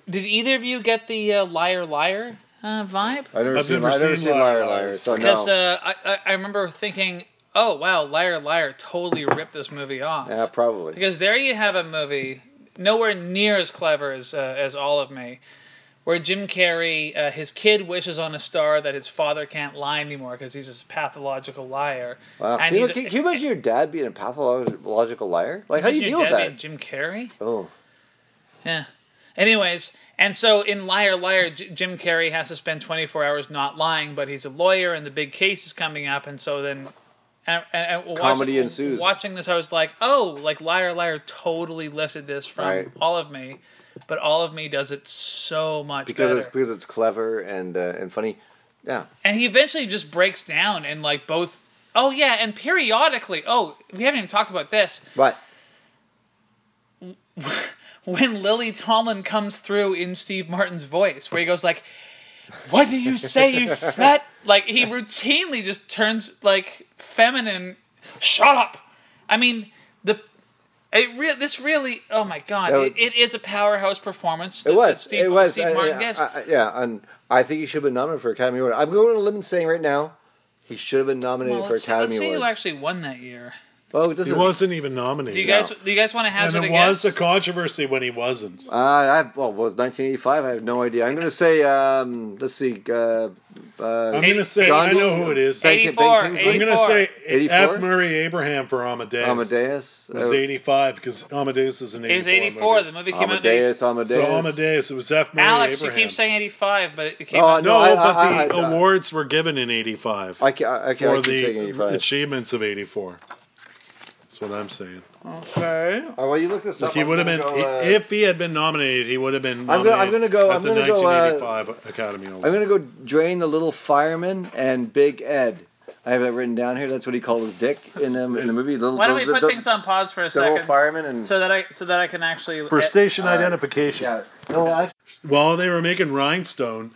Speaker 1: did either of you get the uh, liar liar uh, vibe?
Speaker 2: I never
Speaker 8: I've
Speaker 2: seen.
Speaker 8: never
Speaker 2: I never
Speaker 8: seen
Speaker 2: seen
Speaker 8: Liar
Speaker 2: Liar Liar.
Speaker 8: Liar,
Speaker 2: So
Speaker 1: Because
Speaker 2: no.
Speaker 1: uh, I, I I remember thinking, oh wow, liar liar totally ripped this movie off.
Speaker 2: yeah, probably.
Speaker 1: Because there you have a movie nowhere near as clever as uh, as All of Me, where Jim Carrey, uh, his kid wishes on a star that his father can't lie anymore because he's a pathological liar.
Speaker 2: Wow.
Speaker 1: And
Speaker 2: Can you,
Speaker 1: he's-
Speaker 2: can you imagine your dad being a pathological liar? Like, how do you
Speaker 1: Imagine
Speaker 2: deal
Speaker 1: your dad
Speaker 2: with that?
Speaker 1: being Jim Carrey.
Speaker 2: Oh,
Speaker 1: Yeah. Anyways, and so in Liar Liar, J- Jim Carrey has to spend 24 hours not lying, but he's a lawyer and the big case is coming up, and so then. And, and, and
Speaker 2: Comedy
Speaker 1: watching,
Speaker 2: ensues.
Speaker 1: Watching this, I was like, oh, like Liar Liar totally lifted this from
Speaker 2: Right.
Speaker 1: all of me, but all of me does it so much
Speaker 2: because
Speaker 1: better.
Speaker 2: it's because it's clever and uh, and funny. Yeah.
Speaker 1: And he eventually just breaks down and like both. Oh yeah, and periodically. Oh, we haven't even talked about this.
Speaker 2: But
Speaker 1: when Lily Tomlin comes through in Steve Martin's voice, where he goes like, "What do you say, you slut?" Like he routinely just turns like feminine. Shut up. I mean the. It re- this really, oh my god,
Speaker 2: That was-
Speaker 1: it, it is a powerhouse performance.
Speaker 2: It
Speaker 1: that-
Speaker 2: was.
Speaker 1: that Steve,
Speaker 2: it was.
Speaker 1: Steve
Speaker 2: I-
Speaker 1: Martin
Speaker 2: I-
Speaker 1: gets.
Speaker 2: I- I- yeah, and I think he should have been nominated for Academy Award. I'm going on a limb and saying right now, he should have been nominated
Speaker 1: well,
Speaker 2: for
Speaker 1: let's,
Speaker 2: Academy
Speaker 1: let's see who
Speaker 2: Award. Oh,
Speaker 1: actually won that year.
Speaker 2: Well, it
Speaker 8: He
Speaker 2: doesn't.
Speaker 8: wasn't even nominated.
Speaker 1: Do you guys, do you guys want to
Speaker 8: and
Speaker 1: hazard
Speaker 8: it
Speaker 1: a guess?
Speaker 8: was a controversy when he wasn't.
Speaker 2: Uh, I well, it was 1985. I have no idea. I'm going to say. Um, let's see. Uh, uh,
Speaker 8: I'm gonna say
Speaker 2: Gandhi?
Speaker 8: I know who it is.
Speaker 2: Ben- Ben
Speaker 1: 84,
Speaker 2: Kingsley?
Speaker 8: I'm gonna say
Speaker 2: 84?
Speaker 8: F. Murray Abraham for Amadeus.
Speaker 2: Amadeus.
Speaker 8: was
Speaker 2: Uh,
Speaker 8: 85 because Amadeus is an
Speaker 1: It was 84.
Speaker 8: 84. movie.
Speaker 1: The movie came out. in
Speaker 2: Amadeus. Amadeus.
Speaker 8: So Amadeus, it was F. Murray
Speaker 1: Alex,
Speaker 8: Abraham.
Speaker 1: you keep saying 85, but it came
Speaker 2: Oh,
Speaker 1: out.
Speaker 8: no,
Speaker 2: I-
Speaker 8: but
Speaker 2: I-
Speaker 8: the
Speaker 2: I- I-
Speaker 8: awards were given in 85
Speaker 2: I, ca- I, I,
Speaker 8: for
Speaker 2: I keep saying
Speaker 8: the
Speaker 2: 85.
Speaker 8: achievements of 84. That's what I'm saying.
Speaker 1: Okay.
Speaker 2: All right, Oh, well, you look this
Speaker 8: Like
Speaker 2: up.
Speaker 8: he
Speaker 2: I'm
Speaker 8: would have been
Speaker 2: gonna go, uh,
Speaker 8: if he had been nominated, he would have been.
Speaker 2: I'm gonna-
Speaker 8: Nominated
Speaker 2: I'm gonna go-
Speaker 8: at
Speaker 2: I'm
Speaker 8: the
Speaker 2: gonna go, uh,
Speaker 8: 1985 Academy Award.
Speaker 2: I'm gonna go drain the little fireman and Big Ed. I have that written down here. That's what he called his dick in the, in the movie. The,
Speaker 1: Why don't
Speaker 2: the-
Speaker 1: we put
Speaker 2: the-
Speaker 1: things on pause for a
Speaker 2: the old
Speaker 1: second?
Speaker 2: fireman and-
Speaker 1: so that I so that I can actually
Speaker 8: for
Speaker 2: uh,
Speaker 1: eh,
Speaker 8: station
Speaker 1: all right.
Speaker 8: identification. While they were making Rhinestone,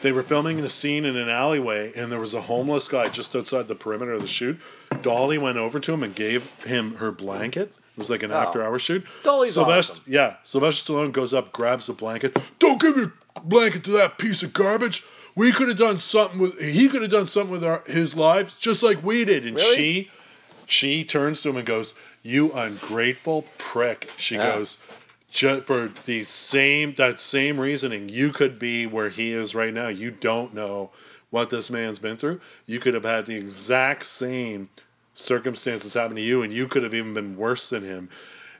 Speaker 8: they were filming a scene in an alleyway, and there was a homeless guy just outside the perimeter of the shoot. Dolly went over to him and gave him her blanket. It was like an
Speaker 2: Oh.
Speaker 8: after-hour shoot.
Speaker 2: Dolly's
Speaker 8: Sylvester,
Speaker 2: awesome.
Speaker 8: yeah, Sylvester Stallone goes up, grabs the blanket. Don't give your blanket to that piece of garbage. We could have done something with. He could have done something with our, his lives, just like we did. And
Speaker 2: Really?
Speaker 8: she, she turns to him and goes, "You ungrateful prick." She
Speaker 2: Yeah.
Speaker 8: goes, just for the same that same reasoning you could be where he is right now you don't know what this man's been through you could have had the exact same circumstances happen to you and you could have even been worse than him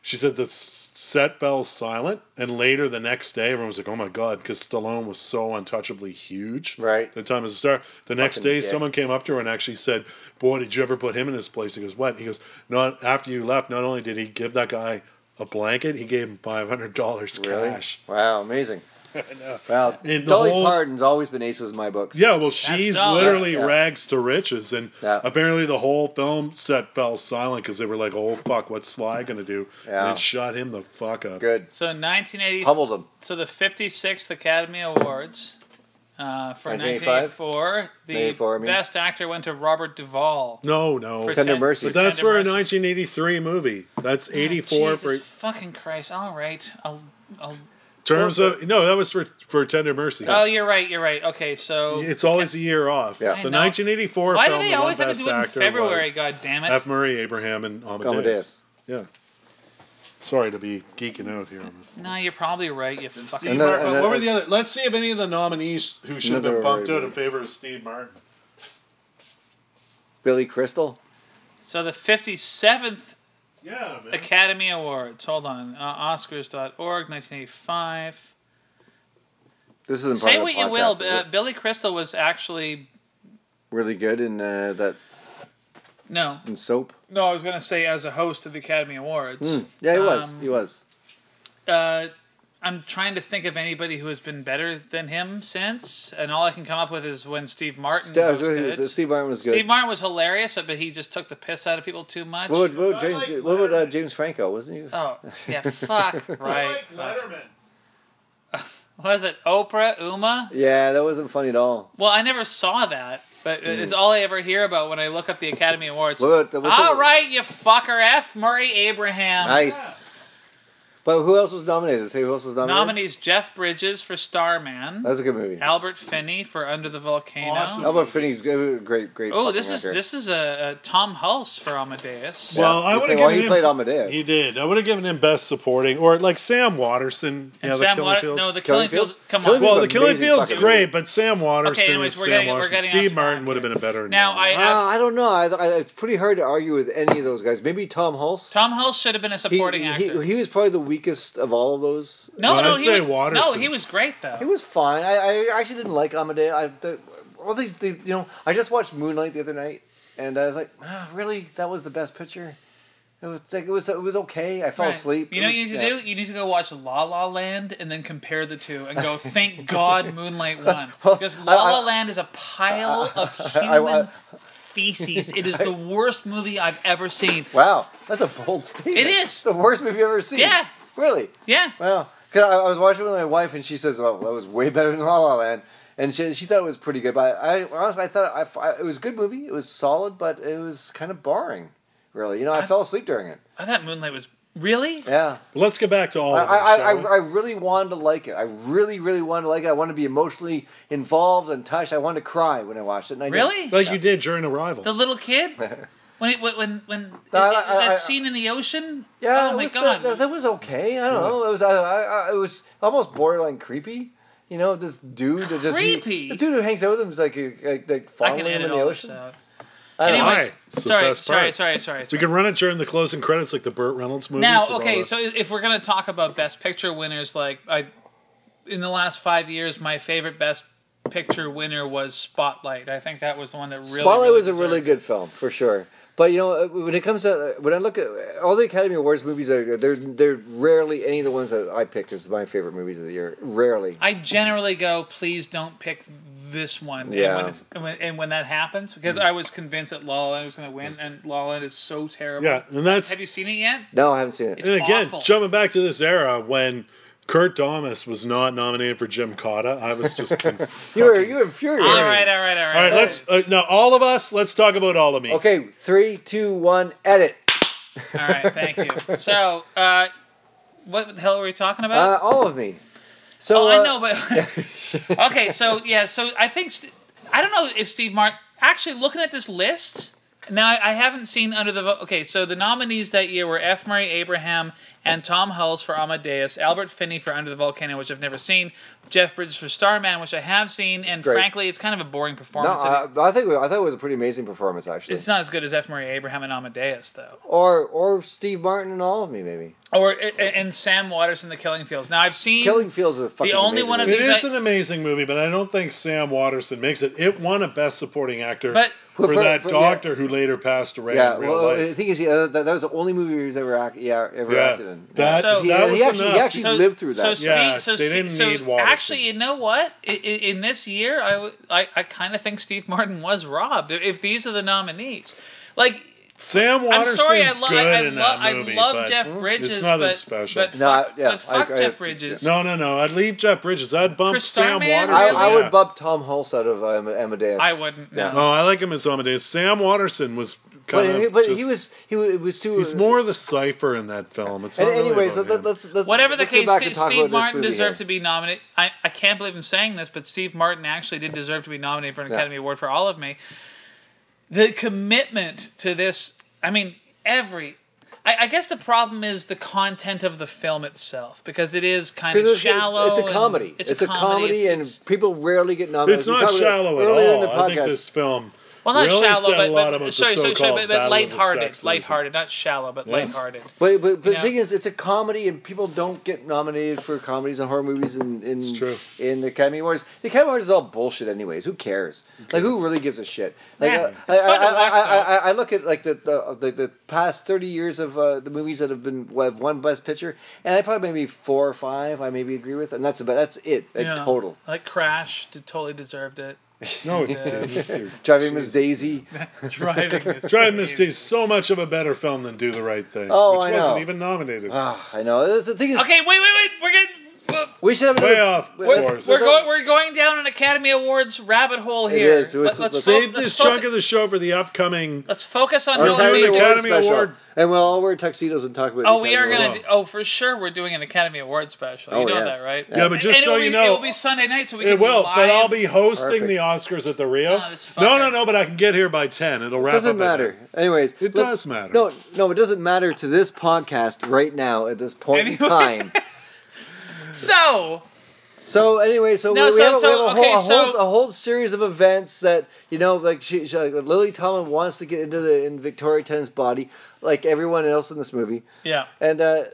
Speaker 8: she said the s- set fell silent and later the next day everyone was like oh my god because stallone was so untouchably huge
Speaker 2: Right.
Speaker 8: at the time as a star the next
Speaker 2: Fucking
Speaker 8: day
Speaker 2: dick.
Speaker 8: someone came up to her and actually said boy did you ever put him in his place he goes what he goes not after you left not only did he give that guy a blanket. He gave him five hundred dollars
Speaker 2: Really?
Speaker 8: cash.
Speaker 2: Wow, amazing.
Speaker 8: know.
Speaker 2: Wow.
Speaker 8: And the
Speaker 2: Dolly
Speaker 8: whole-
Speaker 2: Parton's always been aces in my books.
Speaker 8: Yeah, well, she's
Speaker 1: dope.
Speaker 8: literally
Speaker 2: Yeah.
Speaker 8: rags to riches, and
Speaker 2: Yeah.
Speaker 8: apparently the whole film set fell silent because they were like, "Oh fuck, what's Sly gonna do?"
Speaker 2: Yeah.
Speaker 8: And it shot him the fuck up.
Speaker 2: Good.
Speaker 1: So 1980.
Speaker 2: Humbled him.
Speaker 1: So the 56th Academy Awards uh, for
Speaker 2: 1985?
Speaker 1: 1984. The
Speaker 2: 1984, I mean.
Speaker 1: best actor went to Robert Duvall.
Speaker 8: No, no,
Speaker 1: For
Speaker 2: Tender
Speaker 1: ten-
Speaker 2: Mercy.
Speaker 8: but that's
Speaker 1: Tender
Speaker 8: for a
Speaker 1: Mercy.
Speaker 8: 1983 movie. That's 84
Speaker 1: Jesus
Speaker 8: for
Speaker 1: fucking Christ. All right. I'll, I'll,
Speaker 8: terms of no, that was for for Tender Mercy.
Speaker 1: oh, you're right. You're right. Okay, so
Speaker 8: it's always a year off.
Speaker 2: Yeah. I
Speaker 8: The
Speaker 1: know.
Speaker 8: 1984
Speaker 1: why do
Speaker 8: film.
Speaker 1: they
Speaker 8: the
Speaker 1: always
Speaker 8: one
Speaker 1: have to
Speaker 8: best
Speaker 1: do it in
Speaker 8: actor
Speaker 1: February?
Speaker 8: was
Speaker 1: God damn it.
Speaker 8: F. Murray Abraham and Amadeus.
Speaker 2: Amadeus.
Speaker 8: Yeah. Sorry to be geeking out here on this.
Speaker 1: no, you're probably right. You fucking.
Speaker 8: Steve
Speaker 2: Another-
Speaker 8: Martin.
Speaker 2: another-
Speaker 8: what were the other? Let's see if any of the nominees who should have been
Speaker 2: Another
Speaker 8: bumped out
Speaker 2: already-
Speaker 8: in favor of Steve Martin.
Speaker 2: Billy Crystal.
Speaker 1: So the 57th
Speaker 8: Yeah, man.
Speaker 1: Academy Awards. Hold on. Uh, Oscars.org, 1985.
Speaker 2: This isn't part
Speaker 1: Say
Speaker 2: of
Speaker 1: what
Speaker 2: the
Speaker 1: you
Speaker 2: podcast,
Speaker 1: will,
Speaker 2: is
Speaker 1: but uh,
Speaker 2: it?
Speaker 1: Billy Crystal was actually
Speaker 2: really good in uh, that
Speaker 1: no,
Speaker 2: in soap.
Speaker 1: no. I was gonna say as a host of the Academy Awards.
Speaker 2: Hmm. Yeah, he was.
Speaker 1: Um,
Speaker 2: he was.
Speaker 1: Uh, I'm trying to think of anybody who has been better than him since, and all I can come up with is when Steve Martin.
Speaker 2: Steve,
Speaker 1: hosted.
Speaker 2: Steve Martin was good.
Speaker 1: Steve Martin was hilarious, but, but he just took the piss out of people too much.
Speaker 2: what would, what would
Speaker 8: I
Speaker 2: James,
Speaker 8: like
Speaker 2: what would uh,
Speaker 8: Letterman.
Speaker 2: James Franco? Wasn't he?
Speaker 1: Oh yeah, fuck right.
Speaker 8: Letterman.
Speaker 1: Was it Oprah Uma?
Speaker 2: Yeah, that wasn't funny at all.
Speaker 1: Well, I never saw that, but it's all I ever hear about when I look up the Academy Awards.
Speaker 2: What about the, Hmm. what's
Speaker 1: All
Speaker 2: the-
Speaker 1: right, you fucker. F. Murray Abraham.
Speaker 2: Nice. But who else was nominated? Say who else was nominated.
Speaker 1: Nominees Jeff Bridges for Starman.
Speaker 2: That was a good movie.
Speaker 1: Albert Finney for Under the Volcano.
Speaker 8: Awesome.
Speaker 2: How about Finney's good, great, great.
Speaker 1: Oh,
Speaker 2: fucking
Speaker 1: this is
Speaker 2: actor.
Speaker 1: this is a, a Tom Hulse for Amadeus.
Speaker 2: Yeah.
Speaker 8: Well, I
Speaker 2: He
Speaker 8: would have
Speaker 2: played- well,
Speaker 8: given
Speaker 2: he
Speaker 8: him.
Speaker 2: played Amadeus.
Speaker 8: He did. I would have given him best supporting, or like Sam Watterson.
Speaker 1: And
Speaker 8: yeah, the
Speaker 1: Sam
Speaker 8: Killing
Speaker 1: Water-
Speaker 8: Fields.
Speaker 1: no, the Killing
Speaker 2: Killing
Speaker 1: Fields.
Speaker 2: Fields?
Speaker 1: Come on.
Speaker 2: Killing
Speaker 8: well,
Speaker 2: This
Speaker 8: the
Speaker 2: is
Speaker 8: Killing
Speaker 2: amazing
Speaker 8: Field's
Speaker 2: fucking
Speaker 8: great,
Speaker 2: movie.
Speaker 8: but Sam Watterson
Speaker 1: anyways,
Speaker 8: is
Speaker 1: we're
Speaker 8: Sam
Speaker 1: getting- we're
Speaker 8: Watterson.
Speaker 1: getting
Speaker 8: Steve
Speaker 1: off
Speaker 8: Martin
Speaker 1: track
Speaker 8: would have
Speaker 1: here.
Speaker 8: been a better.
Speaker 1: Now,
Speaker 8: nominee.
Speaker 1: I-
Speaker 2: Ah, I don't know. I, I, it's pretty hard to argue with any of those guys. Maybe Tom Hulse.
Speaker 1: Tom Hulse should have been a
Speaker 2: he,
Speaker 1: supporting
Speaker 2: he-
Speaker 1: actor.
Speaker 2: he was probably the weakest of all of those.
Speaker 1: no,
Speaker 8: Well,
Speaker 1: no,
Speaker 8: I'd
Speaker 1: he
Speaker 8: say
Speaker 1: was,
Speaker 8: Watterson.
Speaker 1: No, he was great though.
Speaker 2: It was fine. I, I actually didn't like Amadeus. I, the, all these, the, you know, I just watched Moonlight the other night, and I was like, ah, really, that was the best picture. It was like it was it was okay. I fell
Speaker 1: Right.
Speaker 2: asleep.
Speaker 1: You
Speaker 2: It
Speaker 1: know what
Speaker 2: was-
Speaker 1: you need to
Speaker 2: yeah.
Speaker 1: do? You need to go watch La La Land and then compare the two and go, thank God Moonlight won.
Speaker 2: Well,
Speaker 1: Because
Speaker 2: I-
Speaker 1: La La
Speaker 2: I-
Speaker 1: Land is a pile of
Speaker 2: I- I-
Speaker 1: human feces. It is the worst movie I've ever seen.
Speaker 2: Wow, that's a bold statement.
Speaker 1: It is.
Speaker 2: the worst movie I've ever seen.
Speaker 1: Yeah.
Speaker 2: Really?
Speaker 1: Yeah.
Speaker 2: Wow. Cause I, I was watching with my wife, and she says, "Oh, that was way better than La La Land," and she, she thought it was pretty good. But I, I honestly, I thought I, I- it was a good movie. It was solid, but it was kind of boring. Really, you know, I,
Speaker 1: I-
Speaker 2: fell asleep during it.
Speaker 1: I thought Moonlight was. Really?
Speaker 2: Yeah.
Speaker 8: Let's get back to all.
Speaker 2: I,
Speaker 8: of them,
Speaker 2: I, I,
Speaker 8: shall we?
Speaker 2: I really wanted to like it. I really, really wanted to like it. I wanted to be emotionally involved and touched. I wanted to cry when I watched it. And I didn't.
Speaker 1: Really?
Speaker 8: like you did during Arrival.
Speaker 1: The little kid? When it, when when, when
Speaker 2: No, I-
Speaker 1: that
Speaker 2: I- I-
Speaker 1: scene in the ocean?
Speaker 2: Yeah,
Speaker 1: Oh
Speaker 2: it
Speaker 1: my
Speaker 2: was,
Speaker 1: god.
Speaker 2: That, that was okay. I don't know. It was I, I, I, it was almost borderline creepy. You know, this dude that just he-
Speaker 1: Creepy?
Speaker 2: the dude who hangs out with him is like like, like
Speaker 1: I can
Speaker 2: fondling him
Speaker 1: edit
Speaker 2: in the
Speaker 1: all this
Speaker 2: ocean.
Speaker 1: out.
Speaker 2: I don't know.
Speaker 1: Anyways,
Speaker 8: Why? It's the
Speaker 1: sorry,
Speaker 8: best
Speaker 1: sorry,
Speaker 8: part.
Speaker 1: sorry, sorry,
Speaker 8: we
Speaker 1: sorry.
Speaker 8: can run it during the closing credits, like the Burt Reynolds movies. with
Speaker 1: Now,
Speaker 8: all
Speaker 1: okay,
Speaker 8: the-
Speaker 1: so if we're gonna talk about Best Picture winners, like I, in the last five years, my favorite Best Picture winner was Spotlight. I think that was the one that really.
Speaker 2: Spotlight
Speaker 1: really
Speaker 2: was a really
Speaker 1: deserved it.
Speaker 2: good film for sure. But you know, uh, when it comes to when I look at all the Academy Awards movies, are, they're they're rarely any of the ones that I picked as my favorite movies of the year. Rarely.
Speaker 1: I generally go, please don't pick this one.
Speaker 2: Yeah. Hmm.
Speaker 1: And when, it's, and when, and when that happens, because I was convinced that La La Land was going to win, and La La Land is so terrible.
Speaker 8: Yeah, and that's-
Speaker 1: Have you seen it yet?
Speaker 2: No, I haven't seen it.
Speaker 1: It's
Speaker 8: and again,
Speaker 1: awful.
Speaker 8: jumping back to this era when Kurt Thomas was not nominated for Jim Cotta, I was just confused.
Speaker 2: You were you were furious.
Speaker 1: All right, all right, all
Speaker 8: all
Speaker 1: right.
Speaker 8: right, let's uh, now all of us. Let's talk about all of me.
Speaker 2: Okay, three, two, one, edit.
Speaker 1: All right, thank you. So, uh, what the hell were we talking about?
Speaker 2: Uh, all of me. So
Speaker 1: oh, I
Speaker 2: uh,
Speaker 1: know, but okay. So yeah, so I think St- I don't know if Steve Martin. Actually, looking at this list now, I I haven't seen under the Vo- okay. So the nominees that year were F. Murray Abraham and Tom Hulse for Amadeus, Albert Finney for Under the Volcano, which I've never seen, Jeff Bridges for Starman, which I have seen, and
Speaker 2: Great.
Speaker 1: frankly, it's kind of a boring
Speaker 2: No, uh,
Speaker 1: performance.
Speaker 2: I, I think I thought it was a pretty amazing performance actually.
Speaker 1: it's not as good as F. Murray Abraham and Amadeus, though.
Speaker 2: Or or Steve Martin and all of me maybe.
Speaker 1: Or a- a- and Sam Watterson, The Killing Fields. Now I've seen
Speaker 2: Killing Fields is a fucking
Speaker 1: only
Speaker 2: amazing
Speaker 1: one of
Speaker 8: It
Speaker 2: movie.
Speaker 1: these-
Speaker 8: is an amazing movie, but I don't think Sam Watterson makes it. It won a Best Supporting Actor
Speaker 1: But-
Speaker 8: for,
Speaker 2: For-
Speaker 8: that
Speaker 2: for- yeah.
Speaker 8: doctor who later passed away
Speaker 2: Yeah,
Speaker 8: in real
Speaker 2: well,
Speaker 8: life.
Speaker 2: the thing is, yeah, that, that was the only movie he was ever act, yeah, ever
Speaker 8: Yeah,
Speaker 2: acted in.
Speaker 8: that-
Speaker 1: So-
Speaker 2: he,
Speaker 8: that
Speaker 2: and
Speaker 8: was
Speaker 2: he actually, he
Speaker 8: enough.
Speaker 2: actually lived through
Speaker 1: So
Speaker 2: that.
Speaker 1: Steve,
Speaker 8: Yeah,
Speaker 1: so
Speaker 8: they
Speaker 1: Steve-
Speaker 8: didn't
Speaker 1: so
Speaker 8: need Watterson.
Speaker 1: Actually, you know what? I- I- In this year, I, w- I- I kind of think Steve Martin was robbed. If these are the nominees, like
Speaker 8: Sam Watterson's
Speaker 1: I'm sorry, I, lo-
Speaker 8: good
Speaker 1: I, I,
Speaker 8: in
Speaker 1: lo-
Speaker 8: that
Speaker 1: I
Speaker 8: movie.
Speaker 1: love
Speaker 8: but
Speaker 1: Jeff Bridges,
Speaker 8: It's nothing
Speaker 1: but,
Speaker 8: special.
Speaker 1: but
Speaker 2: No,
Speaker 1: fuck,
Speaker 2: I- yeah,
Speaker 1: but fuck
Speaker 2: I- I-
Speaker 1: Jeff Bridges.
Speaker 8: no, no, no. I'd leave Jeff Bridges. I'd bump
Speaker 1: For
Speaker 8: Sam
Speaker 1: Starman,
Speaker 8: Watterson.
Speaker 2: I, I
Speaker 8: yeah.
Speaker 2: would bump Tom Hulse out of um, Amadeus.
Speaker 1: I wouldn't, no.
Speaker 8: No, I like him as Amadeus. Sam Watterson was
Speaker 2: But,
Speaker 8: kind of.
Speaker 2: he, but
Speaker 8: just-
Speaker 2: he was he was, it was too.
Speaker 8: He's more the cipher in that film. It's
Speaker 2: And
Speaker 8: not really
Speaker 2: anyways,
Speaker 8: about
Speaker 2: let,
Speaker 8: him.
Speaker 2: let's, let's
Speaker 1: Whatever the
Speaker 2: let's go
Speaker 1: case,
Speaker 2: back
Speaker 1: St-
Speaker 2: and talk
Speaker 1: Steve
Speaker 2: about this
Speaker 1: Martin
Speaker 2: movie
Speaker 1: deserved to
Speaker 2: here.
Speaker 1: be nominated. I, I can't believe I'm saying this, but Steve Martin actually did deserve to be nominated for an
Speaker 2: Yeah.
Speaker 1: Academy Award for All of Me. The commitment to this, I mean, every. I, I guess the problem is the content of the film itself because it is kind
Speaker 2: 'Cause
Speaker 1: of
Speaker 2: it's-
Speaker 1: shallow.
Speaker 2: It's a
Speaker 1: and-
Speaker 2: comedy. It's, a comedy,
Speaker 1: it's-
Speaker 2: and
Speaker 1: it's-
Speaker 2: people rarely get nominated.
Speaker 8: It's
Speaker 2: We
Speaker 8: not
Speaker 2: talked about it
Speaker 8: shallow at
Speaker 2: earlier in the
Speaker 8: all. I think
Speaker 2: podcast.
Speaker 8: this film
Speaker 1: well, not
Speaker 8: really
Speaker 1: shallow,
Speaker 8: said
Speaker 1: but,
Speaker 8: a lot
Speaker 1: but-
Speaker 8: about
Speaker 1: sorry,
Speaker 8: the
Speaker 1: sorry,
Speaker 8: so-called
Speaker 1: sorry, but, but
Speaker 8: battle of the
Speaker 1: lighthearted,
Speaker 8: sexes.
Speaker 1: lighthearted, not shallow, but
Speaker 8: Yes.
Speaker 1: lighthearted.
Speaker 2: But but, but
Speaker 1: Yeah.
Speaker 2: the thing is, it's a comedy, and people don't get nominated for comedies and horror movies in in,
Speaker 8: It's true.
Speaker 2: in the Academy Awards. The Academy Awards is all bullshit, anyways. Who cares? Like, who really gives a shit? Like,
Speaker 1: Yeah,
Speaker 2: uh,
Speaker 1: it's
Speaker 2: I,
Speaker 1: fun to
Speaker 2: I-
Speaker 1: watch,
Speaker 2: I,
Speaker 1: though.
Speaker 2: I, I- I look at like the the, the, the past thirty years of uh, the movies that have been well, have won Best Picture, and I probably maybe four or five I maybe agree with, and that's about that's it in
Speaker 1: Yeah.
Speaker 2: total.
Speaker 1: Like Crash, d- totally deserved it.
Speaker 8: No, it
Speaker 1: Yeah.
Speaker 8: didn't.
Speaker 2: Driving Miss Daisy.
Speaker 1: Driving is
Speaker 8: Drive Miss Daisy is so much of a better film than Do the Right Thing,
Speaker 2: Oh,
Speaker 8: which
Speaker 2: I
Speaker 8: wasn't
Speaker 2: know.
Speaker 8: even nominated.
Speaker 2: Ah, I know. The thing is,
Speaker 1: Okay, wait, wait, wait. We're getting.
Speaker 2: we should have
Speaker 8: Way
Speaker 2: another-
Speaker 8: off
Speaker 1: We're,
Speaker 8: course.
Speaker 1: we're going. We're going down an Academy Awards rabbit hole here.
Speaker 2: is. It was-
Speaker 1: Let, us
Speaker 8: Save this chunk of the show for the upcoming.
Speaker 1: Let's focus on
Speaker 2: Our
Speaker 1: Hillary
Speaker 8: Academy
Speaker 1: Mason.
Speaker 2: Academy Award
Speaker 8: Academy
Speaker 2: special.
Speaker 8: Award.
Speaker 2: And we'll all wear tuxedos and talk about. the
Speaker 1: Oh, we are
Speaker 2: Academy
Speaker 1: gonna.
Speaker 2: Award.
Speaker 1: Do, oh, for sure, we're doing an Academy Awards special. You
Speaker 2: Oh,
Speaker 1: know
Speaker 2: yes.
Speaker 1: that, right?
Speaker 8: Yeah, but just
Speaker 1: and
Speaker 8: so
Speaker 1: it'll
Speaker 8: you
Speaker 1: be- it'll
Speaker 8: know,
Speaker 1: be Sunday night, so we
Speaker 8: it
Speaker 1: can.
Speaker 8: will. eh, But
Speaker 1: live-
Speaker 8: I'll be hosting
Speaker 2: Perfect.
Speaker 8: the Oscars at the Rio.
Speaker 1: Oh, this
Speaker 8: no, no,
Speaker 1: fucker.
Speaker 8: no. But I can get here by ten. It'll wrap up.
Speaker 2: doesn't
Speaker 8: at
Speaker 2: matter. Anyways,
Speaker 8: It
Speaker 2: let-
Speaker 8: does matter.
Speaker 2: No, no, it doesn't matter to this podcast right now at this point in
Speaker 1: Anyway.
Speaker 2: time.
Speaker 1: So
Speaker 2: So anyway, so
Speaker 1: No,
Speaker 2: we, we
Speaker 1: so-
Speaker 2: have, a- we
Speaker 1: so,
Speaker 2: have a, whole,
Speaker 1: okay,
Speaker 2: a, whole,
Speaker 1: so-
Speaker 2: a whole series of events that you know, like she, she, like, Lily Tomlin wants to get into the in Victoria Tennant's body, like everyone else in this movie,
Speaker 1: yeah,
Speaker 2: and uh,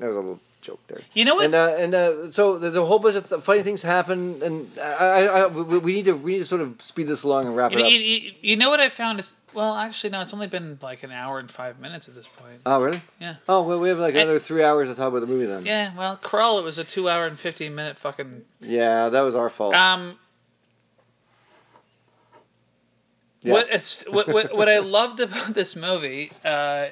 Speaker 2: that was a little joke there.
Speaker 1: you know what?
Speaker 2: And uh, and uh, so there's a whole bunch of th- funny things happen, and I, I, I we, we need to we need to sort of speed this along and wrap
Speaker 1: you,
Speaker 2: it up.
Speaker 1: you- you- you know what I found is well, actually, no, it's only been like an hour and five minutes at this point.
Speaker 2: Oh really?
Speaker 1: Yeah.
Speaker 2: Oh well, we have like
Speaker 1: And-
Speaker 2: another three hours to talk about the movie then.
Speaker 1: Yeah, well, Crawl, it was a two hour and fifteen minute fucking.
Speaker 2: Yeah, that was our fault.
Speaker 1: Um, What,
Speaker 2: Yes.
Speaker 1: it's, what, what what I loved about this movie, uh,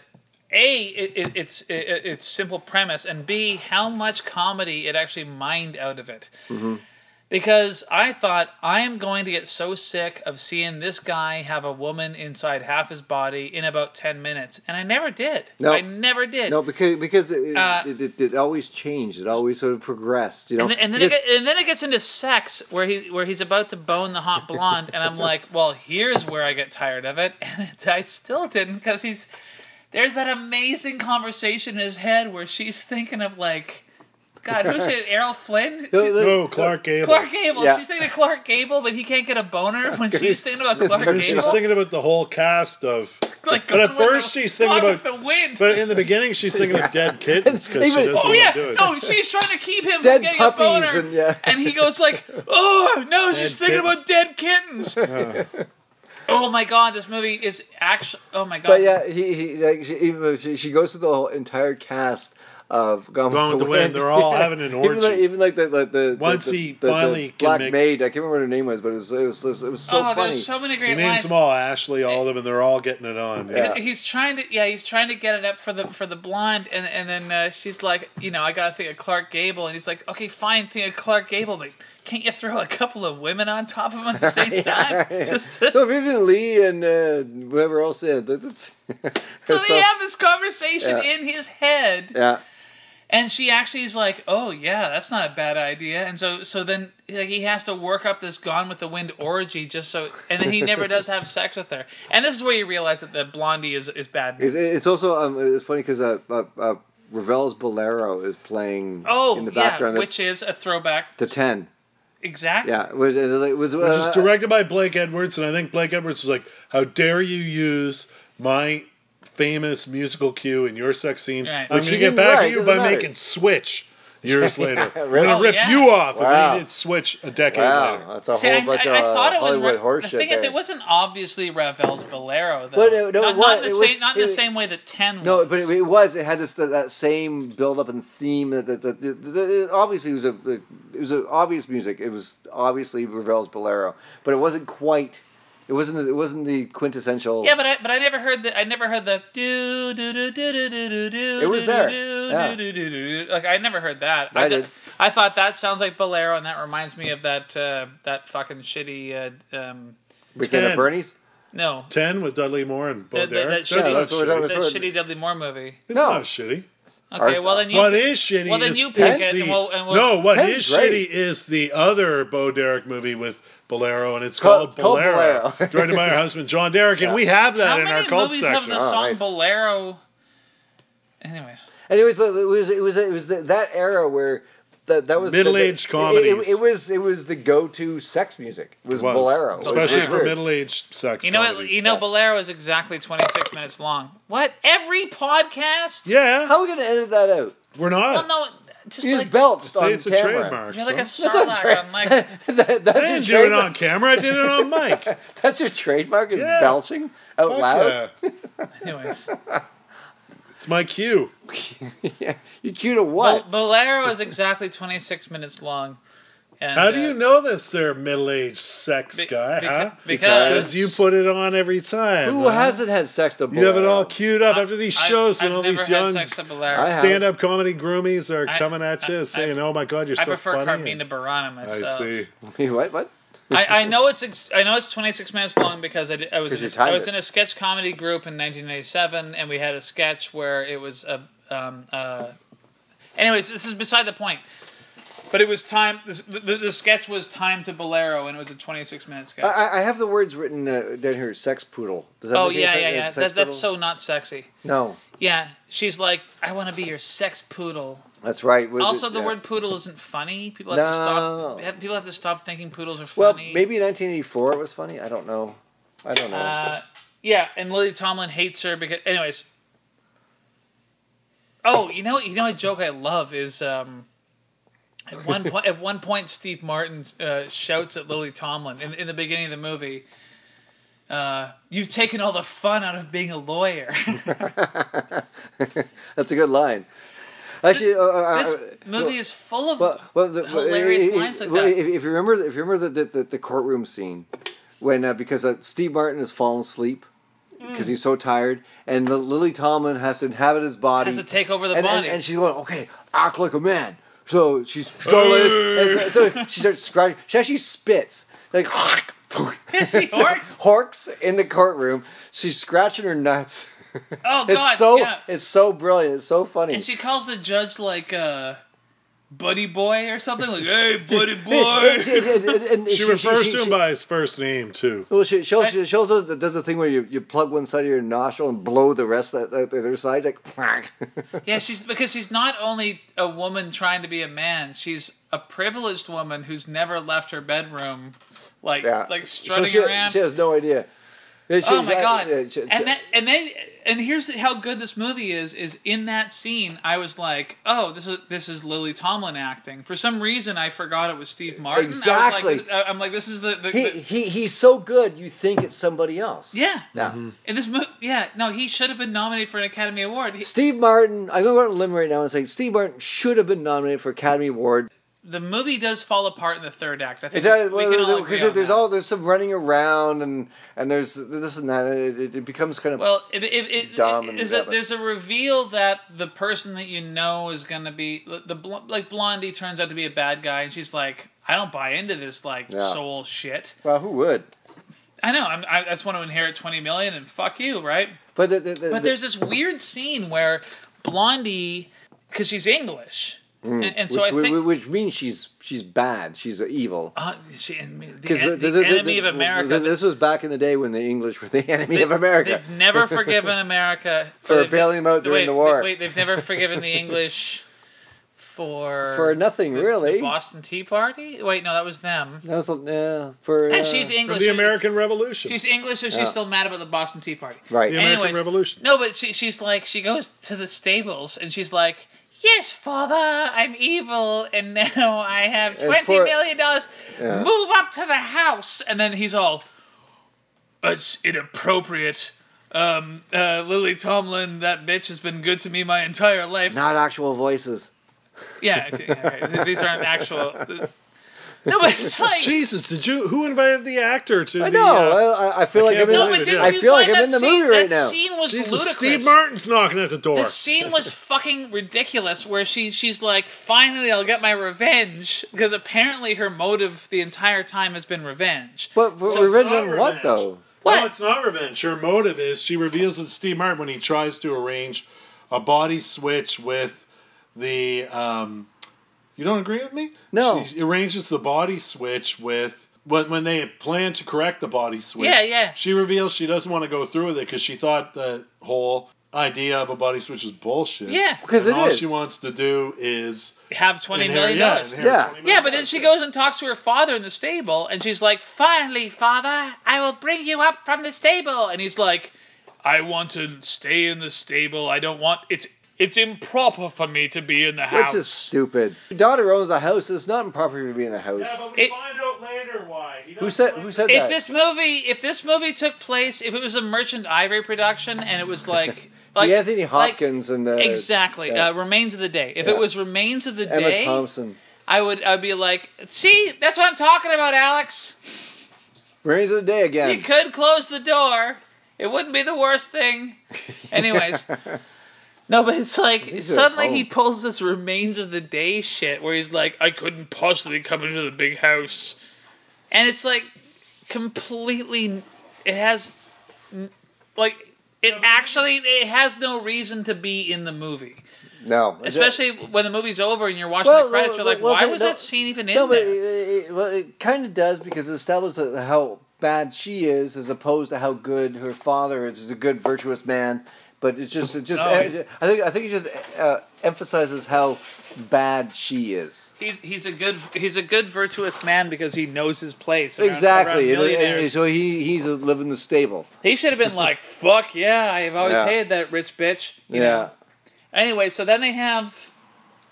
Speaker 1: a it, it, it's it, it's simple premise, and b how much comedy it actually mined out of it.
Speaker 2: Mm-hmm.
Speaker 1: Because I thought I am going to get so sick of seeing this guy have a woman inside half his body in about ten minutes, and I never did.
Speaker 2: No.
Speaker 1: I never did.
Speaker 2: No, because because it,
Speaker 1: Uh,
Speaker 2: it, it, it always changed. It always sort of progressed. You know.
Speaker 1: And then, and, then it get, and then it gets into sex where he where he's about to bone the hot blonde, and I'm like, well, here's where I get tired of it, and it, I still didn't because he's there's that amazing conversation in his head where she's thinking of like, God, who's it? Errol Flynn?
Speaker 2: No,
Speaker 1: She-
Speaker 2: no,
Speaker 8: No, Clark Gable.
Speaker 1: Clark Gable.
Speaker 2: Yeah.
Speaker 1: She's thinking of Clark Gable, but he can't get a boner when she's thinking about Clark
Speaker 2: And
Speaker 1: Gable.
Speaker 8: And she's thinking about the whole cast of.
Speaker 1: like,
Speaker 8: but
Speaker 1: going
Speaker 8: at
Speaker 1: with
Speaker 8: first
Speaker 1: the-
Speaker 8: she's thinking
Speaker 1: going with
Speaker 8: about-
Speaker 1: the wind.
Speaker 8: But in the beginning, she's thinking of dead kittens because she
Speaker 2: Even-
Speaker 8: doesn't
Speaker 1: Oh
Speaker 8: want
Speaker 1: yeah,
Speaker 8: to do it.
Speaker 1: no, she's trying to keep him
Speaker 2: Dead
Speaker 1: from getting
Speaker 2: puppies
Speaker 1: a boner,
Speaker 2: and- yeah.
Speaker 1: he goes like, "Oh no, she's
Speaker 8: Dead
Speaker 1: thinking about dead kittens." Oh my god, this movie is actually. Oh my god.
Speaker 2: But yeah, he, he like she, even though she, she goes through the whole entire cast of Gone,
Speaker 8: Gone with the Wind. They're all
Speaker 2: Yeah.
Speaker 8: having an
Speaker 2: Even like,
Speaker 8: orgy.
Speaker 2: even like the like the
Speaker 8: Once
Speaker 2: the, the,
Speaker 8: he
Speaker 2: the- the
Speaker 8: finally can
Speaker 2: black
Speaker 8: make-
Speaker 2: maid. I can't remember what her name was, but it was it was, it was, it was so
Speaker 1: oh,
Speaker 2: funny.
Speaker 1: there's so many
Speaker 8: He
Speaker 1: great
Speaker 8: names
Speaker 1: lines.
Speaker 8: them all Ashley, all of them, and they're all getting it on.
Speaker 1: And He's trying to, yeah, he's trying to get it up for the for the blonde, and and then uh, she's like, you know, I gotta think of Clark Gable, and he's like, okay, fine, think of Clark Gable, but can't you throw a couple of women on top of him at the same time? Just
Speaker 2: so Vivian Lee and uh, whoever else yeah, that- that's-
Speaker 1: so,
Speaker 2: so-
Speaker 1: they have this conversation
Speaker 2: Yeah.
Speaker 1: in his head,
Speaker 2: yeah.
Speaker 1: and she actually is like, oh yeah, that's not a bad idea, and so so then like, he has to work up this Gone with the Wind orgy just so, and then he never does have sex with her, and this is where you realize that the blondie is is bad.
Speaker 2: It's, it's also um, it's funny because uh, uh, uh, Ravel's Bolero is playing
Speaker 1: Oh
Speaker 2: in the
Speaker 1: yeah,
Speaker 2: background. That's
Speaker 1: which is a throwback
Speaker 2: to ten.
Speaker 1: Exactly.
Speaker 2: Yeah, it was, it was,
Speaker 8: Which is
Speaker 2: uh,
Speaker 8: directed by Blake Edwards, and I think Blake Edwards was like, "How dare you use my famous musical cue in your sex scene?
Speaker 1: Right.
Speaker 8: I'm
Speaker 1: Which
Speaker 8: going
Speaker 1: he
Speaker 8: to get
Speaker 1: didn't
Speaker 8: back
Speaker 1: write,
Speaker 8: at you
Speaker 1: doesn't
Speaker 8: by
Speaker 1: matter.
Speaker 8: making Switch years
Speaker 2: Yeah,
Speaker 8: later. I'm
Speaker 2: really?
Speaker 8: going to rip
Speaker 1: Oh,
Speaker 8: you
Speaker 1: yeah.
Speaker 8: off."
Speaker 2: Wow.
Speaker 8: And they did Switch a decade
Speaker 2: Wow,
Speaker 8: later.
Speaker 2: that's a whole bunch of uh, Hollywood
Speaker 1: Ra-
Speaker 2: horse
Speaker 1: the
Speaker 2: shit
Speaker 1: thing is,
Speaker 2: there.
Speaker 1: it wasn't obviously Ravel's Bolero though.
Speaker 2: Well, no, no,
Speaker 1: not,
Speaker 2: it
Speaker 1: not
Speaker 2: was-
Speaker 1: in the
Speaker 2: it
Speaker 1: same,
Speaker 2: was-
Speaker 1: not in the
Speaker 2: it-
Speaker 1: same way that Ten.
Speaker 2: No,
Speaker 1: was.
Speaker 2: but it, it was. It had this that, that same build up and theme that that, that, that, that- it obviously was a it was a obvious music. It was obviously Ravel's Bolero, but it wasn't quite. It wasn't. the- It wasn't the quintessential.
Speaker 1: yeah, but I, but I never heard the I never heard the do do do do do do do do.
Speaker 2: It was
Speaker 1: do,
Speaker 2: there.
Speaker 1: do,
Speaker 2: Yeah.
Speaker 1: do, do, do, do. Like I never heard that.
Speaker 2: I
Speaker 1: d-
Speaker 2: did.
Speaker 1: I thought that sounds like Bolero, and that reminds me of that uh, that fucking shitty. Uh, um,
Speaker 2: Weekend at
Speaker 8: Ten.
Speaker 2: Bernie's.
Speaker 1: no,
Speaker 8: Ten with Dudley Moore and Bo
Speaker 1: that, that, that,
Speaker 8: Derek.
Speaker 1: shitty,
Speaker 2: that's what we're
Speaker 8: shitty.
Speaker 2: talking
Speaker 1: that
Speaker 2: about.
Speaker 1: shitty Dudley Moore movie.
Speaker 8: It's
Speaker 2: No.
Speaker 8: not shitty.
Speaker 1: Okay,
Speaker 2: Our-
Speaker 1: well then you.
Speaker 8: What is shitty?
Speaker 1: Well, then
Speaker 8: is,
Speaker 1: you pick
Speaker 8: is
Speaker 1: it,
Speaker 8: the-
Speaker 1: and we'll- and we'll-
Speaker 8: no, what
Speaker 2: Ten's
Speaker 8: is
Speaker 2: great.
Speaker 8: shitty is the other Bo Derek movie with Bolero, and it's
Speaker 2: Called-
Speaker 8: called,
Speaker 2: called
Speaker 8: Bolero,
Speaker 2: Bolero.
Speaker 8: directed by her husband John Derek, and
Speaker 2: Yeah.
Speaker 8: we have that
Speaker 1: How
Speaker 8: in
Speaker 1: many
Speaker 8: our cult
Speaker 1: movies have
Speaker 8: section.
Speaker 1: the
Speaker 2: Oh,
Speaker 1: song
Speaker 2: nice.
Speaker 1: Bolero? Anyways.
Speaker 2: Anyways, but it was it was it was the, that era where that that was the-
Speaker 8: Middle-aged
Speaker 2: the,
Speaker 8: comedies.
Speaker 2: It, it, it was it was the go to sex music was,
Speaker 8: It was,
Speaker 2: Bolero, It was
Speaker 8: especially
Speaker 2: weird.
Speaker 8: for middle-aged sex.
Speaker 1: You know what?
Speaker 8: comedies.
Speaker 1: You know,
Speaker 2: yes.
Speaker 1: Bolero is exactly 26 minutes long. What? Every podcast?
Speaker 8: Yeah,
Speaker 2: How are we gonna edit that out?
Speaker 8: we're
Speaker 1: Well,
Speaker 8: not.
Speaker 1: no, just
Speaker 2: You
Speaker 1: like
Speaker 2: just belched
Speaker 8: Say
Speaker 2: on
Speaker 8: it's a
Speaker 2: camera.
Speaker 8: trademark.
Speaker 1: you're like a
Speaker 8: son.
Speaker 2: not
Speaker 1: sarlacc
Speaker 2: tra-
Speaker 1: on mic.
Speaker 2: that, that's
Speaker 8: I
Speaker 2: your
Speaker 8: didn't do it
Speaker 2: trademark.
Speaker 8: on camera. I did it on mic. Fuck
Speaker 2: That's your trademark is
Speaker 8: Yeah.
Speaker 2: belching out loud.
Speaker 8: yeah.
Speaker 1: Anyways,
Speaker 8: It's my cue.
Speaker 2: yeah. You cute or
Speaker 1: Bol-
Speaker 2: what?
Speaker 1: Bolero is exactly 26 minutes long. And,
Speaker 8: How do
Speaker 1: uh,
Speaker 8: you know this, there middle-aged sex
Speaker 1: be-
Speaker 8: guy?
Speaker 1: beca-
Speaker 8: huh?
Speaker 1: Because
Speaker 8: Because you put it on every time.
Speaker 2: Who
Speaker 8: huh?
Speaker 2: hasn't had sex to
Speaker 8: You have it
Speaker 2: Bolero?
Speaker 8: all queued up
Speaker 1: I-
Speaker 8: after these
Speaker 1: I-
Speaker 8: shows when
Speaker 1: I've
Speaker 8: all
Speaker 1: never
Speaker 8: these
Speaker 1: had
Speaker 8: young
Speaker 1: sex to Bolero.
Speaker 2: I have.
Speaker 8: stand-up comedy groomies are
Speaker 1: I-
Speaker 8: coming at you
Speaker 1: I-
Speaker 8: saying,
Speaker 1: I-
Speaker 8: "Oh my God, you're
Speaker 1: I
Speaker 8: so
Speaker 1: prefer
Speaker 8: funny."
Speaker 1: Carmina Burana
Speaker 8: I
Speaker 1: myself.
Speaker 8: see.
Speaker 2: what? What?
Speaker 1: I, I know it's ex- I know it's 26 minutes long because I, did- I was
Speaker 2: 'Cause
Speaker 1: in
Speaker 2: you
Speaker 1: a,
Speaker 2: timed
Speaker 1: I was
Speaker 2: it.
Speaker 1: in a sketch comedy group in 1997 and we had a sketch where it was a um uh anyways this is beside the point but it was time this, the, the- the sketch was time to Bolero and it was a 26 minute sketch
Speaker 2: I- I, I have the words written uh, down here. Sex poodle. Does that
Speaker 1: oh
Speaker 2: make any
Speaker 1: yeah
Speaker 2: sense?
Speaker 1: yeah
Speaker 2: Uh,
Speaker 1: yeah
Speaker 2: sex
Speaker 1: that, that's
Speaker 2: poodle?
Speaker 1: so not sexy
Speaker 2: No,
Speaker 1: yeah she's like I want to be your sex poodle
Speaker 2: that's right. Was
Speaker 1: also
Speaker 2: it-
Speaker 1: the
Speaker 2: yeah.
Speaker 1: word poodle isn't funny people have to
Speaker 2: No.
Speaker 1: stop have, people have to stop thinking poodles are
Speaker 2: Well,
Speaker 1: funny
Speaker 2: maybe in 1984 it was funny. I don't know. I don't know.
Speaker 1: Uh, yeah, and Lily Tomlin hates her because, anyways. Oh, you know, you know, a joke I love is um, at one point, at one point, Steve Martin uh, shouts at Lily Tomlin in, in the beginning of the movie. Uh, you've taken all the fun out of being a lawyer.
Speaker 2: that's a good line. Actually, uh, uh,
Speaker 1: this
Speaker 2: uh,
Speaker 1: movie
Speaker 2: well-
Speaker 1: is full of
Speaker 2: well, well, the,
Speaker 1: hilarious
Speaker 2: if,
Speaker 1: lines like
Speaker 2: well,
Speaker 1: that.
Speaker 2: If, if you remember, if you remember the, the, the courtroom scene when uh, because uh, Steve Martin has fallen asleep
Speaker 1: Mm.
Speaker 2: because he's so tired, and the, Lily Tomlin has to inhabit his body,
Speaker 1: has to take over the
Speaker 2: and, and,
Speaker 1: body.
Speaker 2: and she's going, okay, act like a man. So she's she's going like this, and so, so she starts scratching. She actually spits like.
Speaker 1: She horks?
Speaker 2: horks in the courtroom. She's scratching her nuts.
Speaker 1: Oh, God,
Speaker 2: It's so
Speaker 1: yeah.
Speaker 2: it's so brilliant. It's so funny.
Speaker 1: and she calls the judge like uh, buddy boy or something like, hey, buddy
Speaker 2: And she-
Speaker 1: boy.
Speaker 2: and- and- and
Speaker 8: She refers
Speaker 2: she-
Speaker 8: to him
Speaker 2: she-
Speaker 8: by his first name too.
Speaker 2: Well, she, she'll, she, she'll does, does the thing where you, you plug one side of your nostril and blow the rest out out the other side, like, quack.
Speaker 1: Yeah, she's because she's not only a woman trying to be a man, she's a privileged woman who's never left her bedroom, like
Speaker 2: yeah.
Speaker 1: like strutting
Speaker 2: so she,
Speaker 1: around.
Speaker 2: She has no idea. It
Speaker 1: oh
Speaker 2: should-
Speaker 1: my
Speaker 2: yeah,
Speaker 1: god!
Speaker 2: yeah, it should-
Speaker 1: and that, and they and here's how good this movie is. Is in that scene, I was like, oh, this is this is Lily Tomlin acting. For some reason, I forgot it was Steve Martin. I was like-
Speaker 2: Exactly.
Speaker 1: I- I'm like, this is the, the,
Speaker 2: he,
Speaker 1: the-
Speaker 2: he he's so good you think it's somebody else.
Speaker 1: yeah.
Speaker 2: Yeah.
Speaker 1: And this movie, yeah, no, he should have been nominated for an Academy Award. He-
Speaker 2: Steve Martin, I'm going to go out on a limb right now and say Steve Martin should have been nominated for Academy Award.
Speaker 1: the movie does fall apart in the third act. I
Speaker 2: It
Speaker 1: think
Speaker 2: does,
Speaker 1: we
Speaker 2: well,
Speaker 1: can all
Speaker 2: there-
Speaker 1: agree
Speaker 2: because
Speaker 1: on
Speaker 2: there's
Speaker 1: that.
Speaker 2: all there's some running around and and there's this and that. It, it- it becomes kind of
Speaker 1: Well, it, it, it,
Speaker 2: Dumb
Speaker 1: it-
Speaker 2: and
Speaker 1: there's, a,
Speaker 2: that, but-
Speaker 1: there's a reveal that the person that you know is going to be the bl- like Blondie turns out to be a bad guy, and she's like, I don't buy into this like
Speaker 2: Yeah.
Speaker 1: soul shit.
Speaker 2: well, who would?
Speaker 1: I know, I'm, I just want to inherit 20 million and fuck you, right?
Speaker 2: But the, the, the,
Speaker 1: But there's this weird scene where Blondie, because she's English,
Speaker 2: Mm.
Speaker 1: and, and so
Speaker 2: which,
Speaker 1: I think
Speaker 2: which means she's she's bad. She's evil.
Speaker 1: uh, she, the,
Speaker 2: 'Cause
Speaker 1: en- the
Speaker 2: this- this-
Speaker 1: enemy
Speaker 2: this-
Speaker 1: of America.
Speaker 2: This, this was back in the day when the English were the enemy
Speaker 1: They-
Speaker 2: of America.
Speaker 1: They've never forgiven America
Speaker 2: For
Speaker 1: or they've-
Speaker 2: bailing them out during
Speaker 1: wait,
Speaker 2: the war.
Speaker 1: Wait, they've never forgiven the English for
Speaker 2: for nothing
Speaker 1: the-
Speaker 2: really.
Speaker 1: the Boston Tea Party. Wait, no, that was them.
Speaker 2: that was uh, for
Speaker 1: Eh,
Speaker 2: uh,
Speaker 1: she's English.
Speaker 8: the American Revolution.
Speaker 1: She's English, so she's
Speaker 2: Yeah.
Speaker 1: still mad about the Boston Tea Party.
Speaker 2: right.
Speaker 8: the American
Speaker 1: Anyways.
Speaker 8: Revolution.
Speaker 1: No, but she, she's like she goes to the stables and she's like, "Yes, father, I'm evil, and now I have
Speaker 2: And
Speaker 1: twenty million
Speaker 2: poor-
Speaker 1: dollars.
Speaker 2: Yeah.
Speaker 1: Move up to the house." And then he's all, "It's inappropriate." Um, uh, Lily Tomlin, that bitch has been good to me my entire life.
Speaker 2: Not actual voices.
Speaker 1: Yeah, okay, okay. these aren't actual. No, but it's like.
Speaker 8: Jesus, did you? Who invited the actor to?
Speaker 2: I
Speaker 8: the,
Speaker 2: know.
Speaker 8: uh,
Speaker 2: I, I feel
Speaker 8: I
Speaker 2: like
Speaker 8: can't
Speaker 2: I'm in,
Speaker 1: no,
Speaker 8: believe
Speaker 1: but
Speaker 8: it,
Speaker 1: did
Speaker 8: yeah.
Speaker 2: I
Speaker 1: you
Speaker 2: feel like
Speaker 1: find
Speaker 2: I'm
Speaker 1: that
Speaker 2: in the
Speaker 1: scene,
Speaker 2: movie right
Speaker 1: that
Speaker 2: now.
Speaker 1: scene was
Speaker 8: Jesus,
Speaker 1: ludicrous.
Speaker 8: Steve Martin's knocking at the door.
Speaker 1: The scene was fucking ridiculous, where she she's like, "Finally, I'll get my revenge," because apparently her motive the entire time has been revenge.
Speaker 2: But, but
Speaker 8: So it's
Speaker 2: revenge
Speaker 8: not
Speaker 2: on what
Speaker 8: revenge.
Speaker 2: though?
Speaker 8: No,
Speaker 1: What?
Speaker 8: Oh, it's not revenge. Her motive is she reveals that Steve Martin when he tries to arrange a body switch with the. Um, you don't agree with me?
Speaker 2: No.
Speaker 8: She arranges the body switch with. When, when they plan to correct the body switch,
Speaker 1: Yeah, yeah.
Speaker 8: she reveals she doesn't want to go through with it because she thought the whole idea of a body switch was bullshit.
Speaker 1: Yeah.
Speaker 2: Because
Speaker 8: And
Speaker 2: it
Speaker 8: all
Speaker 2: is.
Speaker 8: she wants to do is
Speaker 1: Have twenty
Speaker 8: inherit-
Speaker 1: million
Speaker 8: yeah,
Speaker 1: dollars.
Speaker 8: inherit
Speaker 2: Yeah.
Speaker 8: 20 million
Speaker 1: Yeah, but then she
Speaker 8: dollars.
Speaker 1: goes and talks to her father in the stable, and she's like, "Finally, father, I will bring you up from the stable." And he's like, "I want to stay in the stable. I don't want it's it's improper for me to be in the house."
Speaker 2: Which is stupid. Your daughter owns a house. It's not improper to be in a house.
Speaker 8: Yeah, but we
Speaker 1: It-
Speaker 8: find out later why. He
Speaker 2: who
Speaker 8: doesn't
Speaker 2: said?
Speaker 8: like
Speaker 2: Who
Speaker 8: the
Speaker 2: said
Speaker 1: if
Speaker 2: that?
Speaker 1: this movie if this movie took place if it was a merchant ivory production and it was like like
Speaker 2: the Anthony
Speaker 1: like-
Speaker 2: Hopkins and the
Speaker 1: exactly
Speaker 2: yeah.
Speaker 1: uh, remains of the day if
Speaker 2: Yeah.
Speaker 1: it was remains of the
Speaker 2: Emma
Speaker 1: day
Speaker 2: Thompson.
Speaker 1: i would i'd be like see that's what i'm talking about alex
Speaker 2: Rains of the day again.
Speaker 1: you could close the door it wouldn't be the worst thing anyways No, but it's like
Speaker 2: These are
Speaker 1: suddenly
Speaker 2: old.
Speaker 1: he pulls this remains of the day shit where he's like, I couldn't possibly come into the big house. And it's like completely. It has. n- Like, it actually. It has no reason to be in the movie.
Speaker 2: no,
Speaker 1: Especially when the movie's over and you're watching
Speaker 2: Well,
Speaker 1: the credits,
Speaker 2: well,
Speaker 1: you're like,
Speaker 2: well,
Speaker 1: why
Speaker 2: they-
Speaker 1: was
Speaker 2: no-
Speaker 1: that scene even in
Speaker 2: No, but it,
Speaker 1: there?
Speaker 2: it, it- well, it kind of does because it establishes how bad she is, as opposed to how good her father is. Is a good, virtuous man, but it just, it just,
Speaker 1: Oh, yeah.
Speaker 2: I think, I think it just uh, emphasizes how bad she is.
Speaker 1: He's, he's a good he's a good virtuous man because he knows his place. around-
Speaker 2: Exactly.
Speaker 1: around
Speaker 2: And- and-
Speaker 1: millionaires.
Speaker 2: and so he he's living the stable.
Speaker 1: He should have been like, "Fuck yeah, I've always
Speaker 2: Yeah.
Speaker 1: hated that rich bitch." You
Speaker 2: yeah.
Speaker 1: Know? Anyway, so then they have.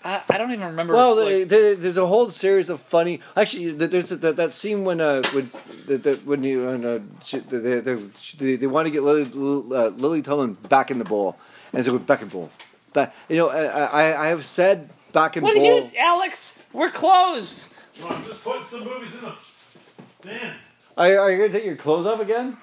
Speaker 1: I, I don't even remember.
Speaker 2: Well,
Speaker 1: like-
Speaker 2: there- there, there's a whole series of funny. Actually, th- there's that, that scene when uh when the, the, when you when, uh, she, they, they, they, they want to get Lily, Lily, uh, Lily Tomlin back in the bowl, and so back in bowl, but you know I I, I have said back in
Speaker 1: what
Speaker 2: bowl.
Speaker 1: are you, Alex? We're closed.
Speaker 8: No, I'm just putting some movies in the. Man.
Speaker 2: Are, are you gonna take your clothes off again?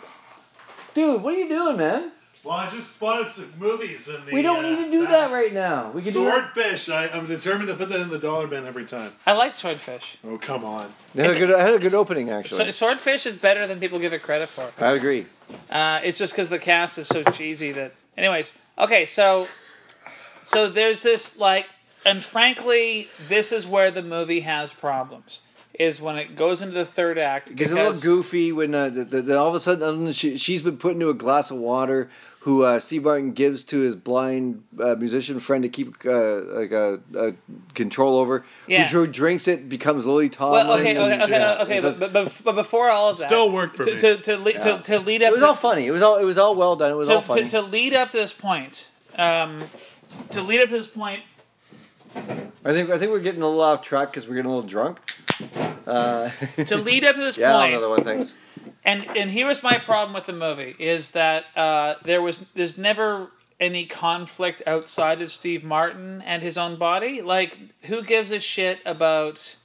Speaker 2: Dude, what are you doing, man?
Speaker 8: Well, I just spotted some movies in the.
Speaker 2: We don't
Speaker 8: uh,
Speaker 2: need to do that right now. We can
Speaker 8: Swordfish. I, I'm determined to put that in the dollar bin every time.
Speaker 1: I like swordfish.
Speaker 8: Oh, come on.
Speaker 2: do that. I had a good, I had a good opening actually.
Speaker 1: So, swordfish is better than people give it credit for.
Speaker 2: I agree.
Speaker 1: Uh, it's just because the cast is so cheesy that. Anyways, okay, so so there's this like, and frankly, this is where the movie has problems. is when it goes into the third act.
Speaker 2: It's a little goofy when uh, the, the, the- all of a sudden she, she's been put into a glass of water. Who uh, Steve Martin gives to his blind uh, musician friend to keep uh, like a, a control over.
Speaker 1: Yeah.
Speaker 2: Who, drinks it becomes Lily Tomlin.
Speaker 1: Well, okay, okay, okay,
Speaker 2: Yeah.
Speaker 1: okay,
Speaker 2: It's
Speaker 1: but, but, but- but before all of that,
Speaker 2: Still worked for
Speaker 1: to,
Speaker 2: me.
Speaker 1: To, to, le-
Speaker 2: Yeah.
Speaker 1: to, to lead up.
Speaker 2: It was all funny. It was all it was all well done. It was
Speaker 1: to,
Speaker 2: all funny.
Speaker 1: To, to lead up to this point, um, to lead up to this point,
Speaker 2: I think I think we're getting a little off track because we're getting a little drunk. Uh,
Speaker 1: to lead up to this
Speaker 2: yeah,
Speaker 1: point,
Speaker 2: another one. Thanks.
Speaker 1: and and here was my problem with the movie is that uh, there was there's never any conflict outside of Steve Martin and his own body. Like, who gives a shit about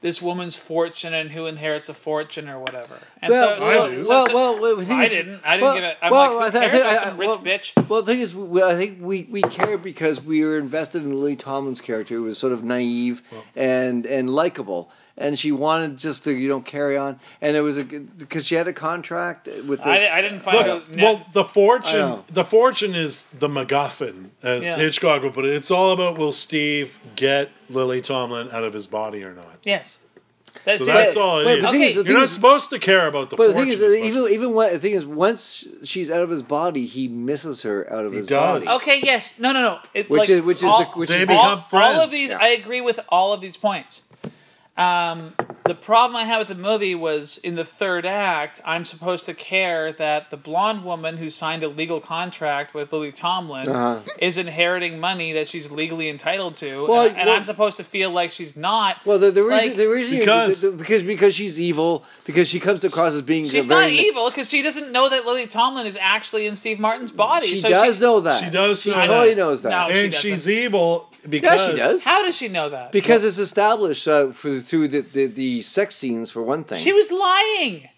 Speaker 1: this woman's fortune and who inherits the fortune or whatever? And so, so- so-
Speaker 2: well,
Speaker 1: so-
Speaker 2: well, well, the thing
Speaker 1: I
Speaker 2: is-
Speaker 1: didn't. I didn't
Speaker 2: well,
Speaker 1: give a. I'm
Speaker 2: well,
Speaker 1: like, who
Speaker 2: I thi-
Speaker 1: cares
Speaker 2: I
Speaker 1: about
Speaker 2: thi-
Speaker 1: some
Speaker 2: I-
Speaker 1: rich
Speaker 2: well,
Speaker 1: bitch?
Speaker 2: Well, the thing is, we, I think we, we care because we were invested in Lily Tomlin's character, who was sort of naive and and likable, and she wanted just to you know carry on, and it was a because she had a contract with. This,
Speaker 1: I, I didn't find
Speaker 8: Look,
Speaker 1: out.
Speaker 8: well, the
Speaker 2: I
Speaker 8: fortune,
Speaker 2: know.
Speaker 8: the fortune is the MacGuffin, as
Speaker 1: Yeah.
Speaker 8: Hitchcock would put it. It's all about will Steve get Lily Tomlin out of his body or not.
Speaker 1: yes.
Speaker 8: so that's all it
Speaker 2: Wait,
Speaker 8: is.
Speaker 2: but the thing is- the
Speaker 8: You're
Speaker 2: thing
Speaker 8: not
Speaker 2: is-
Speaker 8: supposed to care about the
Speaker 2: but the
Speaker 8: fortune.
Speaker 2: thing is,
Speaker 8: as much.
Speaker 2: even even when, the thing is, once she's out of his body, he misses her out of his
Speaker 8: does.
Speaker 2: body.
Speaker 1: Okay. Yes. No. No. No. It,
Speaker 2: Which
Speaker 1: like,
Speaker 2: is- which is
Speaker 1: all,
Speaker 2: the- which
Speaker 1: all,
Speaker 2: is the- They become
Speaker 1: All
Speaker 2: friends.
Speaker 1: of these,
Speaker 2: Yeah.
Speaker 1: I agree with all of these points. Um, the problem I had with the movie was in the third act, I'm supposed to care that the blonde woman who signed a legal contract with Lily Tomlin
Speaker 2: Uh-huh.
Speaker 1: is inheriting money that she's legally entitled to,
Speaker 2: Well,
Speaker 1: and, and
Speaker 2: well-
Speaker 1: I'm supposed to feel like she's not.
Speaker 2: Well, the, the
Speaker 1: Like-
Speaker 2: reason the reason you-
Speaker 1: Because-
Speaker 2: the- the- because because she's evil because she comes across as being
Speaker 1: She's
Speaker 2: very
Speaker 1: not evil because she doesn't know that Lily Tomlin is actually in Steve Martin's body.
Speaker 2: She
Speaker 1: so
Speaker 2: does
Speaker 1: she's-
Speaker 2: know that.
Speaker 8: She does
Speaker 2: She
Speaker 8: know
Speaker 2: totally
Speaker 8: that.
Speaker 2: knows that.
Speaker 1: No, she
Speaker 8: and
Speaker 1: doesn't.
Speaker 8: she's evil because
Speaker 2: Yeah, she does.
Speaker 1: How does she know that?
Speaker 2: Because it's established uh, for, through the, the the sex scenes for one thing.
Speaker 1: she was lying.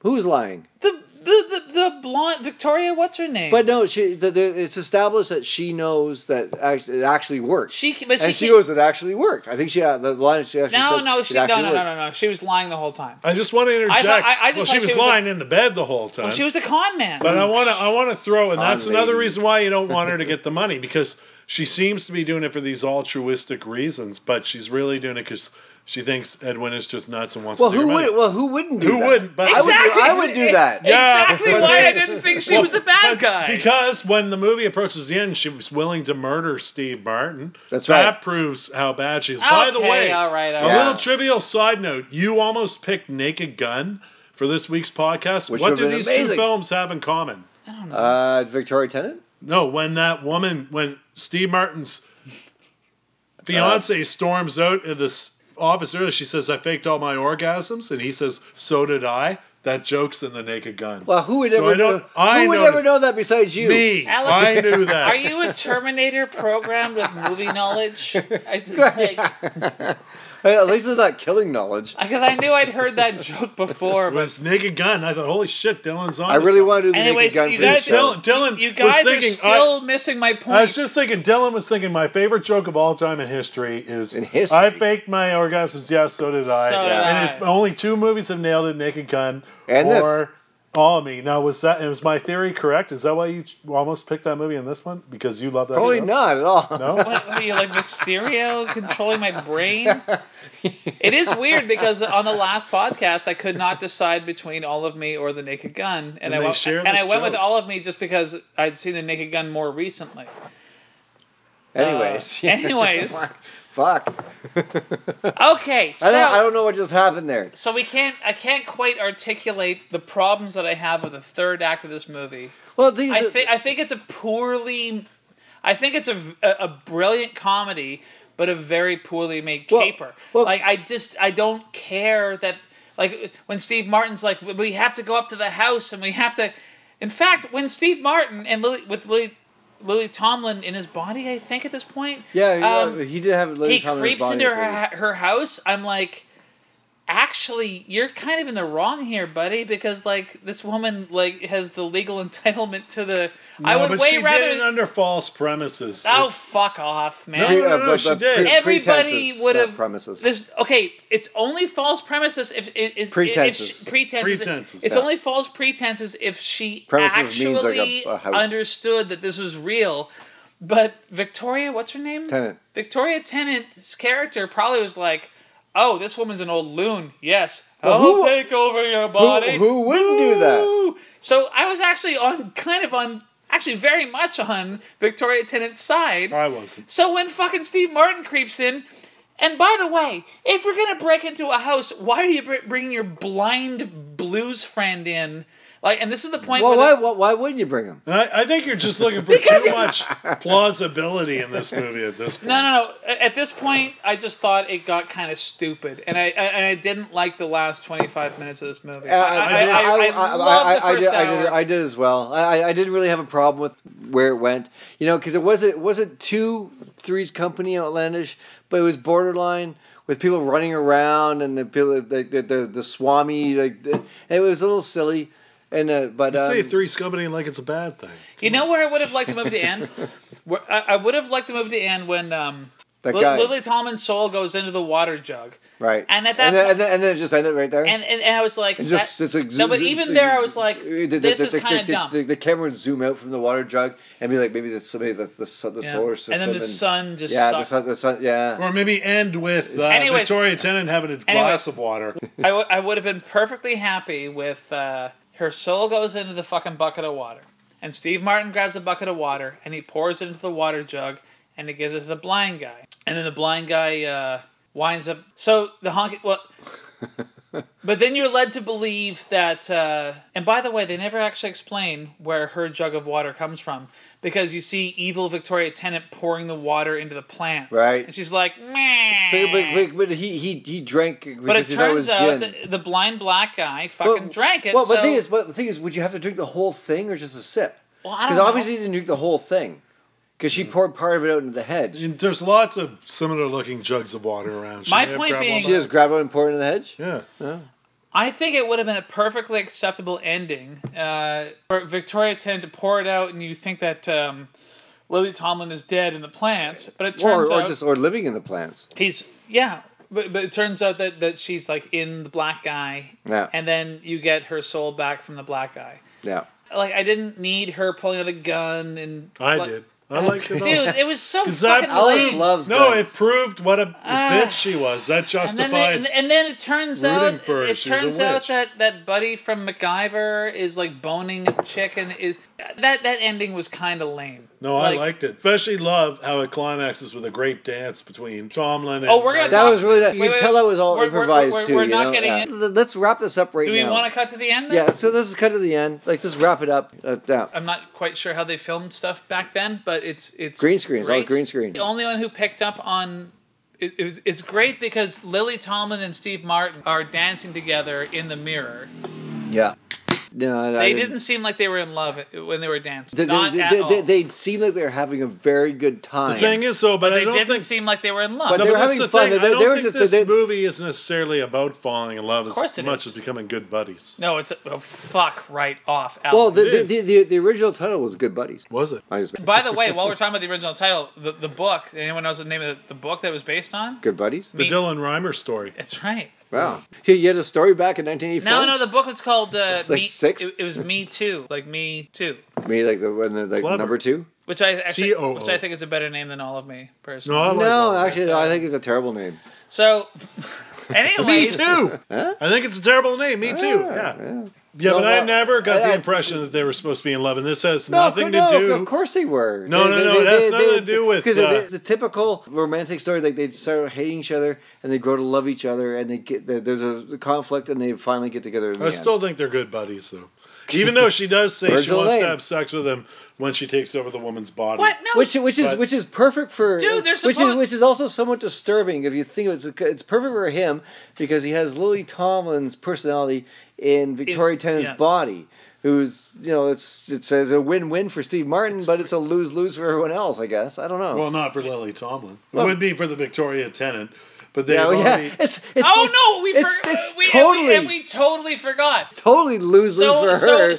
Speaker 2: who's lying?
Speaker 1: The the the, the blonde Victoria, what's her name?
Speaker 2: But no, she the, the, it's established that she knows that act- it actually worked.
Speaker 1: She but
Speaker 2: and
Speaker 1: she-
Speaker 2: she goes, it actually worked. I think she uh, the line she actually
Speaker 1: no,
Speaker 2: says,
Speaker 1: no,
Speaker 2: "It
Speaker 1: she no, no,
Speaker 2: actually
Speaker 1: no,
Speaker 2: worked."
Speaker 1: no, no. She was lying the whole time.
Speaker 8: I just want to interject.
Speaker 1: I- I just
Speaker 8: well,
Speaker 1: thought
Speaker 8: she was
Speaker 1: she was a-
Speaker 8: lying in the bed the whole time.
Speaker 1: Well, she was a con man.
Speaker 8: But I want to I want to throw, and
Speaker 1: Con
Speaker 8: that's another
Speaker 1: lady.
Speaker 8: reason why you don't want her to get the money because she seems to be doing it for these altruistic reasons, but she's really doing it because she thinks Edwin is just nuts and wants
Speaker 2: Well,
Speaker 8: to do
Speaker 2: who
Speaker 8: your money.
Speaker 2: would? Well, who wouldn't do
Speaker 8: Who
Speaker 2: that?
Speaker 8: wouldn't? But
Speaker 2: I would. Do, I would do that.
Speaker 8: Yeah,
Speaker 1: Exactly
Speaker 8: but
Speaker 1: why
Speaker 8: they-
Speaker 1: I didn't think she was a bad guy.
Speaker 8: Because when the movie approaches the end, she was willing to murder Steve Martin. That's
Speaker 2: right.
Speaker 8: That proves how bad she is. By the
Speaker 1: Okay,
Speaker 8: way,
Speaker 1: all right, all
Speaker 8: a
Speaker 1: right.
Speaker 8: little trivial side note: you almost picked Naked Gun for this week's podcast.
Speaker 2: Which
Speaker 8: what
Speaker 2: would've
Speaker 8: do
Speaker 2: been
Speaker 8: these
Speaker 2: amazing.
Speaker 8: two films have in common?
Speaker 2: Uh, Victoria Tennant.
Speaker 8: No, when that woman, when Steve Martin's
Speaker 1: Uh,
Speaker 8: fiance storms out of this office early, she says, "I faked all my orgasms," and he says, "So did I." That joke's in the Naked Gun.
Speaker 2: Well, who would
Speaker 8: So
Speaker 2: ever
Speaker 8: I don't-
Speaker 2: know?
Speaker 8: I
Speaker 2: who would
Speaker 8: noticed-
Speaker 2: ever know that besides you?
Speaker 8: Me. I knew that.
Speaker 1: Are you a Terminator programmed with movie knowledge? I, like,
Speaker 2: Uh, At least it's not killing knowledge.
Speaker 1: because I knew I'd heard that joke before.
Speaker 8: It was Naked Gun. I thought, holy shit, Dylan's on.
Speaker 2: I really wanna do the
Speaker 1: Anyways,
Speaker 2: Naked Gun
Speaker 1: you
Speaker 2: for this
Speaker 1: guys,
Speaker 2: show.
Speaker 8: Dylan, Dylan
Speaker 1: you guys
Speaker 8: was thinking.
Speaker 1: are still missing my
Speaker 8: I, I was
Speaker 1: point.
Speaker 8: just thinking. Dylan was thinking. My favorite joke of all time in history is. In
Speaker 2: history?
Speaker 8: I faked my orgasms. Yeah, so did I.
Speaker 1: So did
Speaker 8: and
Speaker 1: I.
Speaker 8: it's only two movies have nailed it: Naked Gun
Speaker 2: And this.
Speaker 8: or All of Me. Now, was that? Was my theory correct? Is that why you ch- almost picked that movie in this one because you love that?
Speaker 2: Probably
Speaker 8: show?
Speaker 2: not at all.
Speaker 8: No?
Speaker 1: Oh, What, what are you like Mysterio controlling my brain? It is weird because on the last podcast I could not decide between All of Me or The Naked Gun, and,
Speaker 8: And
Speaker 1: I
Speaker 8: they
Speaker 1: went,
Speaker 8: share
Speaker 1: and I
Speaker 8: this
Speaker 1: went with
Speaker 8: joke.
Speaker 1: All of Me just because I'd seen The Naked Gun more recently.
Speaker 2: Anyways.
Speaker 1: Uh, anyways.
Speaker 2: Fuck.
Speaker 1: Okay, so
Speaker 2: I don't, I don't know what just happened there.
Speaker 1: so we can't I can't quite articulate the problems that I have with the third act of this movie.
Speaker 2: Well, these
Speaker 1: I think I think it's a poorly, I think it's a a, a brilliant comedy, but a very poorly made caper. like I just I don't care that like when Steve Martin's like "We- we have to go up to the house and we have to. In fact, when Steve Martin and Lily, with Lily, Lily Tomlin in his body, I think at this point.
Speaker 2: Yeah, yeah,
Speaker 1: um,
Speaker 2: he did have Lily
Speaker 1: he
Speaker 2: Tomlin in his
Speaker 1: creeps
Speaker 2: body
Speaker 1: into
Speaker 2: in this
Speaker 1: her, her house. I'm like, actually, you're kind of in the wrong here, buddy, because like this woman like has the legal entitlement to the. I
Speaker 8: No,
Speaker 1: would
Speaker 8: but
Speaker 1: way
Speaker 8: she
Speaker 1: rather.
Speaker 8: did it under false premises.
Speaker 1: oh
Speaker 8: It's-
Speaker 1: fuck off, man.
Speaker 8: No,
Speaker 2: uh,
Speaker 8: no, no, no, she did.
Speaker 1: Everybody
Speaker 2: pretenses,
Speaker 1: would
Speaker 2: not
Speaker 1: have.
Speaker 2: premises.
Speaker 1: There's okay. It's only false premises if it is
Speaker 2: Pretenses.
Speaker 1: If she, pretenses.
Speaker 2: Pretenses,
Speaker 1: It's
Speaker 2: yeah.
Speaker 1: only false pretenses if she
Speaker 2: Premises
Speaker 1: actually
Speaker 2: means like a- a house.
Speaker 1: understood that this was real. But Victoria, what's her name?
Speaker 2: Tennant.
Speaker 1: Victoria Tennant's character probably was like, oh, this woman's an old loon. Yes,
Speaker 2: Well,
Speaker 1: I'll
Speaker 2: who-
Speaker 1: take over your body.
Speaker 2: who wouldn't do that?
Speaker 1: Woo! So I was actually on, kind of on, actually very much on Victoria Tennant's side.
Speaker 2: Oh.
Speaker 8: I wasn't.
Speaker 1: So when fucking Steve Martin creeps in, and by the way, if you're gonna break into a house, why are you br- bringing your blind blues friend in? Like, and this is the point
Speaker 2: Well,
Speaker 1: where the-
Speaker 2: why, why, why wouldn't you bring him?
Speaker 8: I, I think you're just looking for
Speaker 1: Because
Speaker 8: too
Speaker 1: it-
Speaker 8: much plausibility in this movie at this point.
Speaker 1: No, no, no. A- At this point, I just thought it got kind of stupid, and I, I and I didn't like the last 25 minutes of this movie. I, I, I, I, love the
Speaker 2: Uh, I- I
Speaker 1: first
Speaker 2: did, I did,
Speaker 1: hour.
Speaker 2: I did as well. I, I- I didn't really have a problem with where it went, you know, because it wasn't wasn't too Three's Company outlandish, but it was borderline with people running around and the people, the the, the, the swami, like the, it was a little silly, and uh, but
Speaker 8: You say
Speaker 2: um,
Speaker 8: three scumbing like it's a bad thing.
Speaker 1: you know where I would have liked the movie to end? Where, I, I would have liked the movie to end when um,
Speaker 2: That
Speaker 1: Li-
Speaker 2: guy.
Speaker 1: Lily Tomlin's soul goes into the water jug,
Speaker 2: right,
Speaker 1: and at that
Speaker 2: and then,
Speaker 1: point-
Speaker 2: and then, and then it just ended right there.
Speaker 1: and and, and I was like,
Speaker 2: It's just-
Speaker 1: that-
Speaker 2: it's like-
Speaker 1: no, but even there, I was like,
Speaker 2: The- the-
Speaker 1: this
Speaker 2: the-
Speaker 1: is
Speaker 2: the-
Speaker 1: kind of
Speaker 2: the-
Speaker 1: dumb.
Speaker 2: The, the camera would zoom out from the water jug and be like, maybe that's maybe the, the, su- the
Speaker 1: Yeah.
Speaker 2: solar
Speaker 1: And
Speaker 2: system.
Speaker 1: then the sun just
Speaker 2: yeah, the
Speaker 1: sucked.
Speaker 2: sun, the sun, yeah.
Speaker 8: Or maybe end with uh,
Speaker 1: Anyways.
Speaker 8: Victoria Tennant having a glass of water.
Speaker 1: I, w- I would have been perfectly happy with uh, her soul goes into the fucking bucket of water. And Steve Martin grabs a bucket of water and he pours it into the water jug and he gives it to the blind guy. And then the blind guy uh, winds up. So the honky. Well, but then you're led to believe that. Uh, and by the way, they never actually explain where her jug of water comes from because you see evil Victoria Tennant pouring the water into the plants.
Speaker 2: Right.
Speaker 1: And she's like, meh.
Speaker 2: But, but, but, but he, he he drank because
Speaker 1: But it
Speaker 2: he thought it
Speaker 1: turns
Speaker 2: was
Speaker 1: out
Speaker 2: gin.
Speaker 1: the, the blind black guy fucking drank it.
Speaker 2: well,
Speaker 1: so,
Speaker 2: but the thing is, but the thing is, would you have to drink the whole thing or just a sip?
Speaker 1: well, I don't
Speaker 2: Because
Speaker 1: know. Mm.
Speaker 2: obviously you didn't drink the whole thing, because she poured part of it out into the hedge.
Speaker 8: And there's lots of similar looking jugs of water around. She
Speaker 1: My
Speaker 8: may have
Speaker 1: point
Speaker 8: grabbed
Speaker 1: being-
Speaker 8: one
Speaker 2: She just grabbed one and poured it into the hedge.
Speaker 8: Yeah.
Speaker 2: Yeah.
Speaker 1: I think it would have been a perfectly acceptable ending uh, for Victoria Tennant to pour it out, and you think that um, Lily Tomlin is dead in the plants, but it
Speaker 2: Or,
Speaker 1: turns
Speaker 2: or
Speaker 1: out
Speaker 2: just or living in the plants.
Speaker 1: he's yeah. But, but it turns out that, that she's like in the black guy,
Speaker 2: Yeah.
Speaker 1: and then you get her soul back from the black guy.
Speaker 2: Yeah.
Speaker 1: Like I didn't need her pulling out a gun and
Speaker 8: I
Speaker 1: like-
Speaker 8: did. I liked it. all.
Speaker 1: Dude, it was so
Speaker 8: 'Cause I-
Speaker 1: fucking
Speaker 2: Alex
Speaker 1: lame.
Speaker 2: loves
Speaker 8: No,
Speaker 2: guns.
Speaker 8: it proved what a
Speaker 1: Ah.
Speaker 8: bitch she was. That
Speaker 1: And then,
Speaker 8: justified.
Speaker 1: they- and, and then it turns
Speaker 8: rooting
Speaker 1: out
Speaker 8: for her.
Speaker 1: it
Speaker 8: She was a
Speaker 1: turns out
Speaker 8: witch.
Speaker 1: that that buddy from MacGyver is like boning a chick, and it, that that ending was kind of lame.
Speaker 8: no, I liked it. Especially love how it climaxes with a great dance between Tomlin and.
Speaker 1: Oh, we're gonna
Speaker 2: That
Speaker 1: talk-
Speaker 2: was really. You
Speaker 1: wait,
Speaker 2: can
Speaker 1: wait,
Speaker 2: tell that was all
Speaker 1: we're- we're-
Speaker 2: improvised
Speaker 1: we're-
Speaker 2: too.
Speaker 1: we're
Speaker 2: you
Speaker 1: not
Speaker 2: know?
Speaker 1: getting
Speaker 2: yeah.
Speaker 1: in-
Speaker 2: Let's wrap this up right
Speaker 1: Do
Speaker 2: now.
Speaker 1: we want to cut to the end? Then?
Speaker 2: Yeah, so this is cut to the end. Like, just wrap it up. Uh, yeah.
Speaker 1: I'm not quite sure how they filmed stuff back then, but it's it's
Speaker 2: Green screen, it's all
Speaker 1: great.
Speaker 2: green screen.
Speaker 1: The only one who picked up on it, it was, it's great because Lily Tomlin and Steve Martin are dancing together in the mirror.
Speaker 2: Yeah. No, I- I
Speaker 1: They didn't seem like they were in love when they were dancing.
Speaker 2: They,
Speaker 1: not
Speaker 2: they,
Speaker 1: at
Speaker 2: they,
Speaker 1: all.
Speaker 2: they, they seem like they're having a very good time.
Speaker 8: The thing is, though, but,
Speaker 1: they
Speaker 8: I don't
Speaker 1: didn't
Speaker 8: think.
Speaker 1: seem like they were in love.
Speaker 2: But
Speaker 8: no,
Speaker 2: they
Speaker 8: but
Speaker 2: were
Speaker 8: that's
Speaker 2: having
Speaker 8: the
Speaker 2: fun.
Speaker 8: thing.
Speaker 2: They-
Speaker 8: I
Speaker 2: they were
Speaker 8: don't think
Speaker 2: just-
Speaker 8: this
Speaker 2: they-
Speaker 8: movie is necessarily about falling in love
Speaker 1: course
Speaker 8: as
Speaker 1: it
Speaker 8: much
Speaker 1: is.
Speaker 8: as becoming good buddies.
Speaker 1: No, it's oh, fuck right off. Alex.
Speaker 2: well, the,
Speaker 8: It
Speaker 2: the,
Speaker 8: is.
Speaker 2: the, the, the original title was Good Buddies.
Speaker 8: Was it?
Speaker 2: I just,
Speaker 1: by the way, while we're talking about the original title, the, the book. Anyone knows the name of the, the book that was based on?
Speaker 2: Good Buddies?
Speaker 8: The
Speaker 1: Me-
Speaker 8: Dylan Reimer story.
Speaker 1: That's right.
Speaker 2: Wow. You you had a story back in 1984?
Speaker 1: No, no, the book was called. Uh,
Speaker 2: It's like
Speaker 1: me,
Speaker 2: six?
Speaker 1: It, it was Me Too, like Me Too,
Speaker 2: Me, like, the, when the, like
Speaker 8: Clever.
Speaker 2: number two?
Speaker 1: which I actually,
Speaker 8: T-O-O.
Speaker 1: which I think is a better name than all of me personally.
Speaker 8: No, I like all
Speaker 2: No,
Speaker 8: that.
Speaker 2: actually, no, I think it's a terrible name.
Speaker 1: So,
Speaker 8: Me
Speaker 1: anyways,
Speaker 8: too.
Speaker 2: Huh?
Speaker 8: I think it's a terrible name. Me too.
Speaker 2: Ah, Yeah,
Speaker 8: Yeah. Yeah,
Speaker 2: No,
Speaker 8: but I
Speaker 2: well,
Speaker 8: never got
Speaker 2: I-
Speaker 8: the
Speaker 2: I-
Speaker 8: impression that they were supposed to be in love, and this has
Speaker 2: No,
Speaker 8: nothing
Speaker 2: no,
Speaker 8: to do.
Speaker 2: Of course they were.
Speaker 8: No,
Speaker 2: they,
Speaker 8: no,
Speaker 2: they,
Speaker 8: no,
Speaker 2: They,
Speaker 8: that's
Speaker 2: they,
Speaker 8: nothing to do with,
Speaker 2: Because
Speaker 8: uh,
Speaker 2: it's a typical romantic story. Like they start hating each other, and they grow to love each other, and they get there's a conflict, and they finally get together. In the
Speaker 8: I
Speaker 2: end.
Speaker 8: still think they're good buddies, though. Even though she does say she
Speaker 2: Virgil
Speaker 8: wants
Speaker 2: Lane.
Speaker 8: to have sex with him when she takes over the woman's body.
Speaker 1: what? No,
Speaker 2: which which is
Speaker 8: But-
Speaker 2: which is perfect for
Speaker 1: Dude, they're
Speaker 2: which is
Speaker 1: supposed-
Speaker 2: which is also somewhat disturbing if you think of it. It's it's perfect for him because he has Lily Tomlin's personality in Victoria
Speaker 1: It-
Speaker 2: Tennant's
Speaker 1: yes.
Speaker 2: body, who's you know it's it's a, it's a win-win for Steve Martin, but it's a lose-lose for everyone else. I guess I don't know.
Speaker 8: Well, not for Lily Tomlin.
Speaker 2: Well-
Speaker 8: it would be for the Victoria Tennant, but they
Speaker 2: yeah, well, yeah,
Speaker 8: already.
Speaker 2: it's, it's
Speaker 1: oh
Speaker 2: like-
Speaker 1: no, we
Speaker 2: it's,
Speaker 1: for,
Speaker 2: it's
Speaker 1: we,
Speaker 2: totally
Speaker 1: and we, and we totally forgot.
Speaker 2: totally lose lose
Speaker 1: So-
Speaker 2: for
Speaker 1: so-
Speaker 2: her.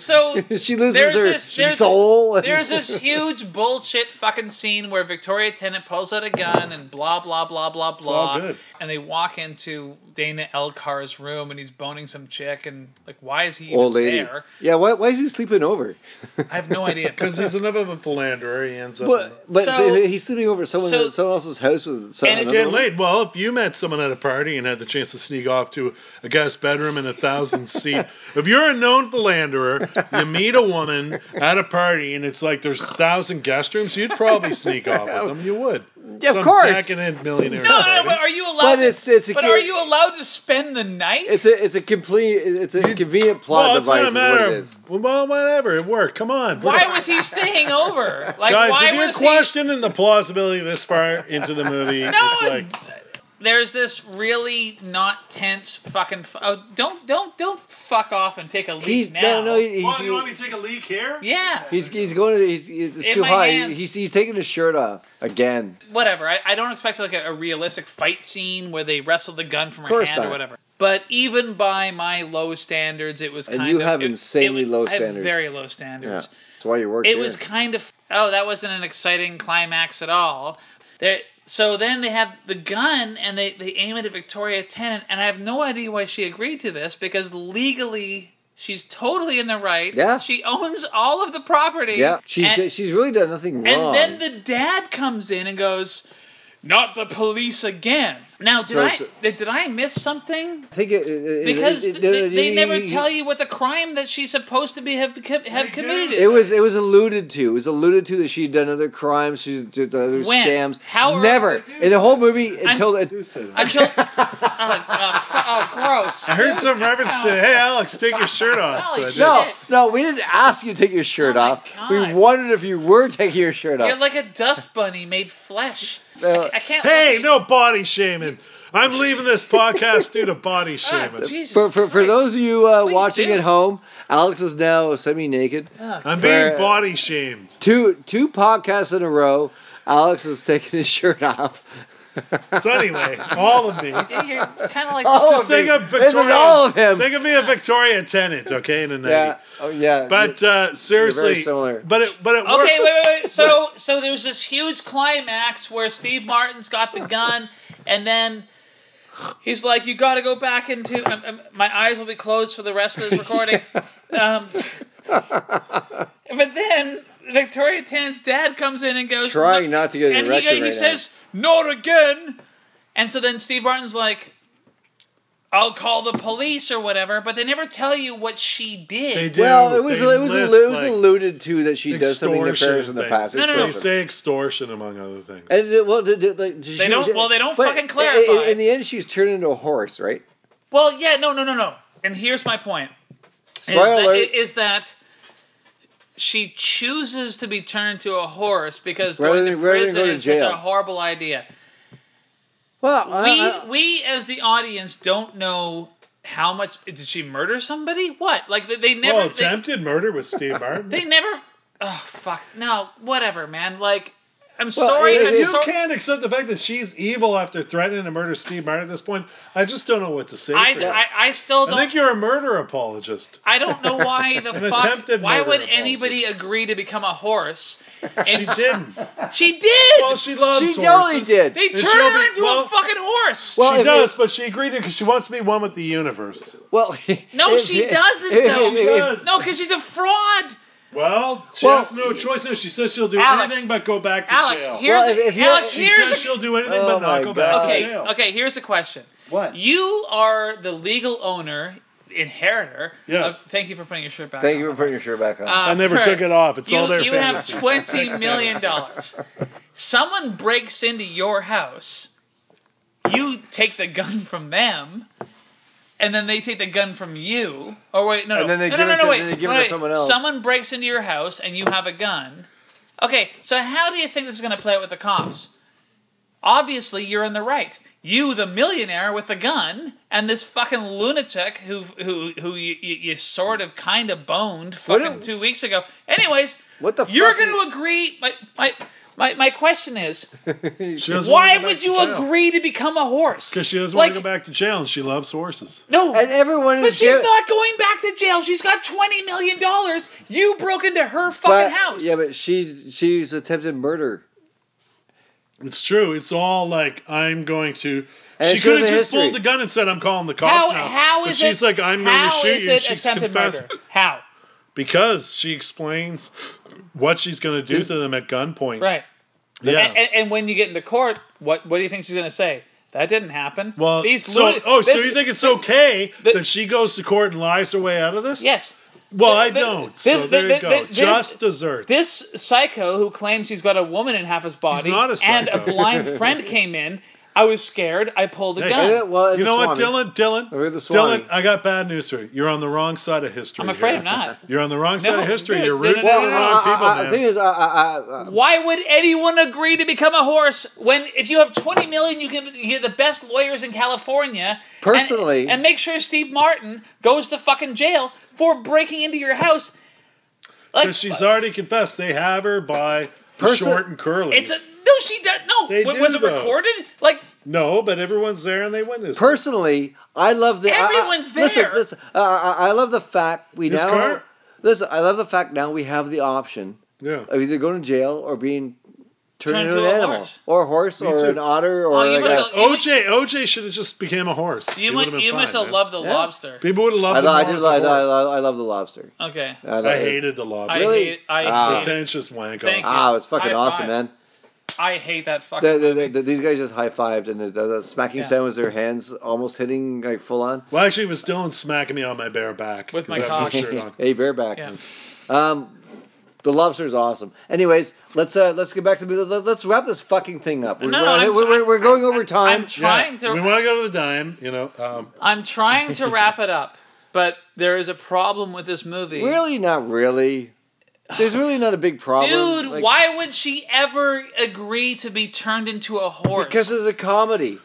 Speaker 1: so
Speaker 2: she loses
Speaker 1: there's
Speaker 2: her
Speaker 1: this- there's-
Speaker 2: soul. and-
Speaker 1: There's this huge bullshit fucking scene where Victoria Tennant pulls out a gun and blah blah blah blah blah.
Speaker 8: all good.
Speaker 1: And they walk into Dana Elkar's room and he's boning some chick and like why is he
Speaker 2: Old
Speaker 1: even
Speaker 2: lady.
Speaker 1: there?
Speaker 2: Yeah, why, why is he sleeping over?
Speaker 1: I have no idea.
Speaker 8: Because he's enough of a philanderer. He ends up. in-
Speaker 2: But, but
Speaker 1: So-
Speaker 2: he's sleeping over at someone,
Speaker 1: so-
Speaker 2: someone else's house with some,
Speaker 8: And it's
Speaker 2: another
Speaker 8: getting
Speaker 2: woman?
Speaker 8: late. Well, if you met someone at a party and had the chance to sneak off to a guest bedroom in a thousand seat, if you're a known philanderer, you meet a woman at a party and it's like there's thousand guest rooms, you'd probably sneak off with them. You would.
Speaker 2: Yeah, of
Speaker 8: Some
Speaker 2: course.
Speaker 8: Decadent millionaire.
Speaker 1: No, no, no,
Speaker 8: party.
Speaker 1: but are you allowed?
Speaker 2: But it's- it's a
Speaker 1: to, but
Speaker 2: kid-
Speaker 1: are you allowed to spend the night?
Speaker 2: It's a it's a complete it's a convenient plot
Speaker 8: Well, it's
Speaker 2: device.
Speaker 8: not a
Speaker 2: Is what it
Speaker 8: matter.
Speaker 2: is.
Speaker 8: Well, whatever. It worked. Come on.
Speaker 1: why was he staying over? Like
Speaker 8: Guys,
Speaker 1: why
Speaker 8: if you're
Speaker 1: was
Speaker 8: questioning the plausibility this far into the movie,
Speaker 1: No,
Speaker 8: it's like
Speaker 1: he? There's this really not tense fucking. F- oh, don't don't don't fuck off and take a leak
Speaker 2: He's
Speaker 1: now.
Speaker 2: no no he-
Speaker 8: Well, you want me
Speaker 2: he's
Speaker 8: to take a leak here?
Speaker 1: yeah.
Speaker 2: he's, he's going to, he's, it's
Speaker 1: In
Speaker 2: too
Speaker 1: my
Speaker 2: high.
Speaker 1: hands.
Speaker 2: He's he's taking his shirt off again.
Speaker 1: whatever. I, I don't expect like a, a realistic fight scene where they wrestle the gun from her
Speaker 2: Course
Speaker 1: hand or
Speaker 2: not.
Speaker 1: whatever. But even by my low standards, it was
Speaker 2: And
Speaker 1: kind
Speaker 2: you
Speaker 1: of
Speaker 2: have
Speaker 1: it- it
Speaker 2: insanely
Speaker 1: was-
Speaker 2: low
Speaker 1: I have
Speaker 2: standards.
Speaker 1: very low
Speaker 2: Yeah,
Speaker 1: standards.
Speaker 2: that's why you work.
Speaker 1: It
Speaker 2: here.
Speaker 1: was kind of oh, that wasn't an exciting climax at all. There. So then they have the gun and they, they aim it at Victoria Tennant and I have no idea why she agreed to this because legally she's totally in the right.
Speaker 2: Yeah.
Speaker 1: She owns all of the property.
Speaker 2: yeah. She's
Speaker 1: And-
Speaker 2: she's really done nothing
Speaker 1: and
Speaker 2: wrong.
Speaker 1: then the dad comes in and goes, "Not the police again." Now, did
Speaker 2: So-
Speaker 1: I
Speaker 2: so-
Speaker 1: did I miss something?
Speaker 2: I think it, it,
Speaker 1: Because
Speaker 2: it, it,
Speaker 1: they, they
Speaker 2: it-
Speaker 1: never
Speaker 2: it-
Speaker 1: tell you what the crime that she's supposed to be have com- have committed.
Speaker 2: It
Speaker 1: is.
Speaker 2: was it was alluded to. It was alluded to that she'd done other crimes, she did other
Speaker 1: When?
Speaker 2: scams.
Speaker 1: How are-
Speaker 2: never in the whole movie until it,
Speaker 1: until oh, oh, fu- oh, gross.
Speaker 8: I heard some reference to, hey, Alex, take your shirt off.
Speaker 1: Holy
Speaker 8: So I did.
Speaker 1: shit.
Speaker 2: no no we didn't ask you to take your shirt
Speaker 1: Oh my
Speaker 2: off.
Speaker 1: God.
Speaker 2: We wondered if you were taking your shirt off.
Speaker 1: You're like a dust bunny made flesh.
Speaker 2: Uh,
Speaker 1: I can't.
Speaker 8: Hey,
Speaker 1: look at-
Speaker 8: no body shaming. I'm leaving this podcast due to body
Speaker 1: Ah,
Speaker 8: shaming.
Speaker 1: Jesus
Speaker 2: for, for, for
Speaker 1: Christ.
Speaker 2: those of you uh,
Speaker 1: Please
Speaker 2: watching
Speaker 1: do.
Speaker 2: at home, Alex is now semi naked.
Speaker 1: Oh,
Speaker 8: I'm
Speaker 2: Fair-
Speaker 8: being body shamed.
Speaker 2: Two two podcasts in a row, Alex is taking his shirt off.
Speaker 8: So anyway, all of me.
Speaker 1: you're kind of like
Speaker 2: All
Speaker 8: Just
Speaker 2: of me.
Speaker 8: think of
Speaker 2: This is
Speaker 8: Victoria.
Speaker 2: all of him.
Speaker 8: Think of me a Victoria tenant, okay, in a night.
Speaker 2: yeah. Oh yeah.
Speaker 8: But uh, seriously,
Speaker 2: similar.
Speaker 8: but it but it worked.
Speaker 1: Okay, wait, wait, wait. So, so there's this huge climax where Steve Martin's got the gun, and then he's like, "You got to go back into." Um, um, my eyes will be closed for the rest of this recording. Um, but then Victoria Tan's dad comes in and goes,
Speaker 2: trying not to get an
Speaker 1: and he,
Speaker 2: erection
Speaker 1: he
Speaker 2: right now.
Speaker 1: says, "Not again." And so then Steve Martin's like, "I'll call the police or whatever," but they never tell you what she did.
Speaker 8: They do.
Speaker 2: Well, it was
Speaker 8: they
Speaker 2: it was,
Speaker 8: list,
Speaker 2: allu- it was
Speaker 8: like,
Speaker 2: alluded to that she does something
Speaker 8: extortion
Speaker 2: nefarious in the
Speaker 8: things.
Speaker 2: past.
Speaker 1: No, no, no.
Speaker 8: They say extortion among other things.
Speaker 2: And uh, well, they, like, she-
Speaker 1: don't-
Speaker 2: she-
Speaker 1: well, they don't
Speaker 2: but
Speaker 1: fucking
Speaker 2: i- i-
Speaker 1: clarify.
Speaker 2: In, the end, she's turned into a horse, right?
Speaker 1: Well, yeah, no, no, no, no. And here's my point. Is
Speaker 2: Spoiler
Speaker 1: that,
Speaker 2: alert.
Speaker 1: is that she chooses to be turned to a horse because
Speaker 2: Rather
Speaker 1: going
Speaker 2: than-
Speaker 1: to
Speaker 2: rather than
Speaker 1: prison
Speaker 2: go to
Speaker 1: is such
Speaker 2: jail.
Speaker 1: a horrible idea.
Speaker 2: Well, I-
Speaker 1: We
Speaker 2: I-
Speaker 1: we as the audience don't know how much did she murder somebody? What? Like they, they never
Speaker 8: well,
Speaker 1: they,
Speaker 8: attempted murder with Steve Martin.
Speaker 1: they never Oh fuck. No, whatever, man. Like I'm
Speaker 2: Well,
Speaker 1: sorry.
Speaker 2: if
Speaker 1: I'm
Speaker 8: you
Speaker 1: so-
Speaker 8: can't accept the fact that she's evil after threatening to murder Steve Martin at this point. I just don't know what to say.
Speaker 1: I,
Speaker 8: for you.
Speaker 1: I, I still
Speaker 8: I
Speaker 1: don't
Speaker 8: think you're a murder apologist.
Speaker 1: I don't know why the
Speaker 8: An
Speaker 1: fuck.
Speaker 8: attempted
Speaker 1: Why
Speaker 8: murder
Speaker 1: would
Speaker 8: apology.
Speaker 1: anybody agree to become a horse?
Speaker 8: She
Speaker 1: And
Speaker 8: didn't.
Speaker 1: she did.
Speaker 8: Well, she loves
Speaker 2: she
Speaker 8: horses.
Speaker 2: totally did.
Speaker 1: they
Speaker 8: and
Speaker 1: turned
Speaker 8: she'll
Speaker 1: her
Speaker 8: be-
Speaker 1: into
Speaker 8: well-
Speaker 1: a fucking horse.
Speaker 2: Well,
Speaker 8: she
Speaker 2: if
Speaker 8: does,
Speaker 2: it-
Speaker 8: but she agreed because she wants to be one with the universe.
Speaker 2: well,
Speaker 1: No,
Speaker 2: if-
Speaker 1: she doesn't,
Speaker 2: if-
Speaker 1: though.
Speaker 2: if-
Speaker 1: She
Speaker 2: if-
Speaker 8: does.
Speaker 1: no, because she's a fraud.
Speaker 8: Well, she
Speaker 2: Well-
Speaker 8: has no choice now. She says she'll do
Speaker 1: Alex.
Speaker 8: anything but go back to
Speaker 1: Alex,
Speaker 8: jail.
Speaker 1: here's
Speaker 2: Well, if- if
Speaker 1: a,
Speaker 2: you-
Speaker 1: Alex,
Speaker 8: she
Speaker 1: here's
Speaker 8: says
Speaker 1: a,
Speaker 8: she'll do anything
Speaker 2: Oh
Speaker 8: but not
Speaker 2: my
Speaker 8: go back
Speaker 2: God.
Speaker 8: to
Speaker 1: okay,
Speaker 8: jail.
Speaker 1: okay. Here's a question.
Speaker 8: What?
Speaker 1: You are the legal owner, inheritor.
Speaker 8: Yes.
Speaker 1: Of, thank you for putting your shirt back.
Speaker 2: Thank
Speaker 1: on.
Speaker 2: you for putting your shirt back on.
Speaker 1: Uh,
Speaker 8: I never
Speaker 1: for-
Speaker 8: took it off. It's
Speaker 1: you,
Speaker 8: all their
Speaker 1: you have
Speaker 8: fantasies.
Speaker 1: twenty million dollars. Someone breaks into your house. You take the gun from them, and then they take the gun from you. Or wait, no, no,
Speaker 2: And then they
Speaker 1: no,
Speaker 2: give
Speaker 1: no,
Speaker 2: it
Speaker 1: no,
Speaker 2: to-
Speaker 1: wait,
Speaker 2: then they give it to
Speaker 1: wait.
Speaker 2: someone else.
Speaker 1: Someone breaks into your house, and you have a gun. Okay, so how do you think this is going to play out with the cops? Obviously, you're in the right. You, the millionaire with the gun, and this fucking lunatic who who who you, you, you sort of kind of boned
Speaker 2: What
Speaker 1: fucking
Speaker 2: do-
Speaker 1: two weeks ago. Anyways,
Speaker 2: what the?
Speaker 1: you're
Speaker 2: fuck
Speaker 1: going to agree. My my my, my question is,
Speaker 8: She doesn't wanna
Speaker 1: why
Speaker 8: go
Speaker 1: would
Speaker 8: back to
Speaker 1: you
Speaker 8: jail.
Speaker 1: agree to become a horse?
Speaker 8: Because she doesn't
Speaker 1: like,
Speaker 8: want to go back to jail, and she loves horses.
Speaker 1: No,
Speaker 2: And everyone
Speaker 1: but
Speaker 2: is
Speaker 1: she's
Speaker 2: giv-
Speaker 1: not going back to jail. She's got twenty million dollars. You broke into her fucking
Speaker 2: but-
Speaker 1: house.
Speaker 2: Yeah, but she she's attempted murder.
Speaker 8: It's true. It's all like I'm going to.
Speaker 1: And
Speaker 8: she
Speaker 1: it
Speaker 8: could
Speaker 1: shows
Speaker 8: have
Speaker 1: the
Speaker 8: just
Speaker 1: history.
Speaker 8: pulled the gun and said, "I'm calling the cops
Speaker 1: How-
Speaker 8: now."
Speaker 1: how
Speaker 8: But
Speaker 1: is
Speaker 8: she's
Speaker 1: it-
Speaker 8: like, "I'm going
Speaker 1: how
Speaker 8: to shoot
Speaker 1: is
Speaker 8: you."
Speaker 1: it
Speaker 8: and She's
Speaker 1: attempted
Speaker 8: confessed.
Speaker 1: murder? How?
Speaker 8: Because she explains what she's going to do to them at gunpoint.
Speaker 1: Right.
Speaker 8: Yeah.
Speaker 1: And, and, and when you get into court, what what do you think she's going to say? That didn't happen.
Speaker 8: well,
Speaker 1: these
Speaker 8: so
Speaker 1: luna-
Speaker 8: oh, so
Speaker 1: this-
Speaker 8: you think it's okay that she goes to court and lies her way out of this?
Speaker 1: Yes.
Speaker 8: Well,
Speaker 1: Th-
Speaker 8: I
Speaker 1: th-
Speaker 8: don't.
Speaker 1: this-
Speaker 8: so there
Speaker 1: th-
Speaker 8: you go.
Speaker 1: th- th-
Speaker 8: just desserts.
Speaker 1: This psycho who claims he's got a woman in half his body
Speaker 8: not a
Speaker 1: and a
Speaker 8: psycho.
Speaker 1: blind friend came in. I was scared. eh, I pulled a
Speaker 8: Hey,
Speaker 1: gun.
Speaker 8: you know what, Dylan? Dylan,
Speaker 1: Swami.
Speaker 8: Dylan, I got bad news for you. You're on the wrong side of history.
Speaker 1: I'm afraid
Speaker 8: here.
Speaker 1: I'm not.
Speaker 8: You're on the wrong side
Speaker 1: No,
Speaker 8: of history.
Speaker 1: dude,
Speaker 8: You're
Speaker 1: no,
Speaker 8: rooting
Speaker 1: no, no,
Speaker 8: for
Speaker 1: no,
Speaker 8: the
Speaker 1: no,
Speaker 8: wrong
Speaker 1: I-
Speaker 8: people,
Speaker 1: I- I
Speaker 8: man.
Speaker 1: think
Speaker 2: is, I, I,
Speaker 1: Why would anyone agree to become a horse when if you have 20 million, you can get the best lawyers in California? and-
Speaker 2: Personally-
Speaker 1: and, make sure Steve Martin goes to fucking jail for breaking into your house. Like,
Speaker 8: Because she's already confessed. They have her by the
Speaker 1: Person-
Speaker 8: short and curly.
Speaker 1: it's a no. She does no.
Speaker 8: They
Speaker 1: W-
Speaker 8: do,
Speaker 1: was it
Speaker 8: though.
Speaker 1: recorded? Like
Speaker 8: no, but everyone's there and they witness.
Speaker 2: Personally, I love the. I- I-
Speaker 1: Everyone's
Speaker 2: Listen,
Speaker 1: there.
Speaker 2: listen uh, I I love the fact we
Speaker 8: This
Speaker 2: now.
Speaker 8: car?
Speaker 2: Listen, I love the fact now we have the option
Speaker 8: Yeah.
Speaker 2: of either going to jail or being turned
Speaker 8: Turned
Speaker 2: into an
Speaker 8: into a
Speaker 2: animal,
Speaker 8: horse.
Speaker 2: or a horse,
Speaker 8: Me
Speaker 2: or
Speaker 8: too.
Speaker 2: an otter, or like a,
Speaker 8: OJ, OJ should have just became a horse.
Speaker 1: you
Speaker 8: He
Speaker 1: must
Speaker 8: would've been
Speaker 1: you
Speaker 8: fine,
Speaker 1: must have
Speaker 8: man.
Speaker 1: loved the
Speaker 2: Yeah.
Speaker 1: lobster.
Speaker 8: People would have loved
Speaker 2: I,
Speaker 8: him
Speaker 2: lo- I
Speaker 8: more
Speaker 2: did.
Speaker 8: as a
Speaker 2: I, I,
Speaker 8: horse.
Speaker 2: I, I love the lobster.
Speaker 1: Okay.
Speaker 2: I,
Speaker 8: I hated the
Speaker 1: I
Speaker 8: lobster.
Speaker 2: Really?
Speaker 1: hate. I
Speaker 2: Ah.
Speaker 1: hate.
Speaker 8: Pretentious wank.
Speaker 1: Thank you.
Speaker 2: Ah, it's fucking
Speaker 1: High
Speaker 2: awesome,
Speaker 1: five.
Speaker 2: man.
Speaker 1: I hate that fucking.
Speaker 2: The, the,
Speaker 1: movie.
Speaker 2: the, the, these guys just high fived and the, the, the smacking
Speaker 1: Yeah.
Speaker 2: sound was their hands almost hitting like full on.
Speaker 8: Well, actually, it was Dylan smacking me on my bare back
Speaker 1: With
Speaker 8: 'cause
Speaker 1: my
Speaker 8: I
Speaker 1: cock.
Speaker 8: have no shirt on.
Speaker 2: hey, bareback. Um, the lobster is awesome. Anyways, let's uh, let's get back to the. let- Let's wrap this fucking thing up. We're,
Speaker 1: No,
Speaker 2: we're, I
Speaker 1: I'm
Speaker 2: think we're,
Speaker 1: try-
Speaker 2: we're, we're going over time.
Speaker 1: I'm trying to.
Speaker 8: We want to go to the dime. You know, um,
Speaker 1: I'm trying to wrap it up, but there is a problem with this movie.
Speaker 2: Really, not really. There's really not a big problem.
Speaker 1: Dude,
Speaker 2: Like,
Speaker 1: why would she ever agree to be turned into a horse?
Speaker 2: Because it's a comedy.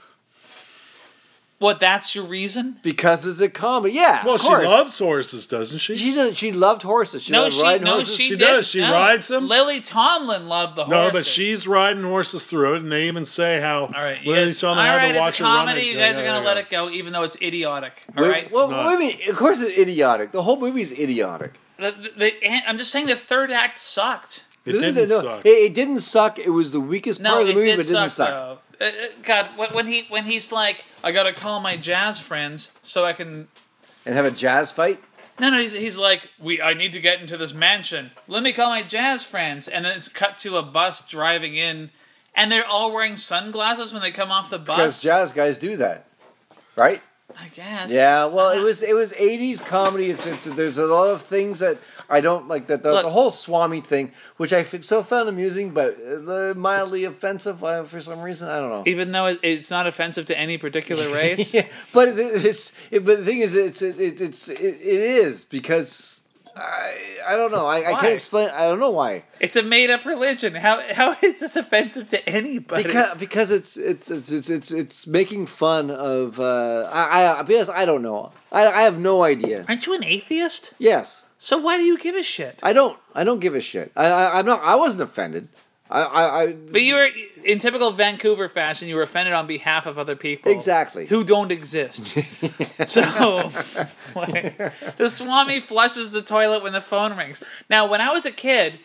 Speaker 1: what? That's your reason?
Speaker 2: Because it's a comedy. Yeah.
Speaker 8: well,
Speaker 2: of
Speaker 8: she
Speaker 2: course.
Speaker 8: loves horses, doesn't she?
Speaker 2: She does. She loved horses. She
Speaker 1: no,
Speaker 2: loved
Speaker 1: she
Speaker 2: riding
Speaker 1: no,
Speaker 2: horses.
Speaker 1: she,
Speaker 8: She
Speaker 1: did.
Speaker 8: does. She
Speaker 1: no.
Speaker 8: rides them.
Speaker 1: Lily Tomlin loved the
Speaker 8: No,
Speaker 1: horse.
Speaker 8: but she's riding horses through it, and they even say how. All right,
Speaker 1: You guys, all
Speaker 8: tell me how
Speaker 1: right,
Speaker 8: to watch
Speaker 1: it's a
Speaker 8: her run
Speaker 1: comedy.
Speaker 8: it.
Speaker 1: You
Speaker 8: Yeah,
Speaker 1: guys
Speaker 8: yeah,
Speaker 1: are gonna
Speaker 8: yeah.
Speaker 1: let it go, even though it's idiotic. All
Speaker 2: Wait,
Speaker 1: right.
Speaker 2: Well,
Speaker 8: not.
Speaker 2: wait a minute. Of course, it's idiotic. The whole movie's idiotic.
Speaker 1: The- the- the- I'm just saying the third act sucked.
Speaker 8: It
Speaker 2: No, no,
Speaker 8: didn't
Speaker 2: no.
Speaker 8: suck.
Speaker 2: It, it didn't suck. It was the weakest
Speaker 1: No,
Speaker 2: part of the
Speaker 1: it
Speaker 2: movie,
Speaker 1: did
Speaker 2: but it didn't
Speaker 1: suck,
Speaker 2: suck.
Speaker 1: though. Uh, uh, God, when, when he when he's like, I gotta call my jazz friends so I can.
Speaker 2: And have a jazz fight.
Speaker 1: No, no, he's, he's like, we. I need to get into this mansion. Let me call my jazz friends, and then it's cut to a bus driving in, and they're all wearing sunglasses when they come off the
Speaker 2: Because
Speaker 1: bus.
Speaker 2: jazz guys do that, right?
Speaker 1: I guess.
Speaker 2: Yeah. Well,
Speaker 1: Uh-huh.
Speaker 2: it was it was '80s comedy. It's, it's there's a lot of things that I don't like. That the,
Speaker 1: Look.
Speaker 2: the whole Swami thing, which I f- still found amusing, but uh, mildly offensive uh, for some reason. I don't know.
Speaker 1: Even though it, it's not offensive to any particular race.
Speaker 2: yeah, but it- it's it, but the thing is, it's it, it, it's it, it is because I I don't know. I, I
Speaker 1: Why?
Speaker 2: can't explain. I don't know why.
Speaker 1: It's a made up religion. How how is this offensive to anybody?
Speaker 2: because because it's it's it's it's it's, it's making fun of uh, I, I because I don't know I, I have no idea.
Speaker 1: Aren't you an atheist?
Speaker 2: Yes,
Speaker 1: So why do you give a shit?
Speaker 2: I don't I don't give a shit. I, I I'm not I wasn't offended. I I, I
Speaker 1: But you were in typical Vancouver fashion. You were offended on behalf of other people
Speaker 2: exactly.
Speaker 1: Oh. who don't exist. so like, the Swami flushes the toilet when the phone rings. Now, when I was a kid,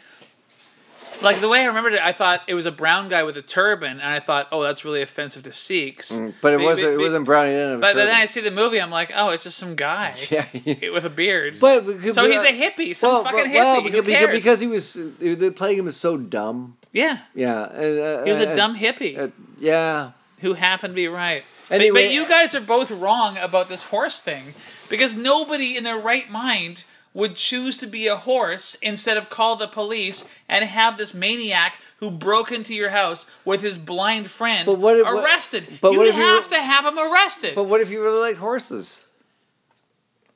Speaker 1: like the way I remembered it, I thought it was a brown guy with a turban, and I thought, oh, that's really offensive to Sikhs.
Speaker 2: Mm, but it
Speaker 1: Be-
Speaker 2: wasn't
Speaker 1: be-
Speaker 2: it
Speaker 1: be-
Speaker 2: wasn't brownie in
Speaker 1: But then I see the movie, I'm like, oh, it's just some guy with a beard.
Speaker 2: But because-
Speaker 1: so he's a hippie, some
Speaker 2: well,
Speaker 1: fucking hippie.
Speaker 2: well,
Speaker 1: Who
Speaker 2: because,
Speaker 1: cares?
Speaker 2: because he was the playing him is so dumb.
Speaker 1: yeah,
Speaker 2: Yeah, and, uh,
Speaker 1: he was a
Speaker 2: and-
Speaker 1: dumb hippie
Speaker 2: Yeah,
Speaker 1: who happened to be right. But-
Speaker 2: Anyway-
Speaker 1: but, you guys are both wrong about this horse thing because nobody in their right mind would choose to be a horse instead of call the police and have this maniac who broke into your house with his blind friend
Speaker 2: But what if- what-
Speaker 1: arrested.
Speaker 2: but
Speaker 1: you
Speaker 2: what if you-
Speaker 1: have to have him arrested.
Speaker 2: uh, but what if you really like horses?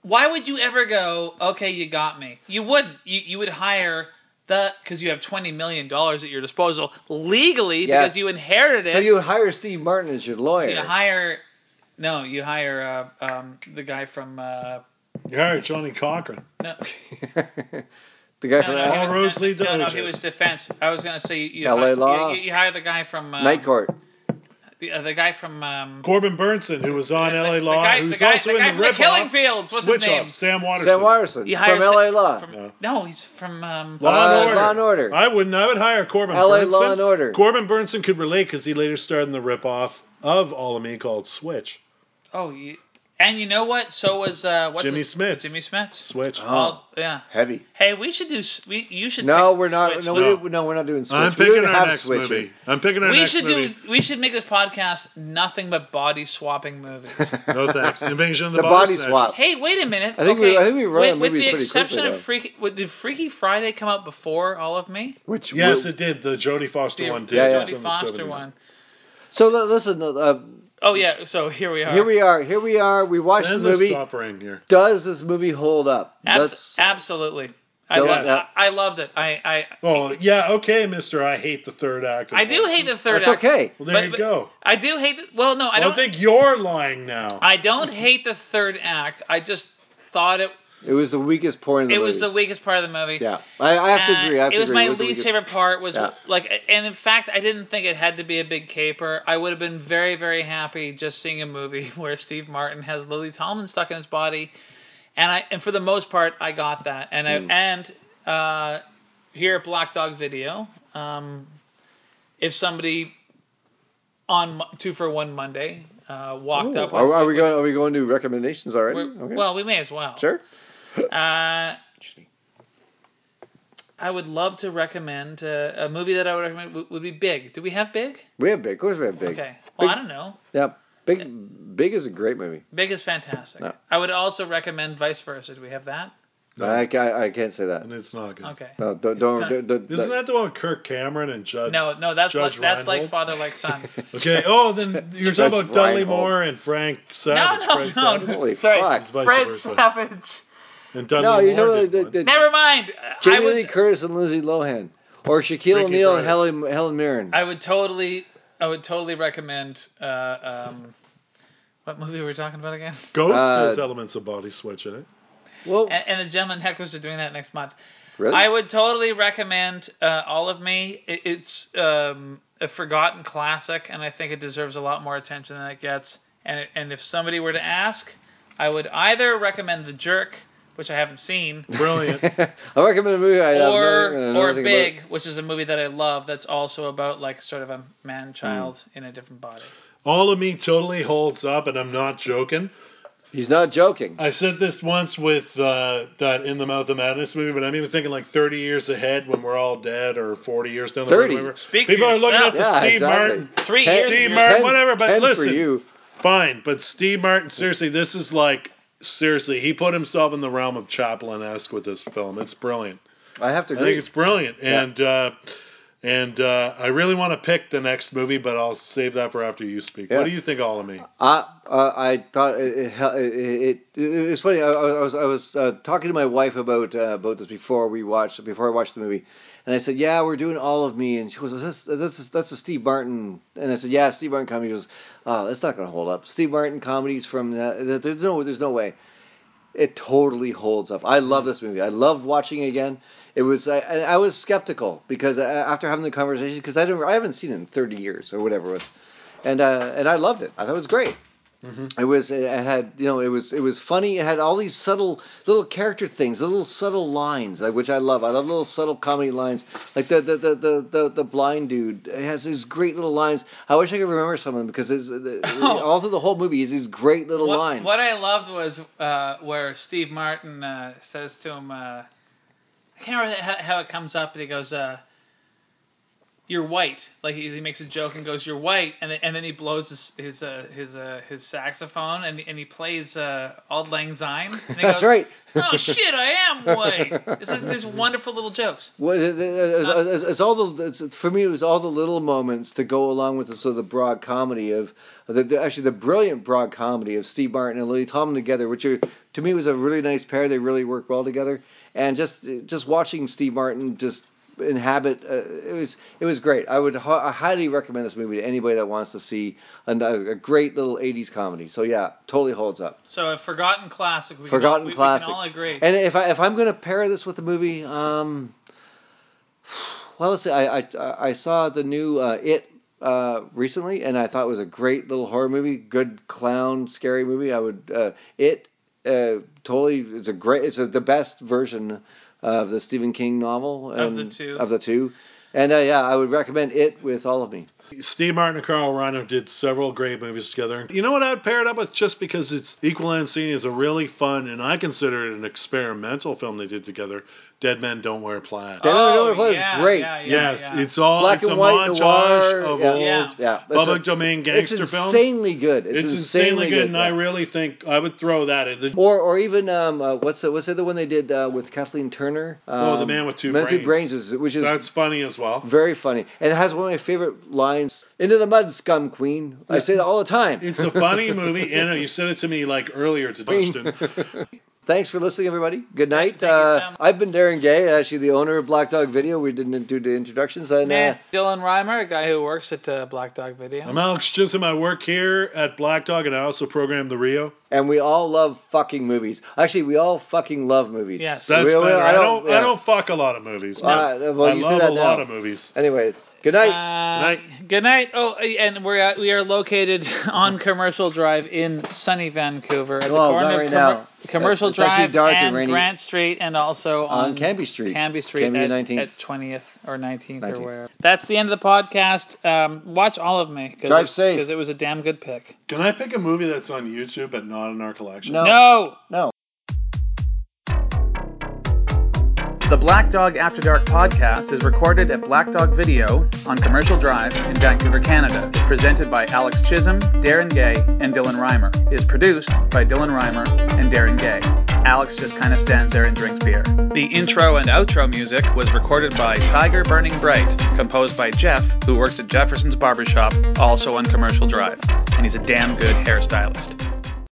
Speaker 1: why would you ever go okay you got me you wouldn't you, you would hire the because you have 20 million dollars at your disposal legally
Speaker 2: Yeah.
Speaker 1: because you inherited it
Speaker 2: So you would hire Steve Martin as your
Speaker 1: So
Speaker 2: lawyer.
Speaker 1: you hire no you hire uh, um, the guy from uh,
Speaker 8: All right, Johnny Cochran.
Speaker 1: no
Speaker 2: the guy
Speaker 1: no,
Speaker 2: from
Speaker 1: no,
Speaker 8: All
Speaker 1: he was-
Speaker 8: roads lead to
Speaker 1: no, no,
Speaker 8: OJ.
Speaker 1: he was defense i was going to say you, you,
Speaker 2: LA
Speaker 1: hi-
Speaker 2: Law.
Speaker 1: you, you hire the guy from uh,
Speaker 2: Night Court.
Speaker 1: the, uh, the guy from um,
Speaker 8: Corbin Burnson, who was on LA
Speaker 1: the
Speaker 8: Law,
Speaker 1: guy- the
Speaker 8: who's
Speaker 1: guy-
Speaker 8: also
Speaker 1: the
Speaker 8: in
Speaker 1: guy
Speaker 8: the
Speaker 1: from The
Speaker 8: rip
Speaker 1: Killing Fields, what's his
Speaker 8: switch
Speaker 1: name?
Speaker 8: Up, Sam Waterson.
Speaker 2: Sam Watterson
Speaker 1: He
Speaker 2: from
Speaker 1: hires-
Speaker 2: LA Law.
Speaker 1: from- no, he's from um,
Speaker 8: Law and
Speaker 2: Uh,
Speaker 8: Order.
Speaker 2: Law and Order.
Speaker 8: I wouldn't. I would hire Corbin.
Speaker 2: LA
Speaker 8: Burnson.
Speaker 2: Law and Order.
Speaker 8: Corbin Burnson could relate because he later starred in the ripoff of All of Me called Switch.
Speaker 1: Oh, you, and you know what? So was uh, what's
Speaker 8: Jimmy
Speaker 1: his-
Speaker 8: Smits.
Speaker 1: Jimmy Smith.
Speaker 8: Switch.
Speaker 1: Oh, yeah.
Speaker 2: Heavy.
Speaker 1: Hey, we should do. s- We you should.
Speaker 2: Uh-huh. No,
Speaker 1: pick
Speaker 2: we're not.
Speaker 1: Switch.
Speaker 2: no, we didn't- no, we're not doing Switch.
Speaker 8: I'm
Speaker 2: we
Speaker 8: picking
Speaker 2: didn't
Speaker 8: our
Speaker 2: have
Speaker 8: next
Speaker 2: Switch.
Speaker 8: movie. I'm picking our
Speaker 1: we
Speaker 8: next
Speaker 1: should
Speaker 8: movie.
Speaker 1: do. We should make this podcast nothing but body swapping movies.
Speaker 8: No thanks. Invasion of
Speaker 2: The
Speaker 8: the,
Speaker 2: body
Speaker 8: Snatchers.
Speaker 2: swap.
Speaker 1: hey, wait a minute.
Speaker 2: Uh, I think
Speaker 1: okay.
Speaker 2: we- I think we run
Speaker 1: with,
Speaker 2: a
Speaker 1: with
Speaker 2: movie
Speaker 1: the
Speaker 2: pretty
Speaker 1: exception
Speaker 2: quickly,
Speaker 1: of
Speaker 2: though.
Speaker 1: Freaky. Would, did Freaky Friday come out before all of me?
Speaker 2: Which
Speaker 8: Yes,
Speaker 2: will-
Speaker 8: it did. The Jodie Foster
Speaker 1: The
Speaker 8: one did.
Speaker 2: Yeah, yeah.
Speaker 8: That's
Speaker 1: Jodie
Speaker 8: from the
Speaker 1: Foster
Speaker 8: 70s.
Speaker 1: one.
Speaker 2: So li- listen, uh,
Speaker 1: Oh yeah. So here we are.
Speaker 2: here we are. Here we are. We watched
Speaker 8: Send
Speaker 2: the
Speaker 8: the
Speaker 2: movie.
Speaker 8: suffering here.
Speaker 2: Does this movie hold up?
Speaker 1: Abs-
Speaker 2: Let's.
Speaker 1: absolutely. I,
Speaker 2: Don't-
Speaker 1: loved-
Speaker 2: that-
Speaker 1: I, I loved it. I I,
Speaker 8: Oh yeah, okay, Mister. I hate the third act. of
Speaker 1: I do
Speaker 8: Alice.
Speaker 1: hate the third
Speaker 2: That's
Speaker 1: act.
Speaker 2: okay.
Speaker 8: Well, there
Speaker 1: but-
Speaker 8: you
Speaker 1: but-
Speaker 8: go.
Speaker 1: I do hate. The, well, no, I
Speaker 8: Well, I
Speaker 1: don't.
Speaker 8: think you're lying now.
Speaker 1: I don't hate the third act. I just thought it
Speaker 2: It was the weakest point of the
Speaker 1: it
Speaker 2: movie.
Speaker 1: was the weakest part of the movie.
Speaker 2: Yeah, I, I have to
Speaker 1: And
Speaker 2: agree. I have
Speaker 1: Uh, it
Speaker 2: to
Speaker 1: was
Speaker 2: agree.
Speaker 1: my
Speaker 2: it was the
Speaker 1: least
Speaker 2: weakest-
Speaker 1: favorite part. Was
Speaker 2: Yeah.
Speaker 1: like, and in fact, I didn't think it had to be a big caper. I would have been very, very happy just seeing a movie where Steve Martin has Lily Tomlin stuck in his body, and I and for the most part, I got that. And I
Speaker 2: Hmm.
Speaker 1: and uh, here at Black Dog Video, um, if somebody on Mo- two for one Monday uh, walked
Speaker 2: Ooh,
Speaker 1: up,
Speaker 2: Are, are we going? Are we going to recommendations already?
Speaker 1: we're-
Speaker 2: Okay.
Speaker 1: Well, we may as well.
Speaker 2: sure.
Speaker 1: Uh, I would love to recommend uh, a movie that I would recommend would, would be Big. Do we have Big?
Speaker 2: We have big. Of course, we have big.
Speaker 1: Okay. Well, I
Speaker 2: Big-
Speaker 1: don't know.
Speaker 2: Yeah, big. Big is a great movie.
Speaker 1: Big is fantastic.
Speaker 2: No.
Speaker 1: I would also recommend Vice Versa. Do we have that?
Speaker 2: I, I, I can't say that.
Speaker 8: and it's not good.
Speaker 1: Okay.
Speaker 2: No, don't. don't, don't, don't-
Speaker 8: Isn't that the one with Kirk Cameron and Judd?
Speaker 1: No, no, that's like,
Speaker 8: Uh, Judge
Speaker 1: that's like
Speaker 8: Reinhold?
Speaker 1: father like son.
Speaker 8: Okay. Oh, then you're talking
Speaker 2: Judge
Speaker 8: about Dudley
Speaker 2: Reinhold.
Speaker 8: Moore and Frank
Speaker 1: no,
Speaker 8: Savage.
Speaker 1: no,
Speaker 8: Frank
Speaker 1: no,
Speaker 8: Savage.
Speaker 1: no.
Speaker 2: Holy
Speaker 1: Sorry,
Speaker 2: fuck.
Speaker 8: Vice
Speaker 1: Fred
Speaker 8: versa.
Speaker 1: Savage.
Speaker 8: And
Speaker 2: No,
Speaker 8: Dudley
Speaker 2: you're
Speaker 8: Moore
Speaker 2: talking
Speaker 8: did
Speaker 2: about
Speaker 8: one.
Speaker 2: the, the,
Speaker 1: Never mind. I- I
Speaker 2: Jamie
Speaker 1: would
Speaker 2: Lee Curtis and Lindsay Lohan, or Shaquille
Speaker 8: Ricky
Speaker 2: O'Neal and
Speaker 8: Friday.
Speaker 2: Helen, Helen Mirren.
Speaker 1: I would totally I would totally recommend uh, um, what movie were we talking about again?
Speaker 8: Ghost
Speaker 2: Uh,
Speaker 8: has elements of body switch in it.
Speaker 2: well,
Speaker 1: And, and the Gentleman Hecklers are doing that next month.
Speaker 2: really?
Speaker 1: I would totally recommend uh, All of Me. It, it's um, a forgotten classic, and I think it deserves a lot more attention than it gets. And and if somebody were to ask, I would either recommend The Jerk, which I haven't seen,
Speaker 8: Brilliant.
Speaker 2: I recommend a movie. I have
Speaker 1: or
Speaker 2: nothing- I know
Speaker 1: or
Speaker 2: nothing about it.
Speaker 1: Big, which is a movie that I love. That's also about like sort of a man child
Speaker 2: Hmm.
Speaker 1: in a different body.
Speaker 8: All of me totally holds up, and I'm not joking.
Speaker 2: He's not joking.
Speaker 8: I said this once with uh, that In the Mouth of Madness movie, but I'm even thinking like 30 years ahead when we're all dead, or 40 years down the
Speaker 2: 30.
Speaker 8: road. whatever.
Speaker 1: Speak for
Speaker 8: People are looking
Speaker 1: yourself.
Speaker 8: at the
Speaker 2: Yeah,
Speaker 8: Steve
Speaker 2: exactly.
Speaker 8: Martin.
Speaker 1: Three
Speaker 2: Ten-
Speaker 1: years.
Speaker 8: Steve
Speaker 1: ago.
Speaker 8: Martin, whatever, but
Speaker 2: ten for
Speaker 8: listen.
Speaker 2: you.
Speaker 8: Fine, but Steve Martin, seriously, this is like seriously, he put himself in the realm of Chaplin esque with this film. It's brilliant.
Speaker 2: I have to
Speaker 8: I think
Speaker 2: agree.
Speaker 8: it's brilliant, and uh, and uh, I really want to pick the next movie, but I'll save that for after you speak.
Speaker 2: Yeah.
Speaker 8: What do you think, all of me?
Speaker 2: I uh, I thought it it, hel- it, it, it it's funny. I, I was I was uh, talking to my wife about uh, about this before we watched before I watched the movie, and I said, "Yeah, we're doing all of me," and she goes, "That's that's that's a Steve Martin," and I said, "Yeah, Steve Martin comedy." She goes, "Oh, that's not gonna hold up. Steve Martin comedies from that. There's no there's no way." It totally holds up. I love this movie. I loved watching it again. It was I, I I was skeptical because I, after having the conversation because I didn't I haven't seen it in 30 years or whatever it was and uh, and I loved it. I thought it was great. It was it had you know it was it was funny. It had all these subtle little character things, the little subtle lines, like, which I love. I love little subtle comedy lines, like the the the the, the, the blind dude it has these great little lines. I wish I could remember some of them because it's, all through the whole movie is these great little
Speaker 1: Oh. What,
Speaker 2: lines.
Speaker 1: what I loved was uh, where Steve Martin uh, says to him, uh, I can't remember how, how it comes up, but he goes, uh, "You're white." Like he, he makes a joke and goes, "You're white," and then, and then he blows his his uh, his uh, his saxophone and and he plays uh, "Auld Lang Syne." And he
Speaker 2: That's
Speaker 1: goes,
Speaker 2: right.
Speaker 1: Oh shit! I am white. This is there's wonderful little jokes.
Speaker 2: Well, it- it- it's, it's- it's all the it's, for me. It was all the little moments to go along with the sort of the broad comedy of the, the actually the brilliant broad comedy of Steve Martin and Lily Tomlin together, which are, to me was a really nice pair. They really work well together, and just just watching Steve Martin just inhabit uh, it was it was great. I would hi- I highly recommend this movie to anybody that wants to see a, a great little '80s comedy. So yeah, totally holds up.
Speaker 1: So a forgotten classic. We can all,
Speaker 2: Forgotten
Speaker 1: we- we,
Speaker 2: classic.
Speaker 1: can all agree.
Speaker 2: And if I if I'm gonna pair this with a movie, um, well, let's see. I I, I saw the new uh, It uh, recently, and I thought it was a great little horror movie, good clown, scary movie. I would uh, it uh, totally it's a great it's a, the best version of the Stephen King novel
Speaker 1: Of the
Speaker 2: and-
Speaker 1: two.
Speaker 2: of the two. And uh, yeah, I would recommend it with all of me.
Speaker 8: Steve Martin and Carl Reiner did several great movies together. You know what I'd pair it up with just because it's Equal and Seen is a really fun and I consider it an experimental film they did together. Dead Men Don't Wear Plaid.
Speaker 2: Dead Men Don't Wear Plaid
Speaker 1: Oh,
Speaker 2: is
Speaker 1: yeah,
Speaker 2: great.
Speaker 1: yeah,
Speaker 8: yes, it's all
Speaker 2: Black
Speaker 8: Oh, it's
Speaker 2: and
Speaker 8: a
Speaker 2: white,
Speaker 8: montage
Speaker 2: noir,
Speaker 8: of
Speaker 2: yeah.
Speaker 8: old
Speaker 2: Yeah. Yeah, it's
Speaker 8: public
Speaker 2: a-
Speaker 8: domain
Speaker 2: It's
Speaker 8: gangster films.
Speaker 2: insanely good. It's,
Speaker 8: It's insanely good, and I
Speaker 2: yeah.
Speaker 8: really think I would throw that at the
Speaker 2: Or, or even um, uh, what's the, what's the other one they did uh, with Kathleen Turner? Um,
Speaker 8: Oh, The Man with Two
Speaker 2: Man With Two
Speaker 8: Brains.
Speaker 2: Brains, is, which is
Speaker 8: That's funny as well.
Speaker 2: very funny, and it has one of my favorite lines: "Into the mud, scum queen." I say that all the time.
Speaker 8: It's a funny movie. Anna, you said it to me like earlier to Dustin.
Speaker 2: Thanks for listening, everybody. Good night. uh, I've been Darren Gay, actually the owner of Black Dog Video. We didn't do the introductions, and uh,
Speaker 1: Man, Dylan Reimer, a guy who works at uh, Black Dog Video.
Speaker 8: I'm Alex Chisholm. I work here at Black Dog, and I also program the Rio.
Speaker 2: and we all love fucking movies. Actually, we all fucking love movies.
Speaker 8: That's better.
Speaker 2: We- we-
Speaker 8: I don't.
Speaker 2: yeah.
Speaker 8: I don't fuck a lot of movies.
Speaker 2: Uh,
Speaker 8: man.
Speaker 2: well,
Speaker 8: I
Speaker 2: you say
Speaker 8: love
Speaker 2: that
Speaker 8: a
Speaker 2: now.
Speaker 8: lot of movies.
Speaker 2: Anyways, good night.
Speaker 1: Uh, Good night. Oh, and we're at, we are located on Commercial Drive in sunny Vancouver at the
Speaker 2: Well,
Speaker 1: corner
Speaker 2: not
Speaker 1: of
Speaker 2: right
Speaker 1: Commer-
Speaker 2: now.
Speaker 1: Commercial
Speaker 2: It's actually
Speaker 1: Drive
Speaker 2: dark and
Speaker 1: and
Speaker 2: rainy.
Speaker 1: Grant Street, and also
Speaker 2: On
Speaker 1: on,
Speaker 2: Canby Street.
Speaker 1: Canby Street
Speaker 2: Canby
Speaker 1: at,
Speaker 2: and 19th.
Speaker 1: at 20th or 19th,
Speaker 2: 19th.
Speaker 1: or wherever. That's the end of the podcast. Um, watch all of me. Cause
Speaker 2: Drive
Speaker 1: it,
Speaker 2: safe.
Speaker 1: because it was a damn good pick.
Speaker 8: Can I pick a movie that's on YouTube but not in our collection?
Speaker 1: no.
Speaker 2: No.
Speaker 13: The Black Dog After Dark podcast is recorded at Black Dog Video on Commercial Drive in Vancouver, Canada. It's presented by Alex Chisholm, Darren Gay, and Dylan Reimer. It is produced by Dylan Reimer and Darren Gay. Alex just kind of stands there and drinks beer. The intro and outro music was recorded by Tiger Burning Bright, composed by Jeff, who works at Jefferson's Barbershop, also on Commercial Drive, and he's a damn good hairstylist.